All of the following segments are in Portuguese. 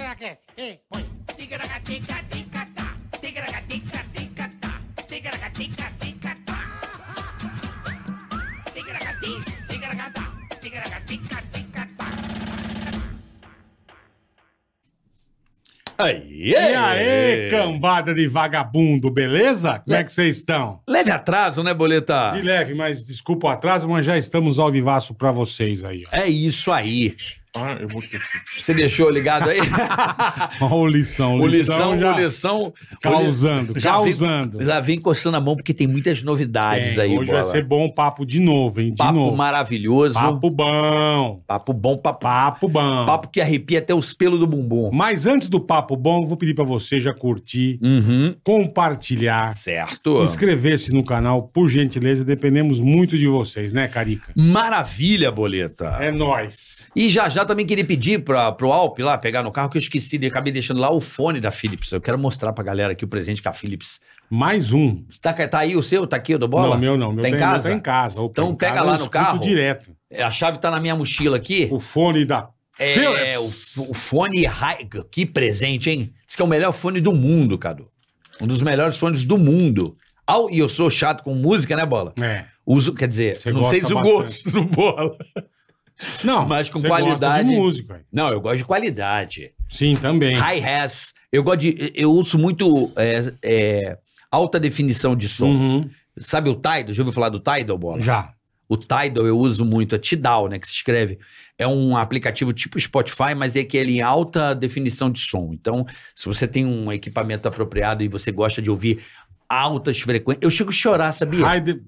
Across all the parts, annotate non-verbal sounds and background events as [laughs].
Tigracast. Ei, põe. Tigragatica-tica-tá. Tigragatica-tica-tá. Tigragatica-tica-tá. Tigragati, tigragatá. Tigragatica-tica-tá. Aí, é. E aí, cambada de vagabundo, beleza? Como é que vocês estão? Leve atraso, né, Boleta? De leve, mas desculpa o atraso, mas já estamos ao vivaço pra vocês aí, ó. É isso aí. Ah, eu vou ter que- Você deixou ligado [laughs] aí? Olha o [laughs] lição, o lição, já tá o lição. causando, Já vem- causando. Lá vem coçando a mão porque tem muitas novidades Tem, aí, hoje Bola. vai ser bom papo de novo, hein? De Papo um. novo. maravilhoso. Papo, Papo bom, bom, papo, papo bom. papo que arrepia até os pelos do bumbum. Mas antes do papo bom, eu vou pedir pra você já curtir, Uhum. compartilhar, Certo. inscrever-se no canal, por gentileza, dependemos muito de vocês, né, Carica? Maravilha, Boleta. É nóis. E já já também queria pedir pra, pro Alpe lá pegar no carro, que eu esqueci, de- acabei deixando lá o fone da Philips. Eu quero mostrar pra galera aqui o presente que a Philips. Mais um. Tá, tá aí o seu? Tá aqui o do bola? Não, meu não. Meu Tá em tem, casa? Meu tá em casa. Opa, Então em pega casa lá eu no escuto carro. direto. A chave tá na minha mochila aqui. O fone da É, Philips. o, o fone Hi- Que presente, hein? Diz que é o melhor fone do mundo, Cadu. Um dos melhores fones do mundo. Au, e eu sou chato com música, né, Bola? É. Uso, quer dizer, Você não sei se gosta o bastante. gosto do Bola. Não, Mas com você gosta qualidade. de música. Não, eu gosto de qualidade. Sim, também. Hi-hats. Eu gosto de. Eu uso muito é, é, alta definição de som. Uhum. Sabe o Tidal? Já ouviu falar do Tidal, Bola? Já. O Tidal eu uso muito, é Tidal, né, que se escreve. É um aplicativo tipo Spotify, mas é que ele em alta definição de som. Então, se você tem um equipamento apropriado e você gosta de ouvir altas frequências, eu chego a chorar, sabia? Ai, de-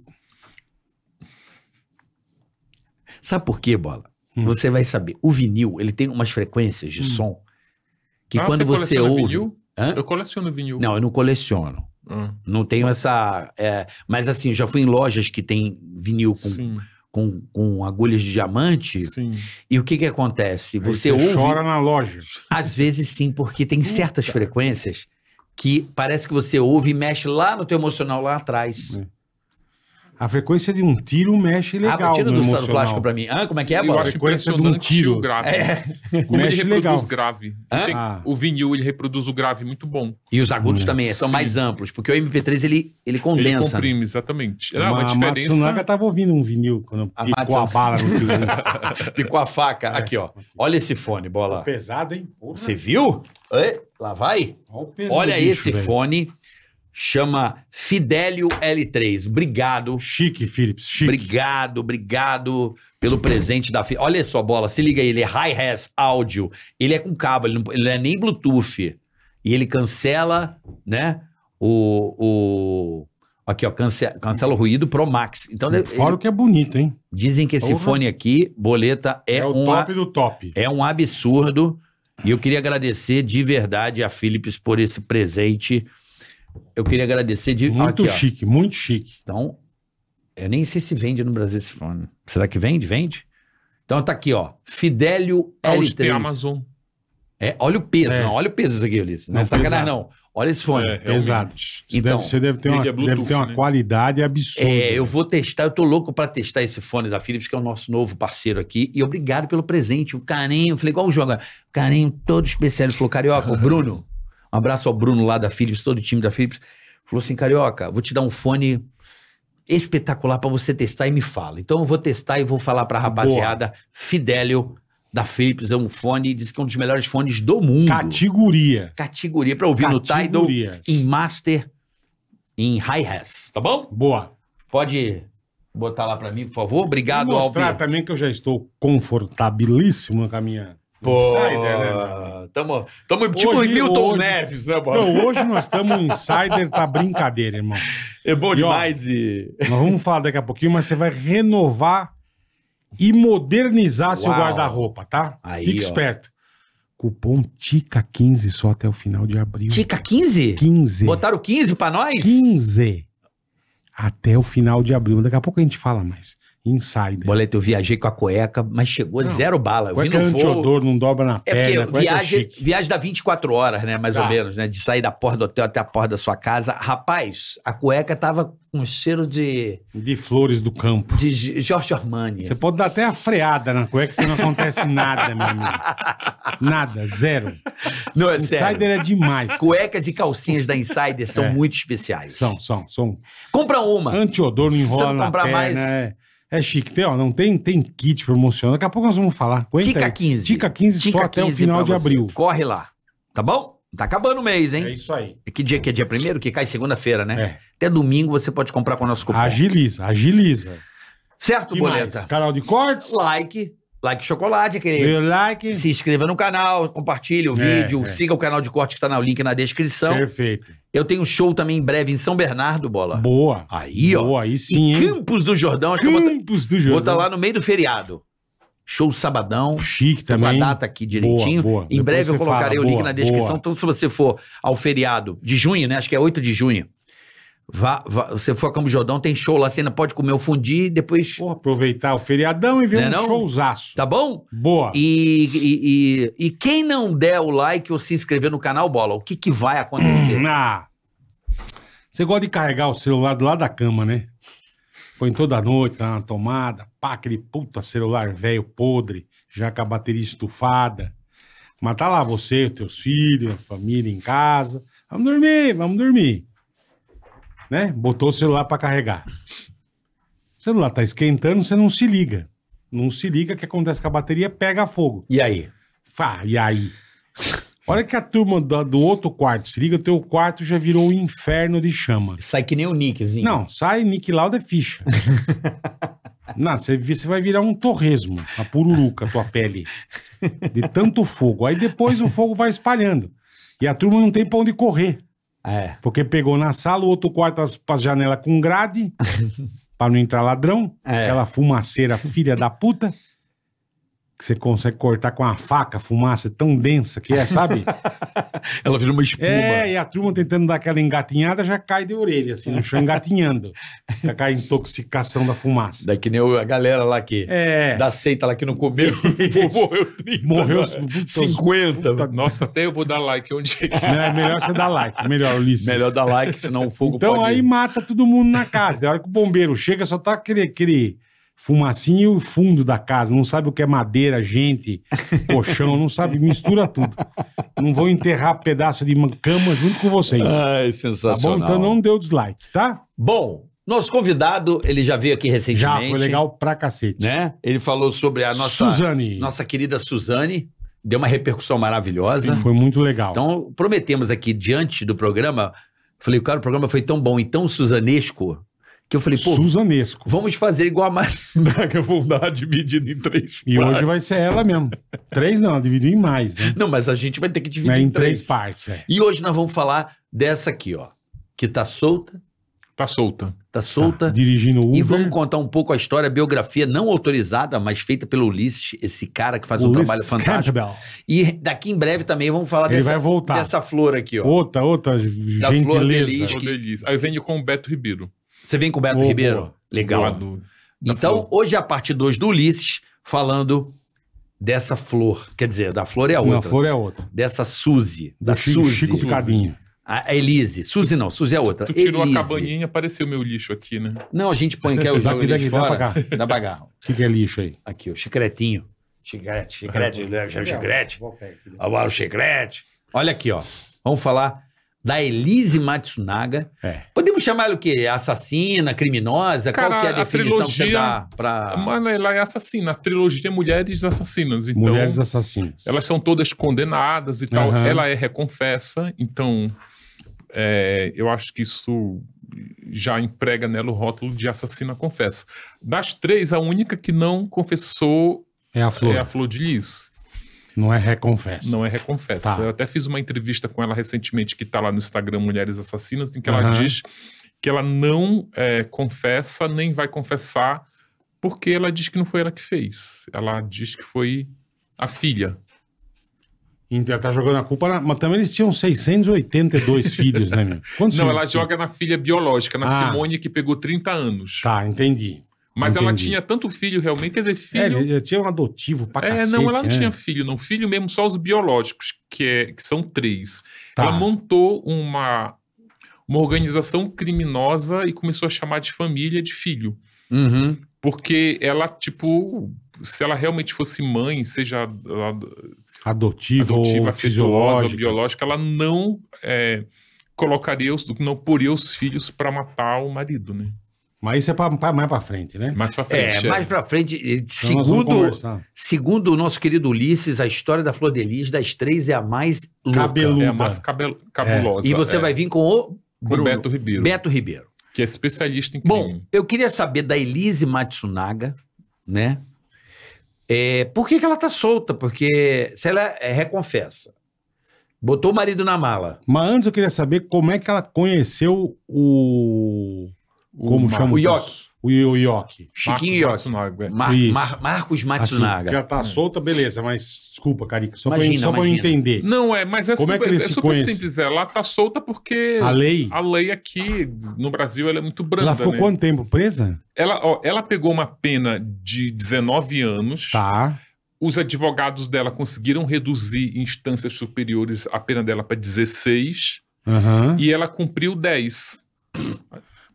Sabe por quê, bola? Hum. Você vai saber. O vinil, ele tem umas frequências de som que Hum. Ah, quando você, coleciona ouve, vinil? Hã? Eu coleciono vinil. não, eu não coleciono. Ah, Não tenho essa. é, mas assim, eu já fui em lojas que tem vinil com, sim, com, com agulhas de diamante. sim. E o que que acontece? Aí Você, ouve. chora na loja. Às vezes sim, porque tem certas frequências que parece que você ouve e mexe lá no teu emocional lá atrás. A frequência de um tiro mexe legal. ah, tira no do emocional. salo plástico pra mim. Ah, como é que é, eu bola? acho Frequência de um impressionante que tiro. o grave. Como Mexe ele reproduz legal. grave. Hã? Tem- Ah. O vinil, ele reproduz o grave muito bom. E os agudos Hum, também são sim. mais amplos, porque o MP3 ele, ele Ele condensa. né? comprime, exatamente. É Ma- uma a diferença... Matsunaga tava ouvindo um vinil quando A picou Matsu- a bala no fio. [laughs] Picou a faca. É. Aqui, ó. Olha esse fone, bola. Tá pesado, hein? Porra. Você viu? Ê, lá vai. Olha, o peso do Olha bicho, esse velho. fone. Chama Fidelio L3. Obrigado. Chique, Philips. Chique. Obrigado, obrigado pelo presente da fi- Olha só, bola, se liga aí, ele é hi-res áudio. Ele é com cabo, ele não, ele não é nem Bluetooth. E ele cancela, né? O. o aqui, ó, cance- cancela, o ruído Pro Max. Então, ele- Fora o que é bonito, hein? dizem que esse Porra. fone aqui, boleta, é, É, o um, a- top do top. é um absurdo. E eu queria agradecer de verdade a Philips por esse presente. Eu queria agradecer de. Muito É aqui, ó. chique, muito chique. Então, eu nem sei se vende no Brasil esse fone. Será que vende? Vende? Então tá aqui, ó. Fidelio Ah, Hoje tem L3. Amazon. É, olha o peso, É. não. Olha o peso disso aqui, Ulisses. Não, Não, é sacanagem, pesado. não. Olha esse fone. É, É, Pesado. realmente. Você Então, deve- você deve ter uma, ele é Bluetooth, deve ter uma né? qualidade absurda. É, eu vou testar, eu tô louco pra testar esse fone da Philips, que é o nosso novo parceiro aqui. E obrigado pelo presente, o carinho. Eu Falei, igual o jogo, o carinho todo especial. Ele falou, Carioca, o Bruno. Um abraço ao Bruno lá da Philips, todo o time da Philips. Falou assim, Carioca, vou te dar um fone espetacular pra você testar e me fala. Então eu vou testar e vou falar pra rapaziada Fidelio da Philips, é um fone, diz que é um dos melhores fones do mundo. Categoria. Categoria pra ouvir no Tidal, Categoria. em Master, em Hi-Hats, tá bom? Boa. Pode botar lá pra mim, por favor? Obrigado, Vou mostrar tá? Albi. também que eu já estou confortabilíssimo com a minha insider, né? tamo, tamo tipo Hoje- Milton hoje- Neves, né, Bola? Não, hoje nós estamos no Insider, tá brincadeira, irmão. É bom E, ó, demais e... Nós vamos falar daqui a pouquinho, mas você vai renovar e modernizar seu Uau. guarda-roupa, tá? Aí, Fique ó. esperto. Cupom TICA15 só até o final de abril. Tica 15? 15. Botaram 15 pra nós? 15. Até o final de abril. Daqui a pouco a gente fala mais. Insider. Boleto, eu viajei com a cueca, mas chegou Não. zero bala. Eu vi Cueca no voo. é antiodor, não dobra na É porque perna. cueca viagem, chique. viagem dá 24 horas, né? Mais Tá. ou menos, né? De sair da porta do hotel até a porta da sua casa. Rapaz, a cueca tava com um cheiro de, De flores do campo. de G- Giorgio Armani. Você pode dar até a freada na cueca que não acontece nada, [laughs] meu amigo. Nada, zero. Não, é sério. Insider é demais. Cuecas e calcinhas da Insider são É. muito especiais. São, são, são. Compra Hum, uma. Antiodor não Se enrola não na comprar perna. mais- É, é chique. Tem, ó, não tem, tem kit promocional. Daqui a pouco nós vamos falar. Aguenta Tica aí. 15. Tica 15 só Dica até o 15 final de pra você. abril. Corre lá. Tá bom? Tá acabando o mês, É hein? isso aí. Que dia que é dia primeiro? Que cai segunda-feira, né? É. Até domingo você pode comprar com o nosso cupom. Agiliza, agiliza. Certo, Que mais? Boleta? Canal de cortes. Like. Like chocolate, querido. Dê like. Se inscreva no canal, compartilhe o É, vídeo, é. siga o canal de corte que tá no link na descrição. Perfeito. Eu tenho um show também em breve em São Bernardo, Bola. Boa. Aí, ó. Boa, aí sim, em hein? Campos do Jordão. Acho que eu vou Campos do estar jogo. lá no meio do feriado. Show sabadão. Chique Tô com a também. data aqui direitinho. Boa, boa. Em Depois breve eu você colocarei fala. o link Boa, na descrição. boa. Então, se você for ao feriado de junho, né? Acho que é 8 de junho. Vá, vá- você for a Campo Jordão, tem show lá. Você ainda pode comer o fundi, depois. Porra, aproveitar o feriadão e ver Né um não? showzaço. Tá bom? Boa. E, e, e- e quem não der o like ou se inscrever no canal Bola, o que, que vai acontecer? Ah, você gosta de carregar o celular do lado da cama, né? Põe toda noite lá na tomada, pá, aquele puta celular velho, podre, já com a bateria estufada. Mas tá lá você, teus filhos, a família em casa. Vamos dormir, vamos dormir. Né? Botou o celular pra carregar. O celular tá esquentando, você não se liga. Não se liga, o que acontece com a bateria? Pega fogo. E aí? Fá, e aí? Olha que a turma do, do outro quarto se liga, o teu quarto já virou um inferno de chama. Sai que nem o Nickzinho. Não, sai Nick Lauda é ficha. Não, você vi- você vai virar um torresmo, a pururuca, a tua pele. De tanto fogo. Aí depois o fogo vai espalhando. E a turma não tem pra onde correr. É. Porque pegou na sala, o outro quarto as, as janelas com grade, pra não entrar ladrão. É. Aquela fumaceira filha da puta, que você consegue cortar com uma faca, a fumaça é tão densa que é, [laughs] sabe? Ela virou uma espuma. é, e a turma tentando dar aquela engatinhada já cai de orelha, assim, no chão, engatinhando. Com aquela intoxicação da fumaça. Daqui nem o- a galera lá que. É, Da seita lá que não comeu. morreu 30. [laughs] morreu... Morreu os- puta, os- 50. puta- Nossa, até eu vou dar like onde [laughs] é que- Não, é melhor você dar like, melhor, Ulisses. Melhor dar like, senão o fogo Então pode... aí mata todo mundo na casa. Da hora que o bombeiro chega, só tá aquele, aquele fumacinho e o fundo da casa. Não sabe o que é madeira, gente, colchão, não sabe, mistura tudo. Não vou enterrar pedaço de ma- cama junto com vocês. Ai, Tá bom? Ah, sensacional. Então não deu dislike, tá? Bom, nosso convidado, ele já veio aqui recentemente. Já foi legal pra cacete. Né? Ele falou sobre a nossa, Suzane. nossa querida Suzane. Deu uma repercussão maravilhosa. Sim, foi muito legal. Então, prometemos aqui, diante do programa, falei, cara, o programa foi tão bom e tão suzanesco, que eu falei, pô, Suzanesco. vamos fazer igual a [laughs] Marinaga, vamos dar uma dividida em três E partes. hoje vai ser ela mesmo. Três não, ela dividiu em mais, né? Não, mas a gente vai ter que dividir Mas em, em três três partes, é. E hoje nós vamos falar dessa aqui, ó. Que tá solta, Tá solta. tá solta. Tá, Dirigindo o Uber. E vamos contar um pouco a história, a biografia não autorizada, mas feita pelo Ulisses, esse cara que faz um Ulisses trabalho fantástico. Campbell. E daqui em breve também vamos falar Ele vai dessa, voltar. dessa flor aqui, ó. Outra, outra flor de gentileza. lis. Sou que- É delícia. Aí eu venho com o Beto Ribeiro. Você vem com o Beto Ô, Ribeiro? boa. Legal. Lá do- da Então, flor. hoje é a parte 2 do Ulisses, falando dessa flor. Quer dizer, da flor é a Uma outra. flor é outra. Dessa Suzy. Da Do Chico, Suzy. Chico Picadinho. A a Elise. Suzy não, Suzy é a outra. Tu tirou Elise. a cabaninha, apareceu meu lixo aqui, né? Não, a gente põe que é o Daqui, daqui, daqui, [laughs] dá pra fora. cá. Dá bagarro. O que, que é lixo aí? Aqui, o chicletinho. Chiclete, [laughs] chiclete, chiclete. Olha o chiclete. Olha aqui, ó. Vamos falar da Elise Matsunaga. É. Podemos chamar ela o quê? Assassina, criminosa? Qual Cara, que é a a definição que você trilogia- dá pra... Mano, ela é assassina. A trilogia Mulheres Assassinas. Então, Mulheres assassinas. elas são todas condenadas e tal. Aham. Ela é reconfessa, então é, eu acho que isso já emprega nela o rótulo de assassina confessa. Das três, a única que não confessou É a flor. é a Flor de Lis. Não é reconfessa. Não é reconfessa. Tá. Eu até fiz uma entrevista com ela recentemente, que tá lá no Instagram Mulheres Assassinas, em que ela Aham. diz que ela não é, confessa, nem vai confessar, porque ela diz que não foi ela que fez. Ela diz que foi a filha. Então, ela tá jogando a culpa, na- mas também eles tinham 682 filhos, né, meu? Quantos Não, filhos ela tinha? joga na filha biológica, na Ah. Simone, que pegou 30 anos. Tá, entendi. Mas ela Entendi. tinha tanto filho realmente, quer dizer, É, filho. ele tinha um adotivo pra É, cacete, não, ela né? não tinha filho, não. Filho mesmo, só os biológicos, que, é, que são três. Tá. Ela montou uma, uma organização criminosa e começou a chamar de família de filho. Uhum. Porque ela, tipo, se ela realmente fosse mãe, seja ela- Adotivo, adotiva, adotivo afetuosa, fisiológico. biológica, ela não é, colocaria, os, não poria os filhos pra matar o marido, né? Mas isso é pra, pra- mais pra frente, né? Mais pra frente. É, é. mais pra frente, eh, Então nós vamos segundo, conversar. segundo o nosso querido Ulisses, a história da Flor de Lis das três é a mais louca. Cabeluda. É a mais cabel- cabulosa. E você é, vai vir com o com Bruno, Beto Ribeiro, Beto Ribeiro. que é especialista em crime. Bom, eu queria saber da Elise Matsunaga, né? É, por que, que ela tá solta? Porque se ela é, reconfessa, botou o marido na mala, Mas antes eu queria saber como é que ela conheceu o. Como Mar- chama o Yoki, O Yoki. Chiquinho Yoki, Marcos Matsunaga, Assim, é. Mar- Isso. Mar- Marcos Matsunaga. já tá solta, beleza, mas desculpa, Carica, só, Imagina, pra, eu- só pra eu imagina. entender. Não, é, mas é Como é que super, eles se super conhecem? simples. Ela tá solta porque A a lei, lei, aqui no Brasil ela é muito branda. ela ficou né? quanto tempo presa? Ela, ó, ela pegou uma pena de 19 anos. Tá. Os advogados dela conseguiram reduzir em instâncias superiores a pena dela para 16 Aham. e ela cumpriu 10.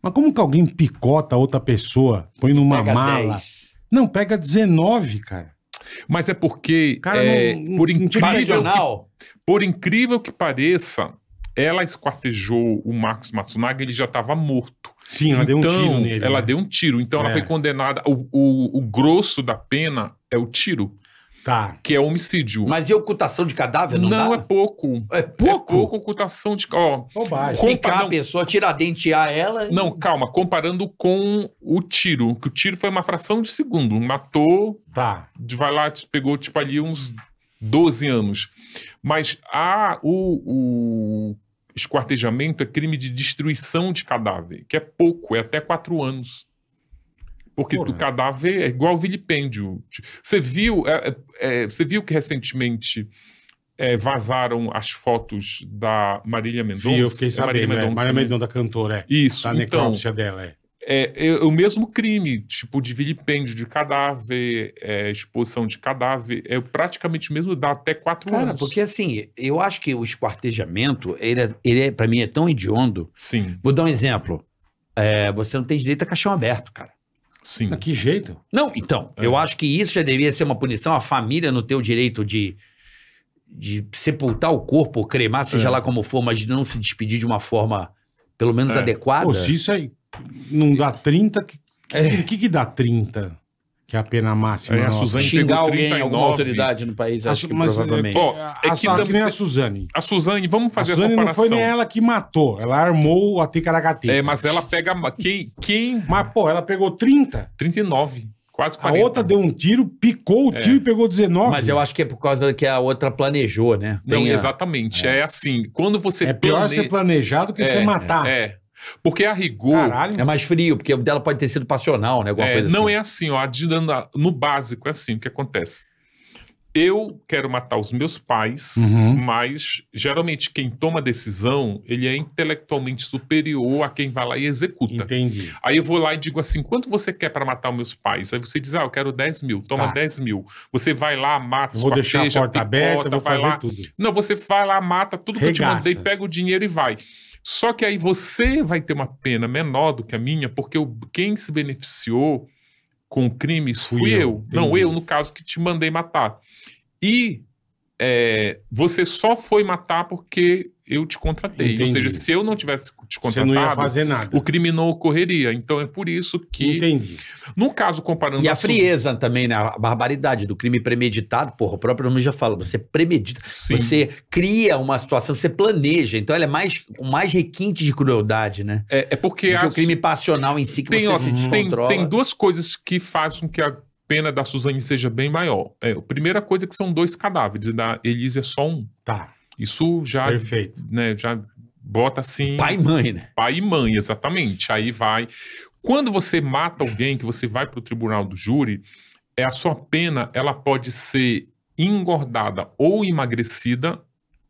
Mas como que alguém picota outra pessoa, põe numa Pega mala? 10. Não, pega 19, cara. Mas é porque, Cara, é, não- não- por, não tinha incrível que, Passional? por incrível que pareça, ela esquartejou o Marcos Matsunaga, ele já estava morto. Sim, ela deu um Então, tiro nele. Ela né? deu um tiro. Então É. ela foi condenada. O, o, o grosso da pena é o tiro, Tá. que é homicídio. Mas e ocultação de cadáver? Não, não dá? é pouco. É É pouco ocultação de. Ó, Bobagem. Com- Picar a não. pessoa, tiradentear ela. e- não, calma, comparando com o tiro, que o tiro foi uma fração de segundo. Matou, Tá. de- vai lá, te- pegou tipo ali uns 12 anos. Mas a, o, o esquartejamento é crime de destruição de cadáver, que é pouco, é até 4 anos. Porque Porra. o cadáver é igual vilipêndio. Você viu, é, é, é, você viu que recentemente é, vazaram as fotos da Marília Mendonça? Vi, eu fiquei É Marília sabendo. né? Mendonca, Maria né? Mendonça, da cantora, é. Isso, Da então, necrópsia dela, é. é, é o mesmo crime, tipo de vilipêndio de cadáver, é, exposição de cadáver, é praticamente o mesmo, dá até quatro Cara, anos. porque assim, eu acho que o esquartejamento, ele é, ele é, pra mim, é tão hediondo. Sim, Vou dar um exemplo. É, você não tem direito a caixão aberto, cara. sim. Mas que jeito? Não, então, É. eu acho que isso já devia ser uma punição. A família não ter o direito de, de sepultar o corpo, cremar, seja É. lá como for, mas de não se despedir de uma forma, pelo menos, É. adequada. Pô, se isso aí não dá 30, o que, É. que, que que dá 30? Que é a pena máxima. É, a nossa. Suzane- Xingar pegou alguém, 39. alguma autoridade no país, acho Acho, que mas, provavelmente. é, Ó, a, é que que a, dá- que nem a Suzane. A Suzane, vamos A fazer a, Suzane não comparação. foi nem ela que matou. Ela armou a Ticaracati. É, mas ela pega ma- quem, quem Mas, pô, ela pegou 30. 39, quase A 40. outra deu um tiro, picou o É. tiro e pegou 19. Mas eu acho que é por causa que a outra planejou, né? Não, Tem a- exatamente. É. assim, quando você É pior plane- ser planejado que É, você matar. É. Porque a rigor, Caralho. É mais frio, porque o dela pode ter sido passional, né? Alguma É, coisa não assim. é assim, ó. a dinâmica- No básico, é assim o que acontece. Eu quero matar os meus pais, Uhum. mas geralmente quem toma a decisão, ele é intelectualmente superior a quem vai lá e executa. Entendi. Aí eu vou lá e digo assim: quanto você quer para matar os meus pais? Aí você diz: ah, eu quero 10 mil, toma Tá. 10 mil. Você vai lá, mata, Eu Vou deixar a esquarteja, porta aberta, picota, vou vai fazer lá, tudo. não, você vai lá, mata tudo que eu te Regaça. mandei, pega o dinheiro e vai. Só que aí você vai ter uma pena menor do que a minha, porque o- quem se beneficiou com o crime Fui fui, eu, eu. entendi. Não, eu, no caso, que te mandei matar. E é, você só foi matar porque eu te contratei. Entendi. Ou seja, se eu não tivesse te Você não ia contratado, fazer nada. o crime não ocorreria. Então é por isso que, Entendi. no caso, comparando E a Su- frieza também, né? A barbaridade do crime premeditado, porra, o próprio nome já fala, você é premedita, Sim. você cria uma situação, você planeja, então ela é mais, com mais requinte de crueldade, né? É, é porque Porque a o crime passional em si que tem, você ó, se tem- descontrola. tem duas coisas que fazem com que a pena da Suzane seja bem maior. É, a primeira coisa é que são dois cadáveres, e da Elise é só um. Tá, Isso já, perfeito. né, já bota assim Pai e mãe, né? pai e mãe, exatamente. Aí vai. Quando você mata alguém, que você vai para o tribunal do júri, é a sua pena, ela pode ser engordada ou emagrecida,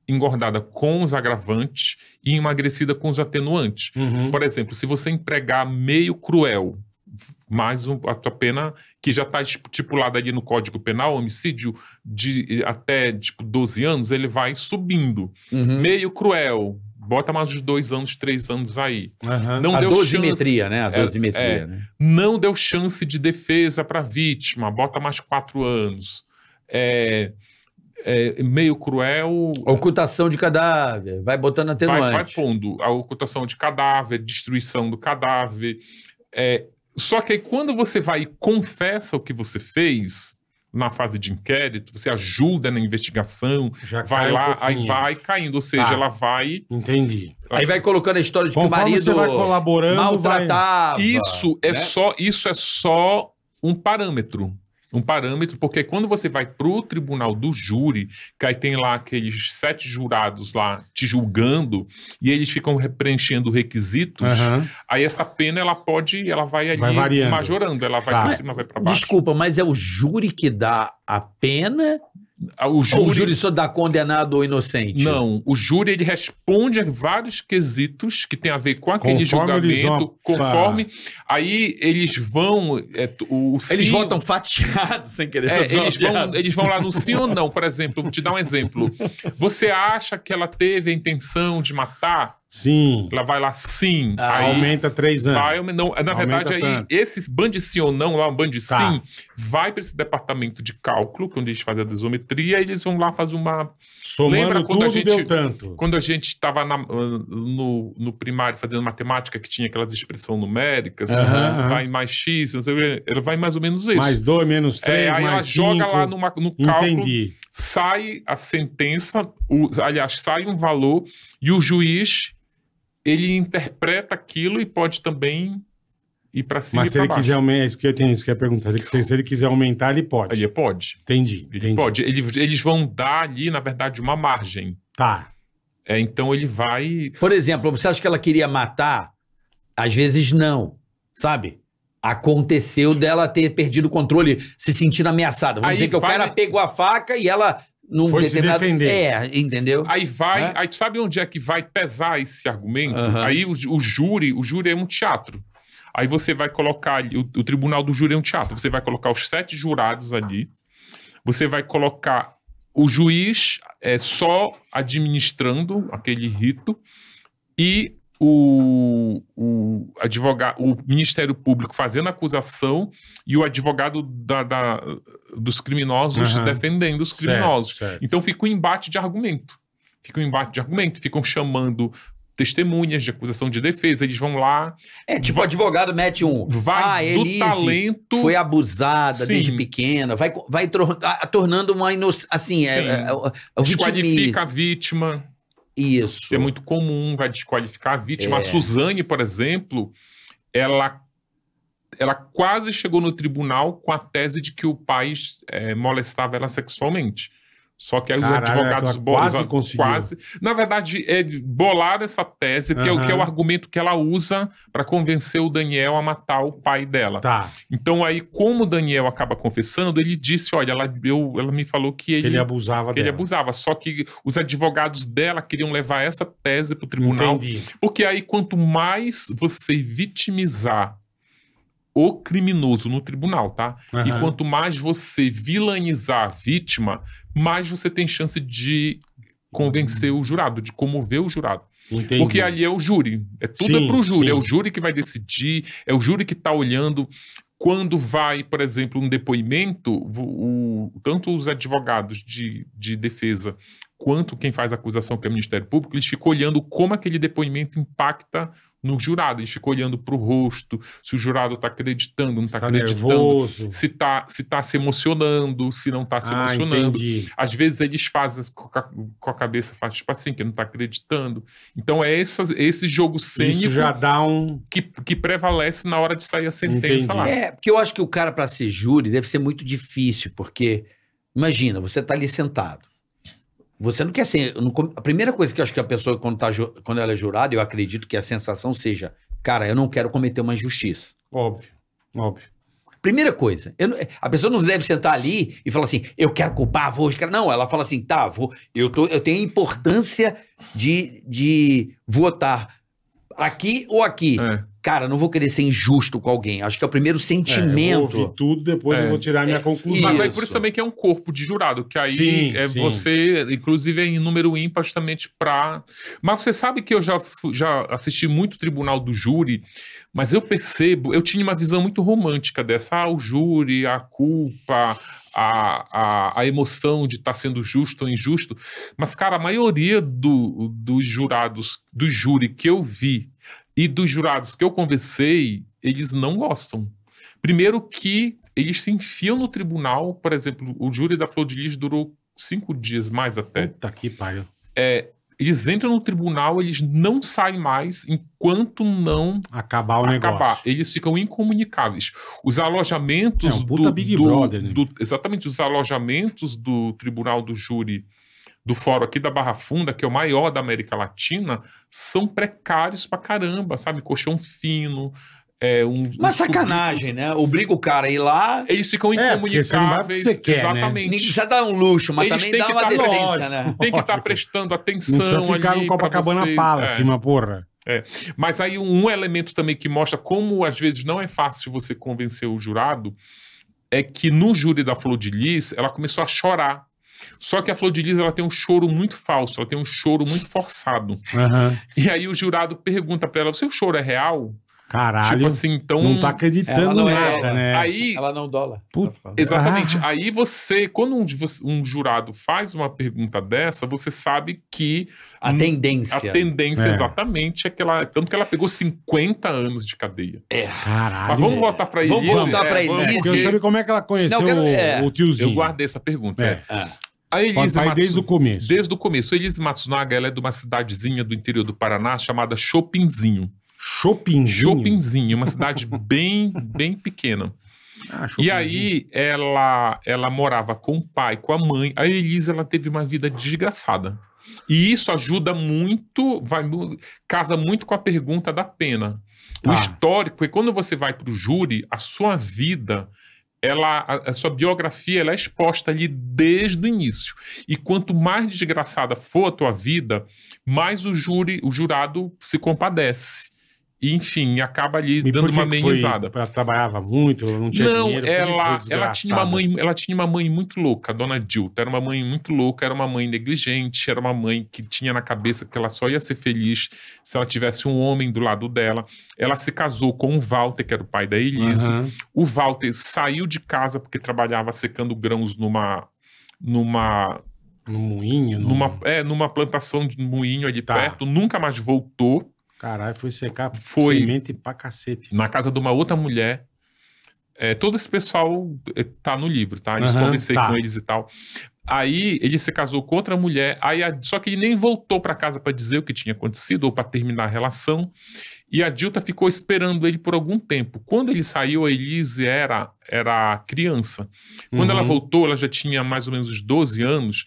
engordada com os agravantes e emagrecida com os atenuantes. Uhum. Por exemplo, se você empregar meio cruel mais um- a tua pena que já está estipulada ali no Código Penal, homicídio de até tipo 12 anos, ele vai subindo. Uhum. Meio cruel. Bota mais uns dois anos, três anos aí. Aham. Não a Então, deu dosimetria, chance. né? A É, dosimetria, é. né? Não deu chance de defesa para vítima. Bota mais quatro anos. É, é meio cruel. Ocultação de cadáver, vai botando vai, atenuante. vai pondo a ocultação de cadáver, destruição do cadáver. É, só que aí quando você vai e confessa o que você fez na fase de inquérito, você ajuda na investigação, Já vai cai um lá, aí pouquinho. vai caindo, ou seja, Tá. ela vai. Entendi. Aí vai colocando a história de que o Conforme marido você vai colaborando, vai... maltratava. Isso é né? só, isso é só um parâmetro. Um parâmetro, porque quando você vai pro tribunal do júri, que aí tem lá aqueles sete jurados lá te julgando, e eles ficam re- preenchendo requisitos, Aham. Aí essa pena ela pode, ela vai ali Vai variando. majorando, ela vai Tá. pra cima, vai pra baixo. Desculpa, mas é o júri que dá a pena Ah, O júri, ou o júri só dá condenado ou inocente? não, o júri ele responde a vários quesitos que tem a ver com aquele Conforme eles julgamento, vão- conforme aí eles vão é, t- o, o Eles sim- votam fatiados [laughs] sem querer é, fazer uma eles, vão, piada. eles vão lá no sim ou não, por exemplo, eu vou te dar um exemplo. Você acha que ela teve a intenção de matar? Sim. Ela vai lá sim. Ah, aí Aumenta três anos. Vai, aumen- não, na É. Aumenta verdade, aí, tanto. esse band sim ou não, lá, um band Tá. sim, vai para esse departamento de cálculo, que é onde eles fazem a desometria, e eles vão lá fazer uma. Somando Lembra quando tudo, a gente- deu tanto. Quando a gente estava no, no primário fazendo matemática, que tinha aquelas expressões numéricas, Aham, aham. vai mais x, não sei o quê, ela vai mais ou menos isso. Mais dois, menos três, É, aí mais ela cinco. joga lá numa- no cálculo, Entendi. sai a sentença, o- aliás, sai um valor, e o juiz ele interpreta aquilo e pode também ir para cima Mas e se pra ele baixo. quiser aumentar, isso que eu tenho, isso que eu ia perguntar. Ele- Se, se ele quiser aumentar, ele pode. Ele pode. Entendi, Ele entendi. pode. Ele- eles vão dar ali, na verdade, uma margem. Tá. É, então ele vai. Por exemplo, você acha que ela queria matar? Às vezes não, sabe? Aconteceu dela ter perdido o controle, se sentindo ameaçada. Vamos Aí um- dizer que vai- o cara pegou a faca e ela num Foi se defender. É, entendeu? Aí vai. Né? Aí sabe onde é que vai pesar esse argumento? Aham. Aí o, ju- o júri, o júri é um teatro. Aí você vai colocar ali, o, o tribunal do júri é um teatro. Você vai colocar os sete jurados ali. Você vai colocar o juiz é só administrando aquele rito e o, o advogado, o Ministério Público fazendo a acusação e o advogado da- da- dos criminosos Aham. defendendo os criminosos. Certo, certo. Então fica um embate de argumento. Fica um embate de argumento, ficam chamando testemunhas de acusação de defesa, eles vão lá, É tipo advogado mete um. ah, Ah, vai do Elise talento. foi abusada Sim. desde pequena, vai, vai tor- a- tornando uma inocência. Assim, é, Sim. é, é, é o Desqualifica a vitimismo. vítima, Isso. que é muito comum, vai desqualificar a vítima. É. A Suzane, por exemplo, ela, ela quase chegou no tribunal com a tese de que o pai eh, molestava ela sexualmente. Só que aí Caralho, os advogados ela quase bolas- conseguiu. quase- Na verdade, é bolar essa tese, que, é o, que é o Aham. argumento que ela usa para convencer o Daniel a matar o pai dela. Tá. Então, aí, como o Daniel acaba confessando, ele disse: olha, ela, eu- ela me falou que Que ele ele abusava que ele dela. abusava. Só que os advogados dela queriam levar essa tese para o tribunal. Entendi. Porque aí, quanto mais você vitimizar o criminoso no tribunal, tá? E Aham. quanto mais você vilanizar a vítima, mais você tem chance de convencer o jurado, de comover o jurado. Entendi. Porque ali é o júri. É tudo Sim, é pro júri. sim. É o júri que vai decidir, é o júri que tá olhando. Quando vai, por exemplo, um depoimento, o, o- tanto os advogados de, de defesa quanto quem faz a acusação, que é o Ministério Público, eles ficam olhando como aquele depoimento impacta no jurado. Eles ficam olhando pro rosto, se o jurado tá acreditando, não tá, tá acreditando, nervoso. se tá, se tá se emocionando, se não tá se ah, emocionando. entendi. Às vezes eles fazem com a, com a cabeça, faz tipo assim, que não tá acreditando. Então é essas- esse jogo cênico Isso já dá um... que, que prevalece na hora de sair a sentença Entendi. lá. É, porque eu acho que o cara, pra ser júri, deve ser muito difícil, porque imagina, você tá ali sentado. Você não quer ser. não com- a primeira coisa que eu acho que a pessoa, quando, tá, ju- quando ela é jurada, eu acredito que a sensação seja: cara, eu não quero cometer uma injustiça. Óbvio, óbvio. Primeira coisa, eu não- a pessoa não deve sentar ali e falar assim, eu quero culpar, vou. quero-". Não, ela fala assim, tá, vou, eu, tô, eu tenho importância de, de votar aqui ou aqui. É. cara, não vou querer ser injusto com alguém. Acho que é o primeiro É, eu vou sentimento. ouvir tudo, depois É. eu vou tirar minha conclusão. Mas Isso. aí por isso também que é um corpo de jurado, que aí Sim, é sim. você, inclusive é em número ímpar justamente pra... Mas você sabe que eu já, fu- já assisti muito Tribunal do Júri, mas eu percebo, eu tinha uma visão muito romântica dessa, ah, o júri, a culpa, a, a, a emoção de estar sendo justo ou injusto, mas cara, a maioria do, dos jurados, do júri que eu vi e dos jurados que eu conversei, eles não gostam. Primeiro que eles se enfiam no tribunal, por exemplo, o júri da Flor de Lis durou cinco dias mais até. Puta que pariu. Eles entram no tribunal, eles não saem mais enquanto não Acabar o acabar. negócio. Eles ficam incomunicáveis. Os alojamentos É, um puta Big Brother, né? do- exatamente os alojamentos do Tribunal do Júri do fórum aqui da Barra Funda, que é o maior da América Latina, são precários pra caramba, sabe? Colchão fino, é um Uma uns sacanagem, né? Obriga o cara a ir lá. cubículos. Eles ficam É, porque você não vai porque incomunicáveis. você quer, né? exatamente. Ninguém precisa dar um luxo, mas Eles também têm dá que uma tá- decência, Lógico. né? Tem que estar Lógico. prestando atenção. Não precisa ficar ali no pra Copacabana vocês, é. Palace, uma porra. Mas aí um elemento também que mostra como às vezes não é fácil você convencer o jurado é que no júri da Flor de Lis, ela começou a chorar. Só que a Flor de Lis, ela tem um choro muito falso, ela tem um choro muito forçado. Aham. E aí o jurado pergunta pra ela, o seu choro é real? Caralho. Tipo assim, então... não tá Ela acreditando não é nada, ela. né? Aí, Ela não dólar. Puta. Exatamente. Ah. Aí você, quando um, de vo- um jurado faz uma pergunta dessa, você sabe que A Hum. a tendência. tendência É. exatamente é que ela. Tanto que ela pegou 50 anos de cadeia. Caralho. Mas vamos voltar pra Elise. Vamos voltar pra vamos, Elise. Porque eu porque soube como é que ela conheceu Não, eu quero- é. o, o tiozinho. Eu guardei essa pergunta. É. é. A Pode Elise sair Matsu- desde o começo. desde o começo. A Elise Matsunaga ela é de uma cidadezinha do interior do Paraná chamada Chopinzinho. Chopinzinho. Chopinzinho, uma cidade [laughs] bem, bem pequena. Ah, E Chopinzinho. aí ela ela morava com o pai, com a mãe. A Elisa ela teve uma vida desgraçada. E isso ajuda muito, vai mu- casa muito com a pergunta da pena. Tá. O histórico é quando você vai para o júri, a sua vida ela, a, a sua biografia ela é exposta ali desde o início. E quanto mais desgraçada for a tua vida, mais o júri, o jurado se compadece. E, enfim, acaba ali E dando por que uma que foi? amenizada. Ela trabalhava muito, ela não tinha Não, dinheiro. por que que foi ela, ela desgraçada? tinha uma mãe, ela tinha uma mãe muito louca, a dona Dilta. Era uma mãe muito louca, era uma mãe negligente, era uma mãe que tinha na cabeça que ela só ia ser feliz se ela tivesse um homem do lado dela. Ela se casou com o Walter, que era o pai da Elise. Aham. O Walter saiu de casa porque trabalhava secando grãos numa numa No moinho, no... numa, é, numa plantação de moinho ali um Tá. perto, nunca mais voltou. Caralho, foi secar Foi. semente pra cacete. na casa de uma outra mulher. É, todo esse pessoal é, tá no livro, tá? Eles Aham, conversei tá. com eles e tal. Aí ele se casou com outra mulher, aí a- só que ele nem voltou pra casa pra dizer o que tinha acontecido ou pra terminar a relação. E a Dilta ficou esperando ele por algum tempo. Quando ele saiu, a Elise era, era criança. Quando ela Uhum. voltou, ela já tinha mais ou menos uns 12 anos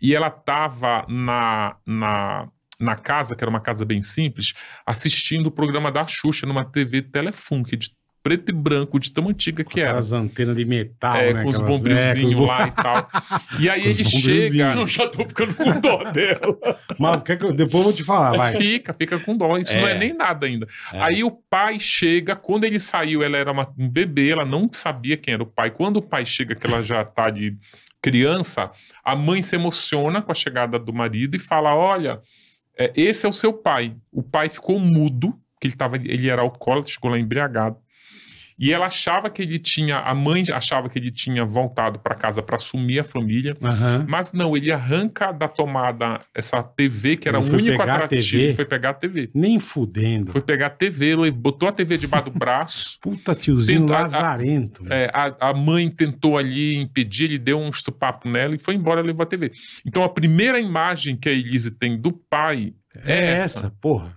e ela estava na, na, na casa, que era uma casa bem simples, assistindo o programa da Xuxa numa TV Telefunk, de preto e branco, de tão antiga que era. Aquelas antenas de metal, É, né? com aquelas- os é, com os bombrilzinhos bo- lá e [laughs] tal. E aí Com os ele bombrilzinhos. chega, Não, já tô ficando com dó [laughs] dela. [laughs] Mas quer que eu- depois eu vou te falar, vai. fica, fica com dó. Isso não É. é nem nada ainda. É. Aí o pai chega, quando ele saiu, ela era uma- um bebê, ela não sabia quem era o pai. Quando o pai chega, que ela já tá de criança, a mãe se emociona com a chegada do marido e fala: Olha, é, esse é o seu pai. O pai ficou mudo, que ele, tava, ele era alcoólatra, chegou lá embriagado. E ela achava que ele tinha, a mãe achava que ele tinha voltado para casa para assumir a família. Aham. Mas não, ele arranca da tomada essa TV que era Ele o foi único pegar a atrativo. TV? Ele foi pegar a TV. Nem fudendo. Foi pegar a TV, le- botou a TV debaixo [laughs] do braço. Puta tiozinho Tentar- a- lazarento. É, a, a mãe tentou ali impedir, ele deu um estupapo nela e foi embora levou a TV. Então a primeira imagem que a Elise tem do pai é, essa, porra.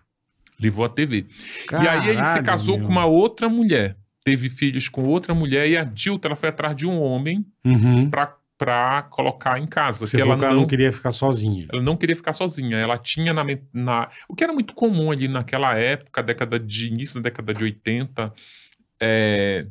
levou a TV. e aí ele se Caralho, casou meu. com uma outra mulher, teve filhos com outra mulher e a Dilta ela foi atrás de um homem Uhum. pra, pra colocar em casa. Você que falou ela que ela não não queria ficar sozinha. Ela não queria ficar sozinha. Ela tinha na, men- na- O que era muito comum ali naquela época, década de início da década de 80. é,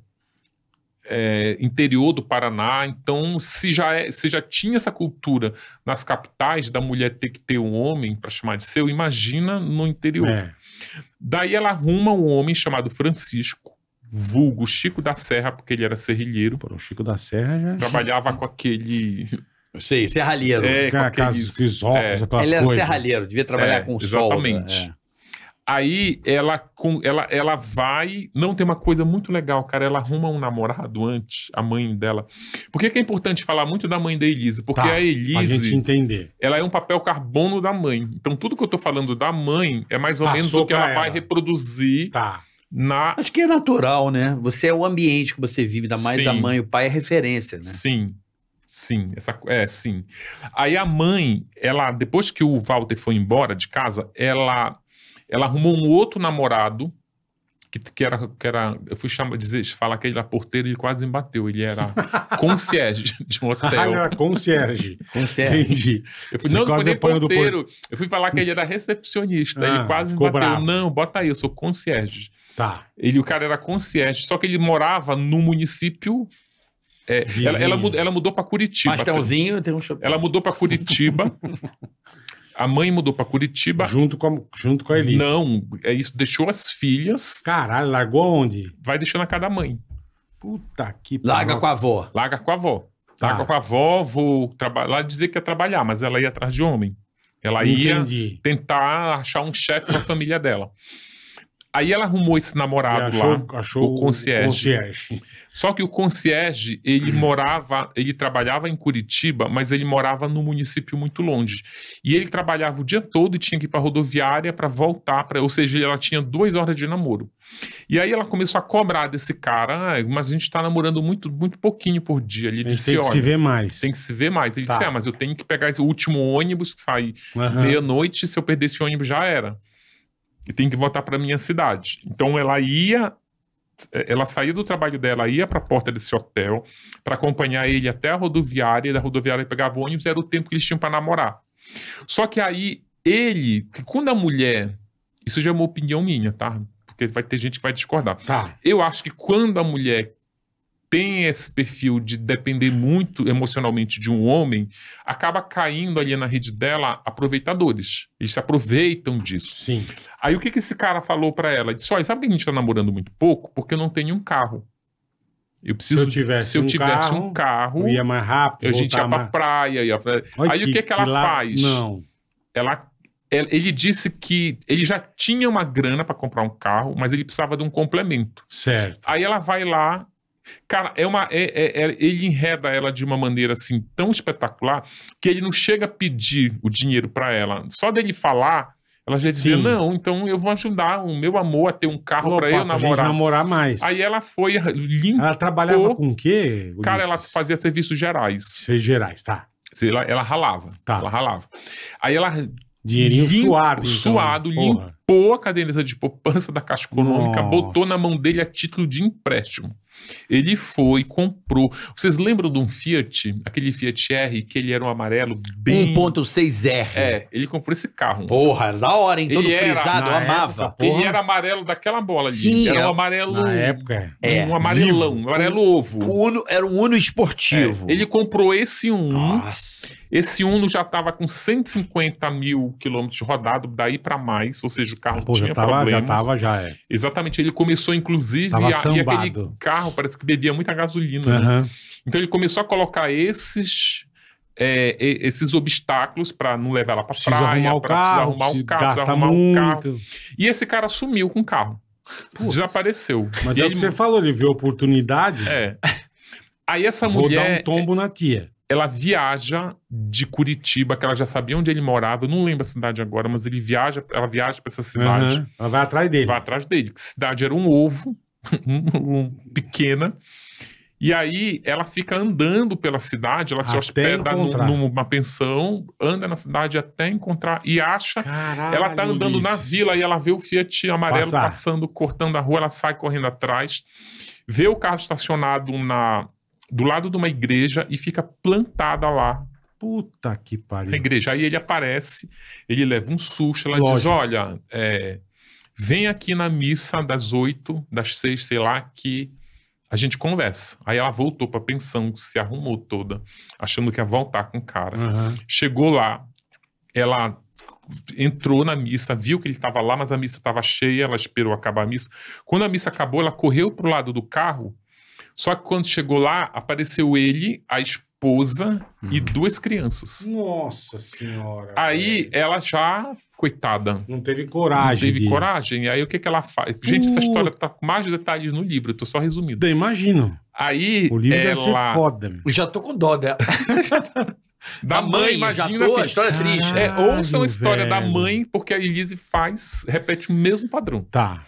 é, interior do Paraná. Então, se já, é, se já tinha essa cultura nas capitais da mulher ter que ter um homem para chamar de seu, imagina no interior. É. Daí ela arruma um homem chamado Francisco, vulgo Chico da Serra, porque ele era serrilheiro. Pô, o Chico da Serra já. Trabalhava com aquele. Eu sei, serralheiro. É, com Aquela- aquelas- aqueles- aqueles óculos, é, aquelas Ele era coisas. serralheiro, devia trabalhar É, com exatamente. solda. né? é. Aí ela, com, ela, ela vai. Não, tem uma coisa muito legal, cara. Ela arruma um namorado antes, a mãe dela. Por que, que é importante falar muito da mãe da Elise? Porque Tá, a Pra gente Elise, entender. ela é um papel carbono da mãe. Então tudo que eu tô falando da mãe é mais ou Passou menos o que pra ela, vai ela. reproduzir Tá. na. Acho que é natural, né? Você é o ambiente que você vive, ainda mais Sim. a mãe, o pai é referência, né? Sim. Sim, essa, co- é, sim. Aí a mãe, ela, depois que o Walter foi embora de casa, ela, ela arrumou um outro namorado, que, que, era, que era, eu fui chamar, dizer, falar que ele era porteiro, ele quase me bateu, [laughs] ele era concierge de um Ah, ele hotel. era [laughs] concierge. Com certeza. Entendi. Eu fui, Você não, não quase foi nem apanhou do porteiro, eu fui falar que ele era recepcionista, Ah, ele quase me ficou bateu. bravo. Não, bota aí, eu sou concierge. Tá. Ele, o cara era concierge, só que ele morava no município. é, Vizinho. ela, ela mudou, ela mudou para Tipo, Curitiba. Pastelzinho tem um chapéu. Ela mudou pra Curitiba. a mãe mudou pra Curitiba. Junto com a, junto com a Elise. Não, é isso. Deixou as filhas. Caralho, largou onde? Vai deixando a cada mãe. Puta que Larga com a avó. Larga com a avó. Tá. Larga com a avó, vou trabalhar. Lá dizia que ia trabalhar, mas ela ia atrás de homem. Ela ia Entendi. tentar achar um chefe pra família dela. Aí ela arrumou esse E namorado tá lá. Achou, achou o concierge. concierge. Só que o concierge, ele Uhum. morava, ele trabalhava em Curitiba, mas ele morava num município muito longe. E ele trabalhava o dia todo e tinha que ir para rodoviária para voltar, pra, ou seja, ela tinha duas horas de namoro. E aí ela começou a cobrar desse cara, "Ah, mas a gente está namorando muito, muito pouquinho por dia. Ele A gente disse, tem que se olha, ver mais. tem que se ver mais. Ele Tá. disse, ah, mas eu tenho que pegar esse último ônibus que sai Aham. meia-noite, se eu perder esse ônibus já era. E tem que voltar para minha cidade. Então ela ia, é, ela saía do trabalho dela, ia para a porta desse hotel para acompanhar ele até a rodoviária, e da rodoviária pegava o ônibus, era o tempo que eles tinham para namorar. Só que aí ele, que quando a mulher, isso já é uma opinião minha, tá? Porque vai ter gente que vai discordar. Tá. Eu acho que quando a mulher tem esse perfil de depender muito emocionalmente de um homem, acaba caindo ali na rede dela aproveitadores. Eles se aproveitam disso. Sim. Aí o que, que esse cara falou pra ela? Ele disse: olha, sabe que a gente tá namorando muito pouco? Porque eu não tenho um carro. Eu preciso. Se eu tivesse se eu um tivesse carro, um carro, Eu ia mais rápido, a gente ia voltar pra mais... praia. Ia pra... Olha Aí o que, que ela lá- faz? Não. ela, el- ele disse que ele já tinha uma grana para comprar um carro, mas ele precisava de um complemento. Certo. Aí ela vai lá. Cara, é uma, é- é- é- ele enreda ela de uma maneira assim tão espetacular que ele não chega a pedir o dinheiro para ela. Só dele falar, ela já dizia: Sim. Não, então eu vou ajudar o meu amor a ter um carro para Opa, eu pra gente namorar. namorar mais. Aí ela foi limpa. Ela trabalhava Pô. com o quê? Ulisses? Cara, ela fazia serviços gerais. Seis gerais, tá. Sei lá, ela ralava. Tá. Ela ralava. Aí ela Dinheirinho Limpo, suado. então. suado, limpo. Porra. pô a caderneta de poupança da Caixa Econômica, Nossa. botou na mão dele a título de empréstimo. Ele foi, comprou. Vocês lembram de um Fiat, aquele Fiat R, que ele era um amarelo bem. 1.6R. É, ele comprou esse carro. Porra, da hora, hein? Todo Ele era, frisado, eu na amava. época, porra. Ele era amarelo daquela bola ali. Sim, era é- um amarelo. Na época. é, um amarelão, vivo. um amarelo ovo. O Uno, era um Uno É, esportivo. ele comprou esse Uhum. Ah. um. Nossa. Esse Uno já estava com 150 mil quilômetros rodado, daí para mais, ou seja, o carro Pô, tinha já tava, já problemas. tava, já é. Exatamente, ele começou inclusive Tava e, a- e aquele sambado. carro parece que bebia muita gasolina. né? Aham. Então ele começou a colocar esses é, e- esses obstáculos para não levar ela para Precisa praia, arrumar o pra carro, arrumar o precisa carro, gastar precisa arrumar muito. o carro. E esse cara sumiu com o carro. Desapareceu. Mas E é o ele- que você falou, ele viu a oportunidade, é. Aí essa vou dar mulher, um tombo na tia. ela viaja de Curitiba, que ela já sabia onde ele morava, eu não lembro a cidade agora, mas ele viaja, ela viaja para essa cidade. Aham. Ela vai atrás dele. vai atrás dele. Que cidade era um ovo, [laughs] um- pequena. E aí ela fica andando pela cidade, ela se Até hospeda num- encontrar. numa pensão, anda na cidade até encontrar e acha. Caralho, Ela tá andando na Ulisses. vila e ela vê o Fiat amarelo Ah, Passar. passando, cortando a rua, ela sai correndo atrás, vê o carro estacionado na do lado de uma igreja e fica plantada lá Puta que pariu. na igreja. Aí ele aparece, ele leva um susto, ela diz: Lógico. Olha, é, vem aqui na missa das oito, das seis, sei lá, que a A gente conversa. Aí ela voltou pra pensão, se arrumou toda, achando que ia voltar com o cara. Aham. Chegou lá, ela entrou na missa, viu que ele estava lá, mas a missa estava cheia, ela esperou acabar a missa. Quando a missa acabou, ela correu pro lado do carro. Só que quando chegou lá, apareceu ele, a esposa e duas crianças. Nossa senhora. Aí velho. ela já, coitada, Não teve não coragem. teve de- coragem. Aí o que, que ela faz? Gente, essa Puta. história tá com mais detalhes no livro, eu tô só resumindo. Eu Imagino. Aí O livro deve ser ela. foda, meu. Eu já tô com dó dela. Da mãe, imagina. já tô, a filho. história é triste. Caralho. É. É, ouçam a história da velho. mãe, porque a Elise faz, repete o mesmo padrão. Tá.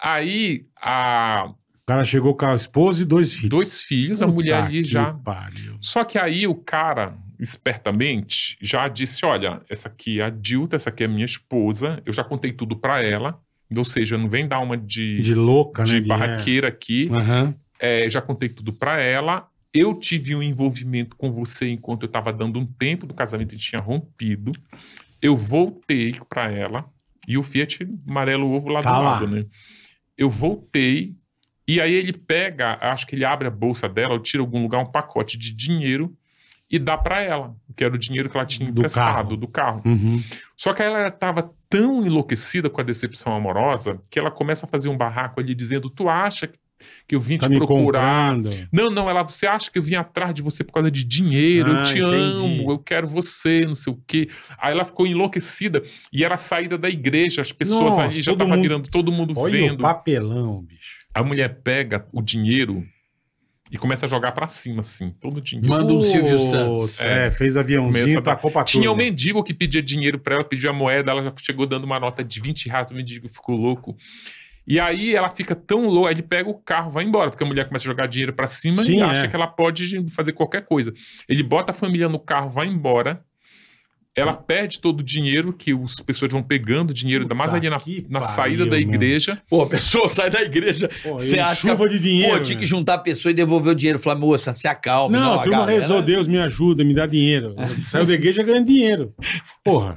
Aí, a, O cara chegou com a esposa e dois filhos. dois filhos, a Puta mulher ali que já. pariu. Só que aí o cara, espertamente, já disse: olha, essa aqui é a Dilta, essa aqui é a minha esposa, eu já contei tudo pra ela. Ou seja, não vem dar uma de, de, De louca, né? barraqueira aqui. Aham. É, já contei tudo pra ela. Eu tive um envolvimento com você enquanto eu tava dando um tempo do casamento e tinha rompido. Eu voltei pra ela e o Fiat amarelo ovo lá Tá do lá. lado, né? Eu voltei e aí ele pega, acho que ele abre a bolsa dela, ou tira em algum lugar um pacote de dinheiro e dá pra ela, que era o dinheiro que ela tinha Do emprestado carro. do carro. Uhum. Só que ela estava tão enlouquecida com a decepção amorosa que ela começa a fazer um barraco ali dizendo: Tu acha que eu vim Tá te me procurar? comprando. Não, não, ela, você acha que eu vim atrás de você por causa de dinheiro, Ah, eu te entendi. amo, eu quero você, não sei o quê. Aí ela ficou enlouquecida e era a saída da igreja, as pessoas Nossa, ali já todo estavam mundo- virando, todo mundo Olha o vendo. papelão, bicho. A mulher pega o dinheiro e começa a jogar pra cima, assim, todo o dinheiro. Manda um Silvio Santos. Nossa, É, fez aviãozinho, Começa a tá dar- tacou pra Tinha um turma. mendigo que pedia dinheiro pra ela, pedia moeda, ela já chegou dando uma nota de 20 reais, o mendigo ficou louco. E aí ela fica tão louca, aí ele pega o carro, vai embora, porque a mulher começa a jogar dinheiro pra cima Sim, e é. acha que ela pode fazer qualquer coisa. Ele bota a família no carro, vai embora. Ela perde todo o dinheiro que as pessoas vão pegando dinheiro, ainda mais Puta ali na, que na pariu, saída da mano. [laughs] Ah. igreja. Pô, a pessoa sai da igreja. Pô, Você e acha que- chuva de dinheiro. Pô, tinha que né? juntar a pessoa e devolver o dinheiro. Falar, moça, se acalme. Não, a a turma galera- rezou, Deus me ajuda, me dá [laughs] dinheiro. Saiu da igreja ganhando dinheiro. Porra,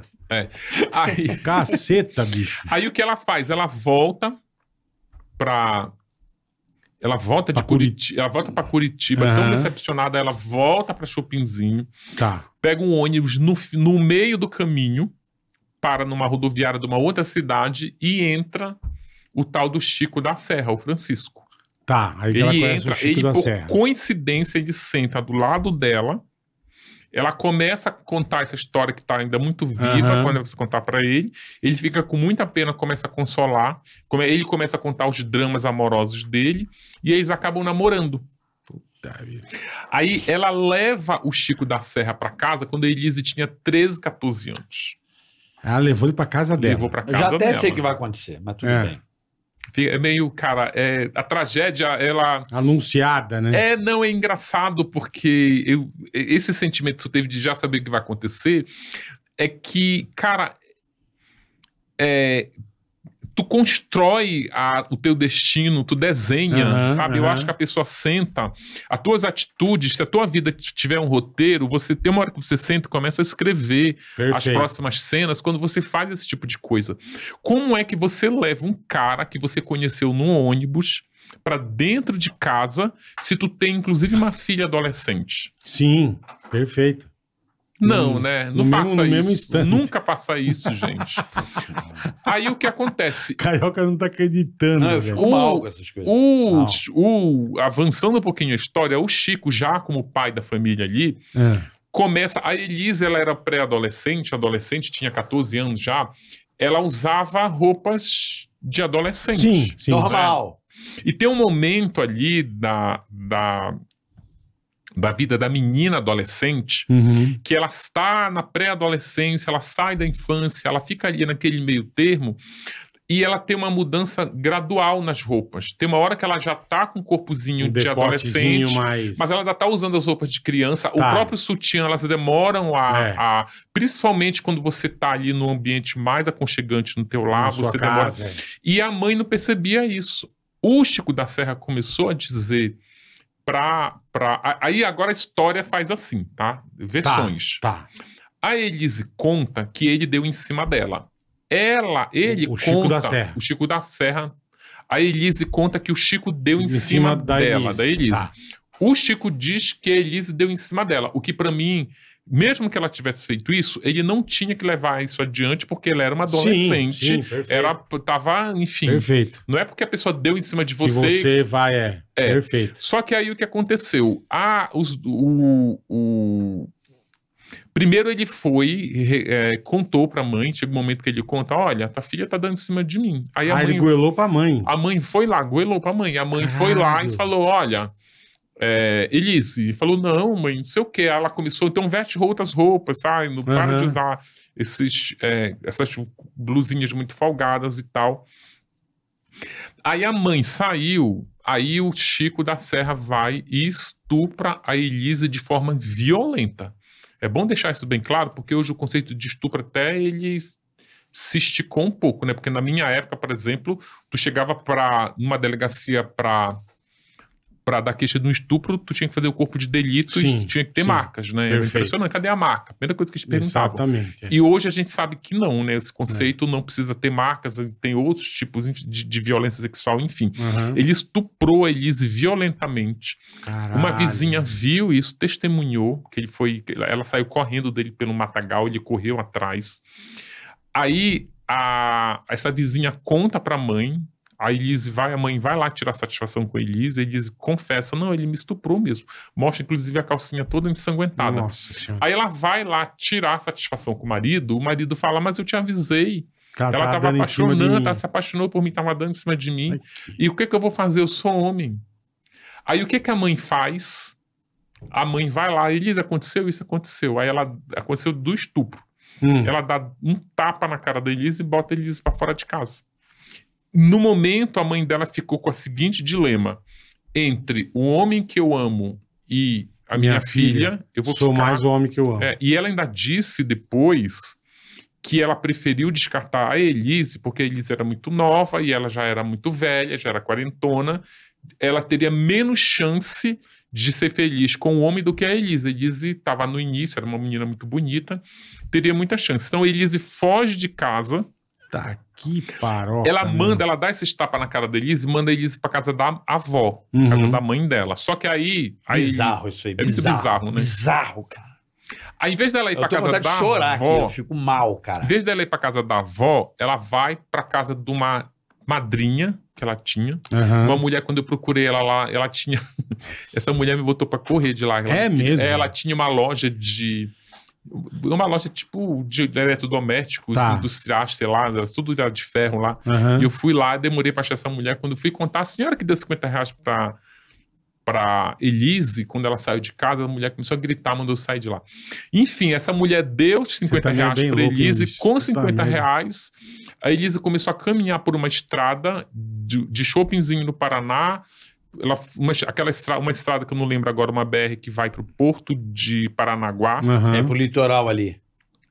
Aí, caceta, bicho. aí o que ela faz? Ela volta pra. Ela volta de Pra Curiti- Curitiba, ela volta para Curitiba, Aham. tão decepcionada, ela volta pra Chopinzinho, Tá. pega um ônibus no, fi- no meio do caminho, para numa rodoviária de uma outra cidade e entra o tal do Chico da Serra, o Francisco. Tá, aí que ela Ele conhece entra, o Chico ele da por Serra. coincidência ele senta do lado dela. Ela começa a contar essa história que tá ainda muito viva Aham. quando você contar pra ele. Ele fica com muita pena, começa a consolar. Come- Ele começa a contar os dramas amorosos dele e eles acabam namorando. Tá, Aí ela leva o Chico da Serra pra casa quando a Elise tinha 13, 14 anos. Ela levou ele pra casa dela. Levou pra Eu casa já até dela. sei o que vai acontecer, mas tudo É. bem. Fica- É meio, cara, é, a tragédia, ela Anunciada, né? É, não, é engraçado porque eu- esse sentimento que tu teve de já saber o que vai acontecer é que, cara, é, tu constrói a- o teu destino, tu desenha, Aham, sabe? Eu aham. acho que a pessoa senta, as tuas atitudes, se a tua vida t- tiver um roteiro, você tem uma hora que você senta e começa a escrever as Perfeito. próximas cenas quando você faz esse tipo de coisa. Como é que você leva um cara que você conheceu num ônibus pra dentro de casa se tu tem inclusive uma filha adolescente? Sim, perfeito. Não, No- né? no Não mesmo- faça no mesmo isso. instante. Nunca faça isso, [laughs] gente. Aí o que acontece? Carioca não tá acreditando. Não, eu velho. fico mal com essas um, coisas. O, o- avançando um pouquinho a história, o Chico, já como pai da família ali, É. começa. A Elisa, ela era pré-adolescente, adolescente, tinha 14 anos já. Ela usava roupas de adolescente. Sim, sim. Normal. E tem um momento ali da, da, da vida da menina adolescente Uhum. que ela está na pré-adolescência, ela sai da infância, ela fica ali naquele meio termo e ela tem uma mudança gradual nas roupas. Tem uma hora que ela já está com um corpozinho Um de decotezinho adolescente, mais... mas ela ainda tá usando as roupas de criança. Tá. O próprio sutiã, elas demoram a, É. a- Principalmente quando você tá ali num ambiente mais aconchegante no teu Na lar, sua você demora. casa, é. E a mãe não percebia isso. O Chico da Serra começou a dizer pra. pra a- aí agora a história faz assim, tá? Versões. Tá. A Elise conta que ele deu em cima dela. Ela, ele O conta. Chico da Serra. O Chico da Serra. A Elise conta que o Chico deu em, Em cima, cima da dela, Elise. da Elise. Tá. O Chico diz que a Elise deu em cima dela, o que pra mim, mesmo que ela tivesse feito isso, ele não tinha que levar isso adiante porque ela era uma adolescente. Sim, sim, perfeito. era, assim. tava, enfim. Perfeito. Não é porque a pessoa deu em cima de Que você. você vai, é. É. Perfeito. Só que aí o que aconteceu? Ah, os, o, o- Primeiro ele foi, re- é, contou pra mãe, chega um momento que ele conta, olha, tua filha tá dando em cima de mim. Aí a Aí Ah, ele mãe goelou pra mãe. a mãe foi lá, goelou pra mãe. A mãe foi lá e Caralho. falou: Olha, é, Elise, falou: Não, mãe, não sei o que. Ela começou, então veste outras roupas, sai, não para Aham. de usar esses, é, essas blusinhas muito folgadas e tal. Aí a mãe saiu, aí o Chico da Serra vai e estupra a Elise de forma violenta. É bom deixar isso bem claro, porque hoje o conceito de estupro até ele se esticou um pouco, né? Porque na minha época, por exemplo, tu chegava para uma delegacia para para dar queixa de um estupro, tu tinha que fazer o corpo de delito e Sim, tinha que ter sim. marcas, né? Era Perfeito. Impressionante. Cadê a marca? Primeira coisa que eles perguntavam. Exatamente. é. E hoje a gente sabe que não, né? Esse conceito não precisa ter marcas, tem outros tipos de, de violência sexual, enfim. Aham. Ele estuprou a Elise violentamente. Uma Caralho. vizinha viu isso, testemunhou que ele foi. que Ela ela saiu correndo dele pelo matagal, ele correu atrás. Aí a- essa vizinha conta pra mãe. A Elise vai, a mãe vai lá tirar satisfação com a Elise. A Elise confessa: não, ele me estuprou mesmo. Mostra, inclusive, a calcinha toda ensanguentada. Nossa senhora. Aí ela vai lá tirar satisfação com o marido. O marido fala: mas eu te avisei. Cara, Ela tá tava assim, dando em cima de apaixonando, mim. ela se apaixonou por mim, tava dando em cima de mim. Ai, E o que que eu vou fazer? Eu sou homem. Aí o que que a mãe faz? A mãe vai lá, Elisa, aconteceu isso, aconteceu. Aí ela aconteceu do estupro. Hum. Ela dá um tapa na cara da Elisa e bota a Elisa pra fora de casa. No momento, a mãe dela ficou com o seguinte dilema: entre o homem que eu amo e a minha, Minha filha, eu vou Sou ficar mais o homem que eu amo. é, e ela ainda disse depois que ela preferiu descartar a Elise, porque a Elise era muito nova e ela já era muito velha, já era quarentona. Ela teria menos chance de ser feliz com o homem do que a Elise. A Elise estava no início, era uma menina muito bonita, teria muita chance. Então a Elise foge de casa, Tá que né? paroca. tá. ela meu. manda, ela dá esses tapas na cara da Elise, manda a Elise para casa da avó, Uhum. casa da mãe dela. Só que aí. A Elise- Bizarro isso aí. É muito bizarro. bizarro, né? Bizarro, cara. Ao invés dela ir Eu para tô com casa vontade de da chorar aqui. avó, Eu fico mal, cara. Em vez dela ir pra casa da avó, ela vai pra casa de uma madrinha que ela tinha. Aham. Uma mulher, quando eu procurei ela lá, ela tinha. [laughs] Essa mulher me botou pra correr de lá. Ela, É mesmo? Ela tinha uma loja de. Uma loja tipo de eletrodomésticos, Tá. industriais, sei lá, era tudo era de ferro lá. Aham. E eu fui lá, demorei pra achar essa mulher. Quando eu fui contar, a senhora que deu 50 reais pra, pra Elise, quando ela saiu de casa, a mulher começou a gritar, mandou eu sair de lá. Enfim, essa mulher deu os 50 tá meio reais bem pra louco, hein, Elise. bicho? com Tá 50 mesmo. reais, a Elise começou a caminhar por uma estrada de, de shoppingzinho no Paraná. Ela, uma, aquela estra- uma estrada que eu não lembro agora, uma BR que vai pro Porto de Paranaguá, Aham. É pro litoral ali.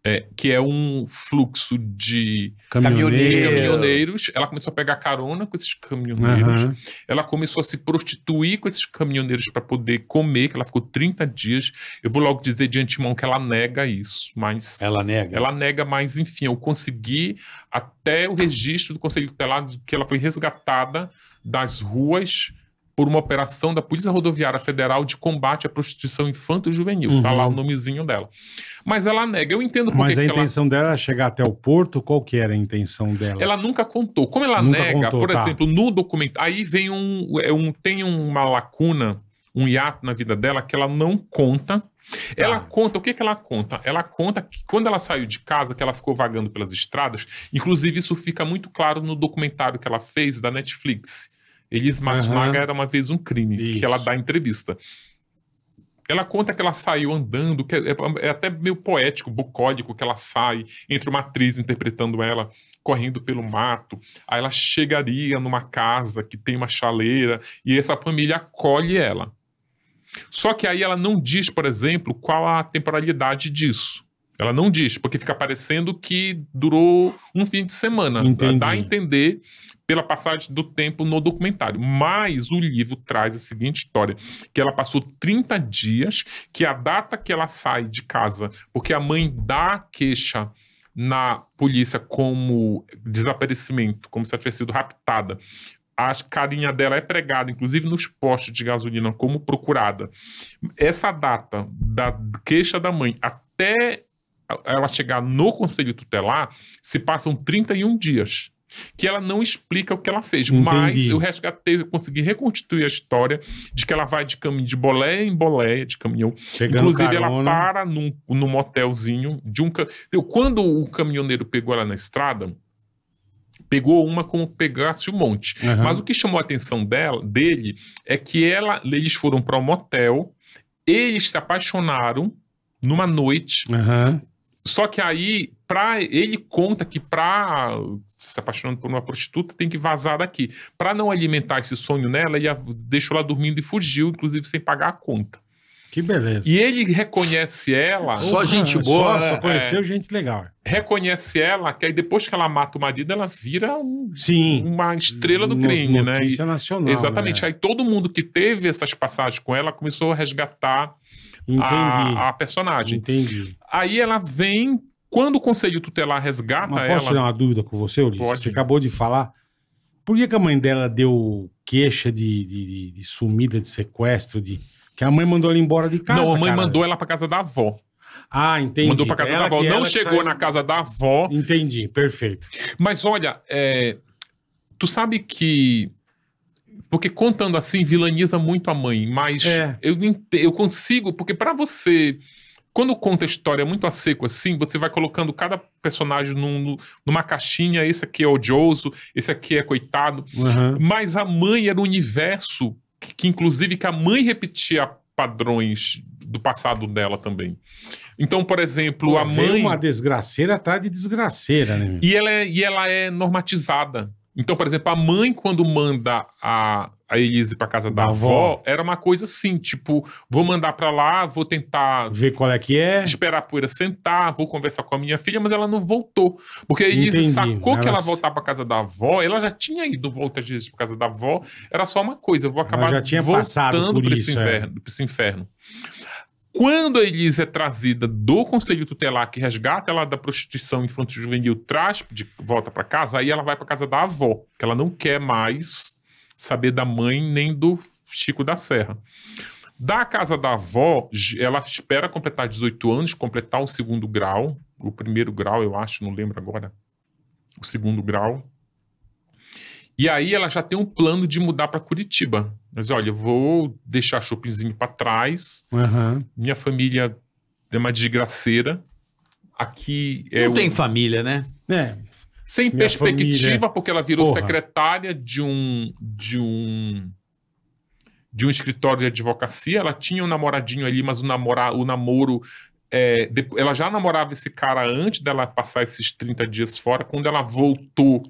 é, que é um fluxo de de Caminhoneiro. caminhoneiros. Ela começou a pegar carona com esses caminhoneiros. Aham. Ela começou a se prostituir com esses caminhoneiros para poder comer, que ela ficou 30 dias. Eu vou logo dizer de antemão que ela nega isso, mas. Ela... Ela nega. nega, mas enfim, eu consegui até o registro do Conselho Tutelar de que ela foi resgatada das ruas por uma operação da Polícia Rodoviária Federal de combate à prostituição infanto-juvenil. Tá Uhum. lá o nomezinho dela. Mas ela nega. Eu entendo por Mas que a que ela intenção dela era chegar até o porto? Qual que era a intenção dela? ela nunca contou. Como ela Nunca nega, contou, por tá. exemplo, no documento. Aí vem um, é um. Tem uma lacuna, um hiato na vida dela que ela não conta. Tá. Ela conta, o que, que ela conta? Ela conta que quando ela saiu de casa, que ela ficou vagando pelas estradas, inclusive isso fica muito claro no documentário que ela fez da Netflix. Elis Aham. Matmaga era uma vez um crime, que Isso. ela dá entrevista. Ela conta que ela saiu andando, que é, é até meio poético, bucólico, que ela sai, entra uma atriz interpretando ela, correndo pelo mato. Aí ela chegaria numa casa que tem uma chaleira e essa família acolhe ela. Só que aí ela não diz, por exemplo, qual a temporalidade disso. Ela não diz, porque fica parecendo que durou um fim de semana. Entendi. Dá a entender pela passagem do tempo no documentário. Mas o livro traz a seguinte história: que ela passou 30 dias, que a data que ela sai de casa, porque a mãe dá queixa na polícia como desaparecimento, como se ela tivesse sido raptada, a carinha dela é pregada, inclusive nos postos de gasolina, como procurada. Essa data da queixa da mãe até ela chegar no conselho tutelar, se passam 31 dias. Que ela não explica o que ela fez, Entendi. mas eu resgatei, eu consegui reconstituir a história de que ela vai de caminho de boleia em boleia, de caminhão. Pegando Inclusive, ela carona. para num, num motelzinho de um. ca- Eu- Quando o caminhoneiro pegou ela na estrada, pegou uma como pegasse um monte. Aham. Mas o que chamou a atenção dela, dele é que ela, eles foram para um motel, eles se apaixonaram numa noite. Aham. Só que aí, pra, ele conta que pra se apaixonando por uma prostituta, tem que vazar daqui. Pra não alimentar esse sonho nela, ele a deixou ela dormindo e fugiu, inclusive sem pagar a conta. Que beleza. E ele reconhece ela, Só gente Ah, só- boa, Só, né? conheceu É. gente legal. reconhece ela, que aí depois que ela mata o marido, ela vira um- Sim. uma estrela do No- crime, né? E- Notícia nacional. Exatamente. né? Aí todo mundo que teve essas passagens com ela começou a resgatar Entendi. a, a personagem. Entendi. Aí ela vem, quando o Conselho Tutelar resgata Mas posso tirar ela. uma dúvida com você, Ulisses? Pode. Você acabou de falar. Por que, que a mãe dela deu queixa de, de- de- de sumida, de sequestro? De... Que a mãe mandou ela embora de casa. não, a mãe cara. mandou ela pra casa da avó. Ah, entendi. Mandou pra casa Ela da avó. que- Não ela que chegou saiu- na casa da avó. Entendi, perfeito. Mas olha, é, tu sabe que. Porque contando assim, vilaniza muito a mãe, mas É. eu, ente- eu consigo, porque pra você. Quando conta a história muito a seco assim, você vai colocando cada personagem num- num- numa caixinha, esse aqui é odioso, esse aqui é coitado. Aham. Mas a mãe era um universo que, que, inclusive, que a mãe repetia padrões do passado dela também. Então, por exemplo, a Veio mãe. uma desgraceira atrás de desgraceira, né? meu? E ela é, e ela é normatizada. Então, por exemplo, a mãe, quando manda a, a Elise pra casa da Da avó, avó. era uma coisa assim, tipo, vou mandar pra lá, vou tentar Ver qual é que é. esperar a poeira sentar, vou conversar com a minha filha, mas ela não voltou. Porque a Elise Entendi. sacou que Ela ela s- voltar pra casa da avó, ela já tinha ido outras vezes pra casa da avó, era só uma coisa, eu vou acabar já tinha passado por pra esse isso, é. inverno, pra esse inferno. Quando a Elise é trazida do Conselho Tutelar que resgata ela da prostituição infantil juvenil, traz de volta pra casa, aí ela vai pra casa da avó, que ela não quer mais saber da mãe nem do Chico da Serra. Da casa da avó, j- ela espera completar 18 anos, completar o segundo grau, o primeiro grau, eu acho, não lembro agora, o segundo grau. E aí ela já tem um plano de mudar para Curitiba. Mas olha, eu vou deixar Chopinzinho para trás, Aham. minha família é uma desgraceira. Aqui é não o- tem família, né? É, sem Minha perspectiva, família. porque ela virou Porra. secretária de um de um de um escritório de advocacia. Ela tinha um namoradinho ali, mas o, namora, o namoro. é, depo- ela já namorava esse cara antes dela passar esses 30 dias fora. Quando ela voltou,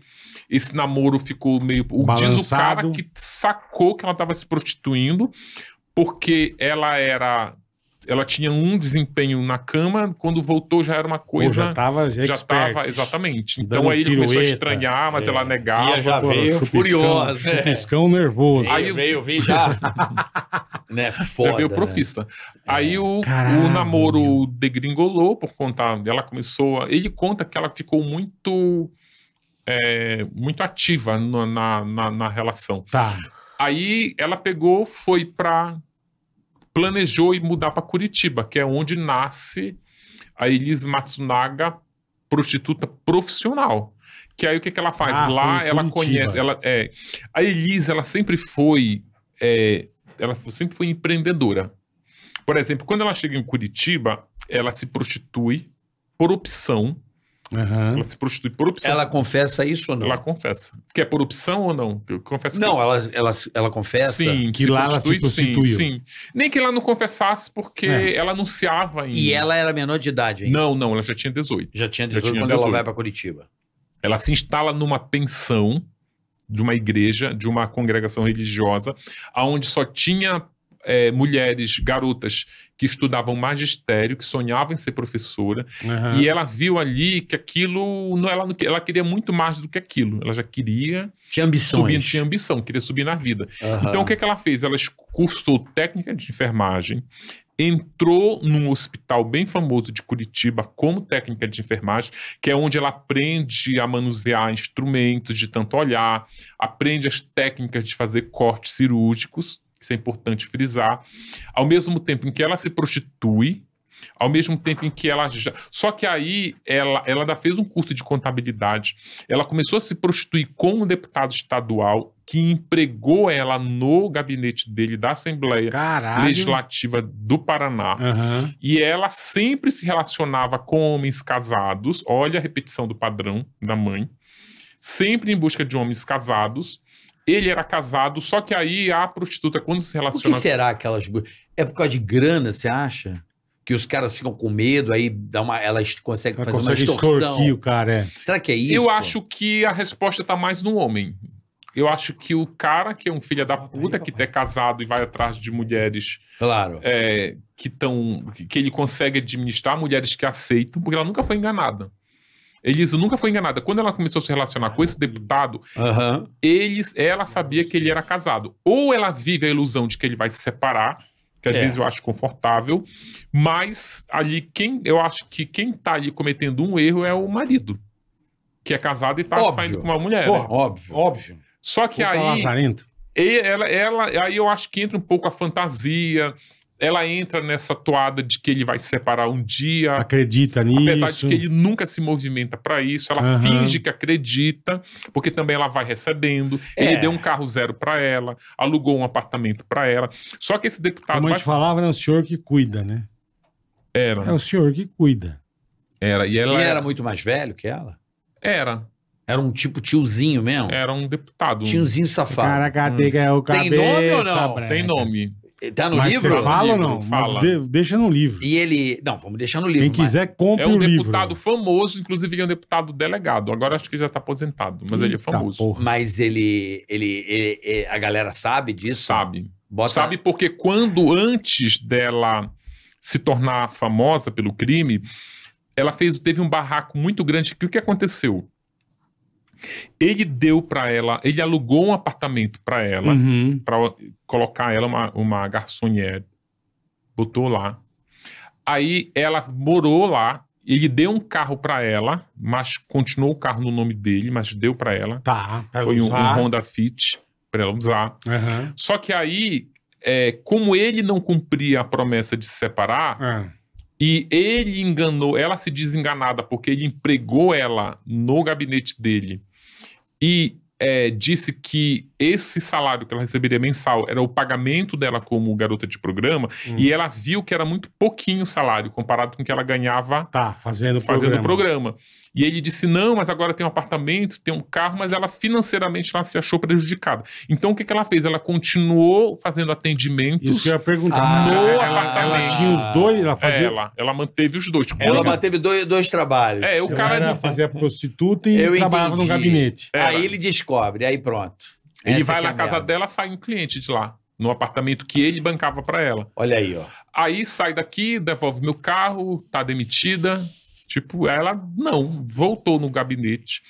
esse namoro ficou meio. O, diz o cara Balançado. que sacou que ela estava se prostituindo, porque ela era. Ela tinha um desempenho na cama, quando voltou já era uma Pô, coisa já tava já, já expert. estava, exatamente. Dando Então aí ele começou a pirueta, É. estranhar, mas ela negava. Ia é já pô, veio chupiscão. furiosa. É. Piscão nervoso. Aí- Veio, veio, veio [laughs] já. né? Foda. já veio né? profissa. Aí o, Caralho, o namoro degringolou por conta. Ela começou. a- ele conta que ela ficou muito. é, muito ativa na, na, na- na relação. Tá. Aí ela pegou, foi pra. planejou e mudar pra Curitiba, que é onde nasce a Elise Matsunaga, prostituta profissional. Que aí o que, que ela faz? Ah, foi Lá em ela Curitiba. conhece, ela é a Elise, ela sempre foi, é, ela f- sempre foi empreendedora. Por exemplo, quando ela chega em Curitiba, ela se prostitui por opção. Aham. Ela se prostitui por opção. Ela confessa isso ou não? Ela confessa. Que é por opção ou não? Eu confesso que Não, ela, ela, ela confessa. Sim, Que lá ela se prostituiu. Sim, sim. Nem que ela não confessasse, porque É. ela anunciava em. E ela era menor de idade, hein? Não, não, ela já tinha 18. Já tinha Já 18 tinha quando 18. ela vai pra Curitiba. Ela se instala numa pensão de uma igreja, de uma congregação religiosa, aonde só tinha é, mulheres, garotas que estudavam magistério, que sonhavam em ser professora, Ah. Aham. e ela viu ali que aquilo não ela, não- ela queria muito mais do que aquilo. Ela já queria Tinha ambições. subir, tinha ambição, queria subir na vida. Aham. Então, o que, que ela fez? Ela es- cursou técnica de enfermagem, entrou num hospital bem famoso de Curitiba como técnica de enfermagem, que é onde ela aprende a manusear instrumentos de tanto olhar, aprende as técnicas de fazer cortes cirúrgicos, isso é importante frisar. Ao mesmo tempo em que ela se prostitui, ao mesmo tempo em que ela já. Só que aí ela, ela ainda fez um curso de contabilidade. Ela começou a se prostituir como deputado estadual, que empregou ela no gabinete dele da é Assembleia Caralho. Legislativa do Paraná. Aham. E ela sempre se relacionava com homens casados. Olha a repetição do padrão da mãe. Sempre em busca de homens casados. Ele era casado, só que aí a prostituta, quando Por se que relaciona. será que elas. bu- É por causa de grana, você acha? Que os caras ficam com medo, aí dá uma, ela est- consegue Ela fazer consegue uma extorsão. extorquir o cara, é. Será que é isso? Eu acho que a resposta tá mais no homem. Eu acho que o cara que é um filho da puta, que é casado e vai atrás de mulheres Claro. é, que estão. que ele consegue administrar, mulheres que aceitam, porque ela nunca foi enganada. Elisa nunca foi enganada. Quando ela começou a se relacionar com esse deputado, Aham. eles, ela sabia que ele era casado. Ou ela vive a ilusão de que ele vai se separar, que às É. vezes eu acho confortável, mas ali quem eu acho que quem tá ali cometendo um erro é o marido, que é casado e tá Óbvio. saindo com uma mulher. né? Porra, É Óbvio. Óbvio. Só que Puta aí lazarento. e- ela, ela, aí eu acho que entra um pouco a fantasia. Ela entra nessa toada de que ele vai se separar um dia. Acredita nisso. Apesar de que ele nunca se movimenta pra isso, ela Aham. finge que acredita, porque também ela vai recebendo. É. Ele deu um carro zero pra ela, alugou um apartamento pra ela. Só que esse deputado Como a vai... gente falava, é o senhor que cuida, né? É era, o senhor que cuida. era e ela Ele era era, muito mais velho que ela? era, Era um tipo tiozinho mesmo? era um deputado. Tiozinho O safado. cara cadê é o Tem cabeça nome ou não? branca. Hum. Tem nome. Tá no Mas livro? Você fala ou não? Livro, fala. Mas de- deixa no livro. E ele. Não, vamos deixar no livro. Quem mas- quiser, compre É um o livro. deputado famoso, inclusive ele é um deputado delegado. Agora acho que já tá aposentado, mas ele é Eita famoso. porra. Mas ele, ele, ele- ele- A galera sabe disso? Sabe. Bota- Sabe porque quando antes dela se tornar famosa pelo crime, ela fez teve um barraco muito grande que o que aconteceu? Ele deu pra ela, ele alugou um apartamento pra ela, Uhum. pra colocar ela uma uma garçonnière. Botou lá. Aí ela morou lá, ele deu um carro pra ela, mas continuou o carro no nome dele, mas deu pra ela. Tá. pra Foi um, um usar. Honda Fit pra ela usar. Aham. Só que aí, é, como ele não cumpria a promessa de se separar, Ah, e ele enganou, ela se desenganada, porque ele empregou ela no gabinete dele e é, disse que esse salário que ela receberia mensal era o pagamento dela como garota de programa, Hum. e ela viu que era muito pouquinho o salário comparado com o que ela ganhava Tá, fazendo o fazendo o programa. programa. E ele disse: não, mas agora tem um apartamento, tem um carro, mas ela financeiramente ela se achou prejudicada. Então o que, que ela fez? Ela continuou fazendo atendimentos. Isso que eu ia perguntar. Ah, ela, No ela- ela apartamento. tinha os dois, ela É, fazia... ela, ela manteve os dois. Tipo, Ela olha, manteve dois, dois trabalhos. É, o ela cara- era- fazia prostituta e Eu trabalhava entendi. no gabinete. Ela. Aí ele descobre, aí pronto. né? Ele Essa que vai é na a casa merda. dela, sai um cliente de lá, no apartamento que ele bancava pra ela. Olha aí, ó. Aí sai daqui, devolve meu carro, tá demitida. Tipo, ela não, voltou no gabinete.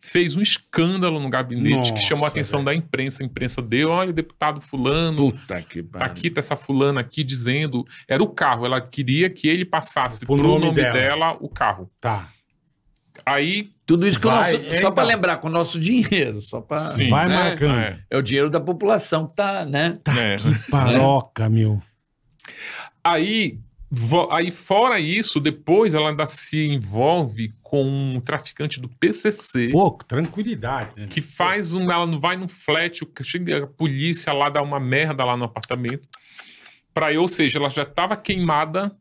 Fez um escândalo no gabinete que Nossa, chamou a atenção da imprensa. A imprensa deu, olha o deputado fulano, Puta que Tá aqui, tá essa fulana aqui dizendo. Era o carro, ela queria que ele passasse Pro pro nome nome, dela. dela. o carro. Tá. Aí, Tudo isso com o Vai, nosso. é, só pra então. lembrar, com o nosso dinheiro. Só pra. Sim. Vai né? marcando. é, É o dinheiro da população que tá, né? né. É. Paroca, meu. Aí, vo- aí, fora isso, depois ela ainda se envolve com um traficante do PCC. Pô, tranquilidade, né? Que faz um. Ela não vai num flat, o- chega a polícia lá, dá uma merda lá no apartamento. Pra, ou seja, ela já tava queimada.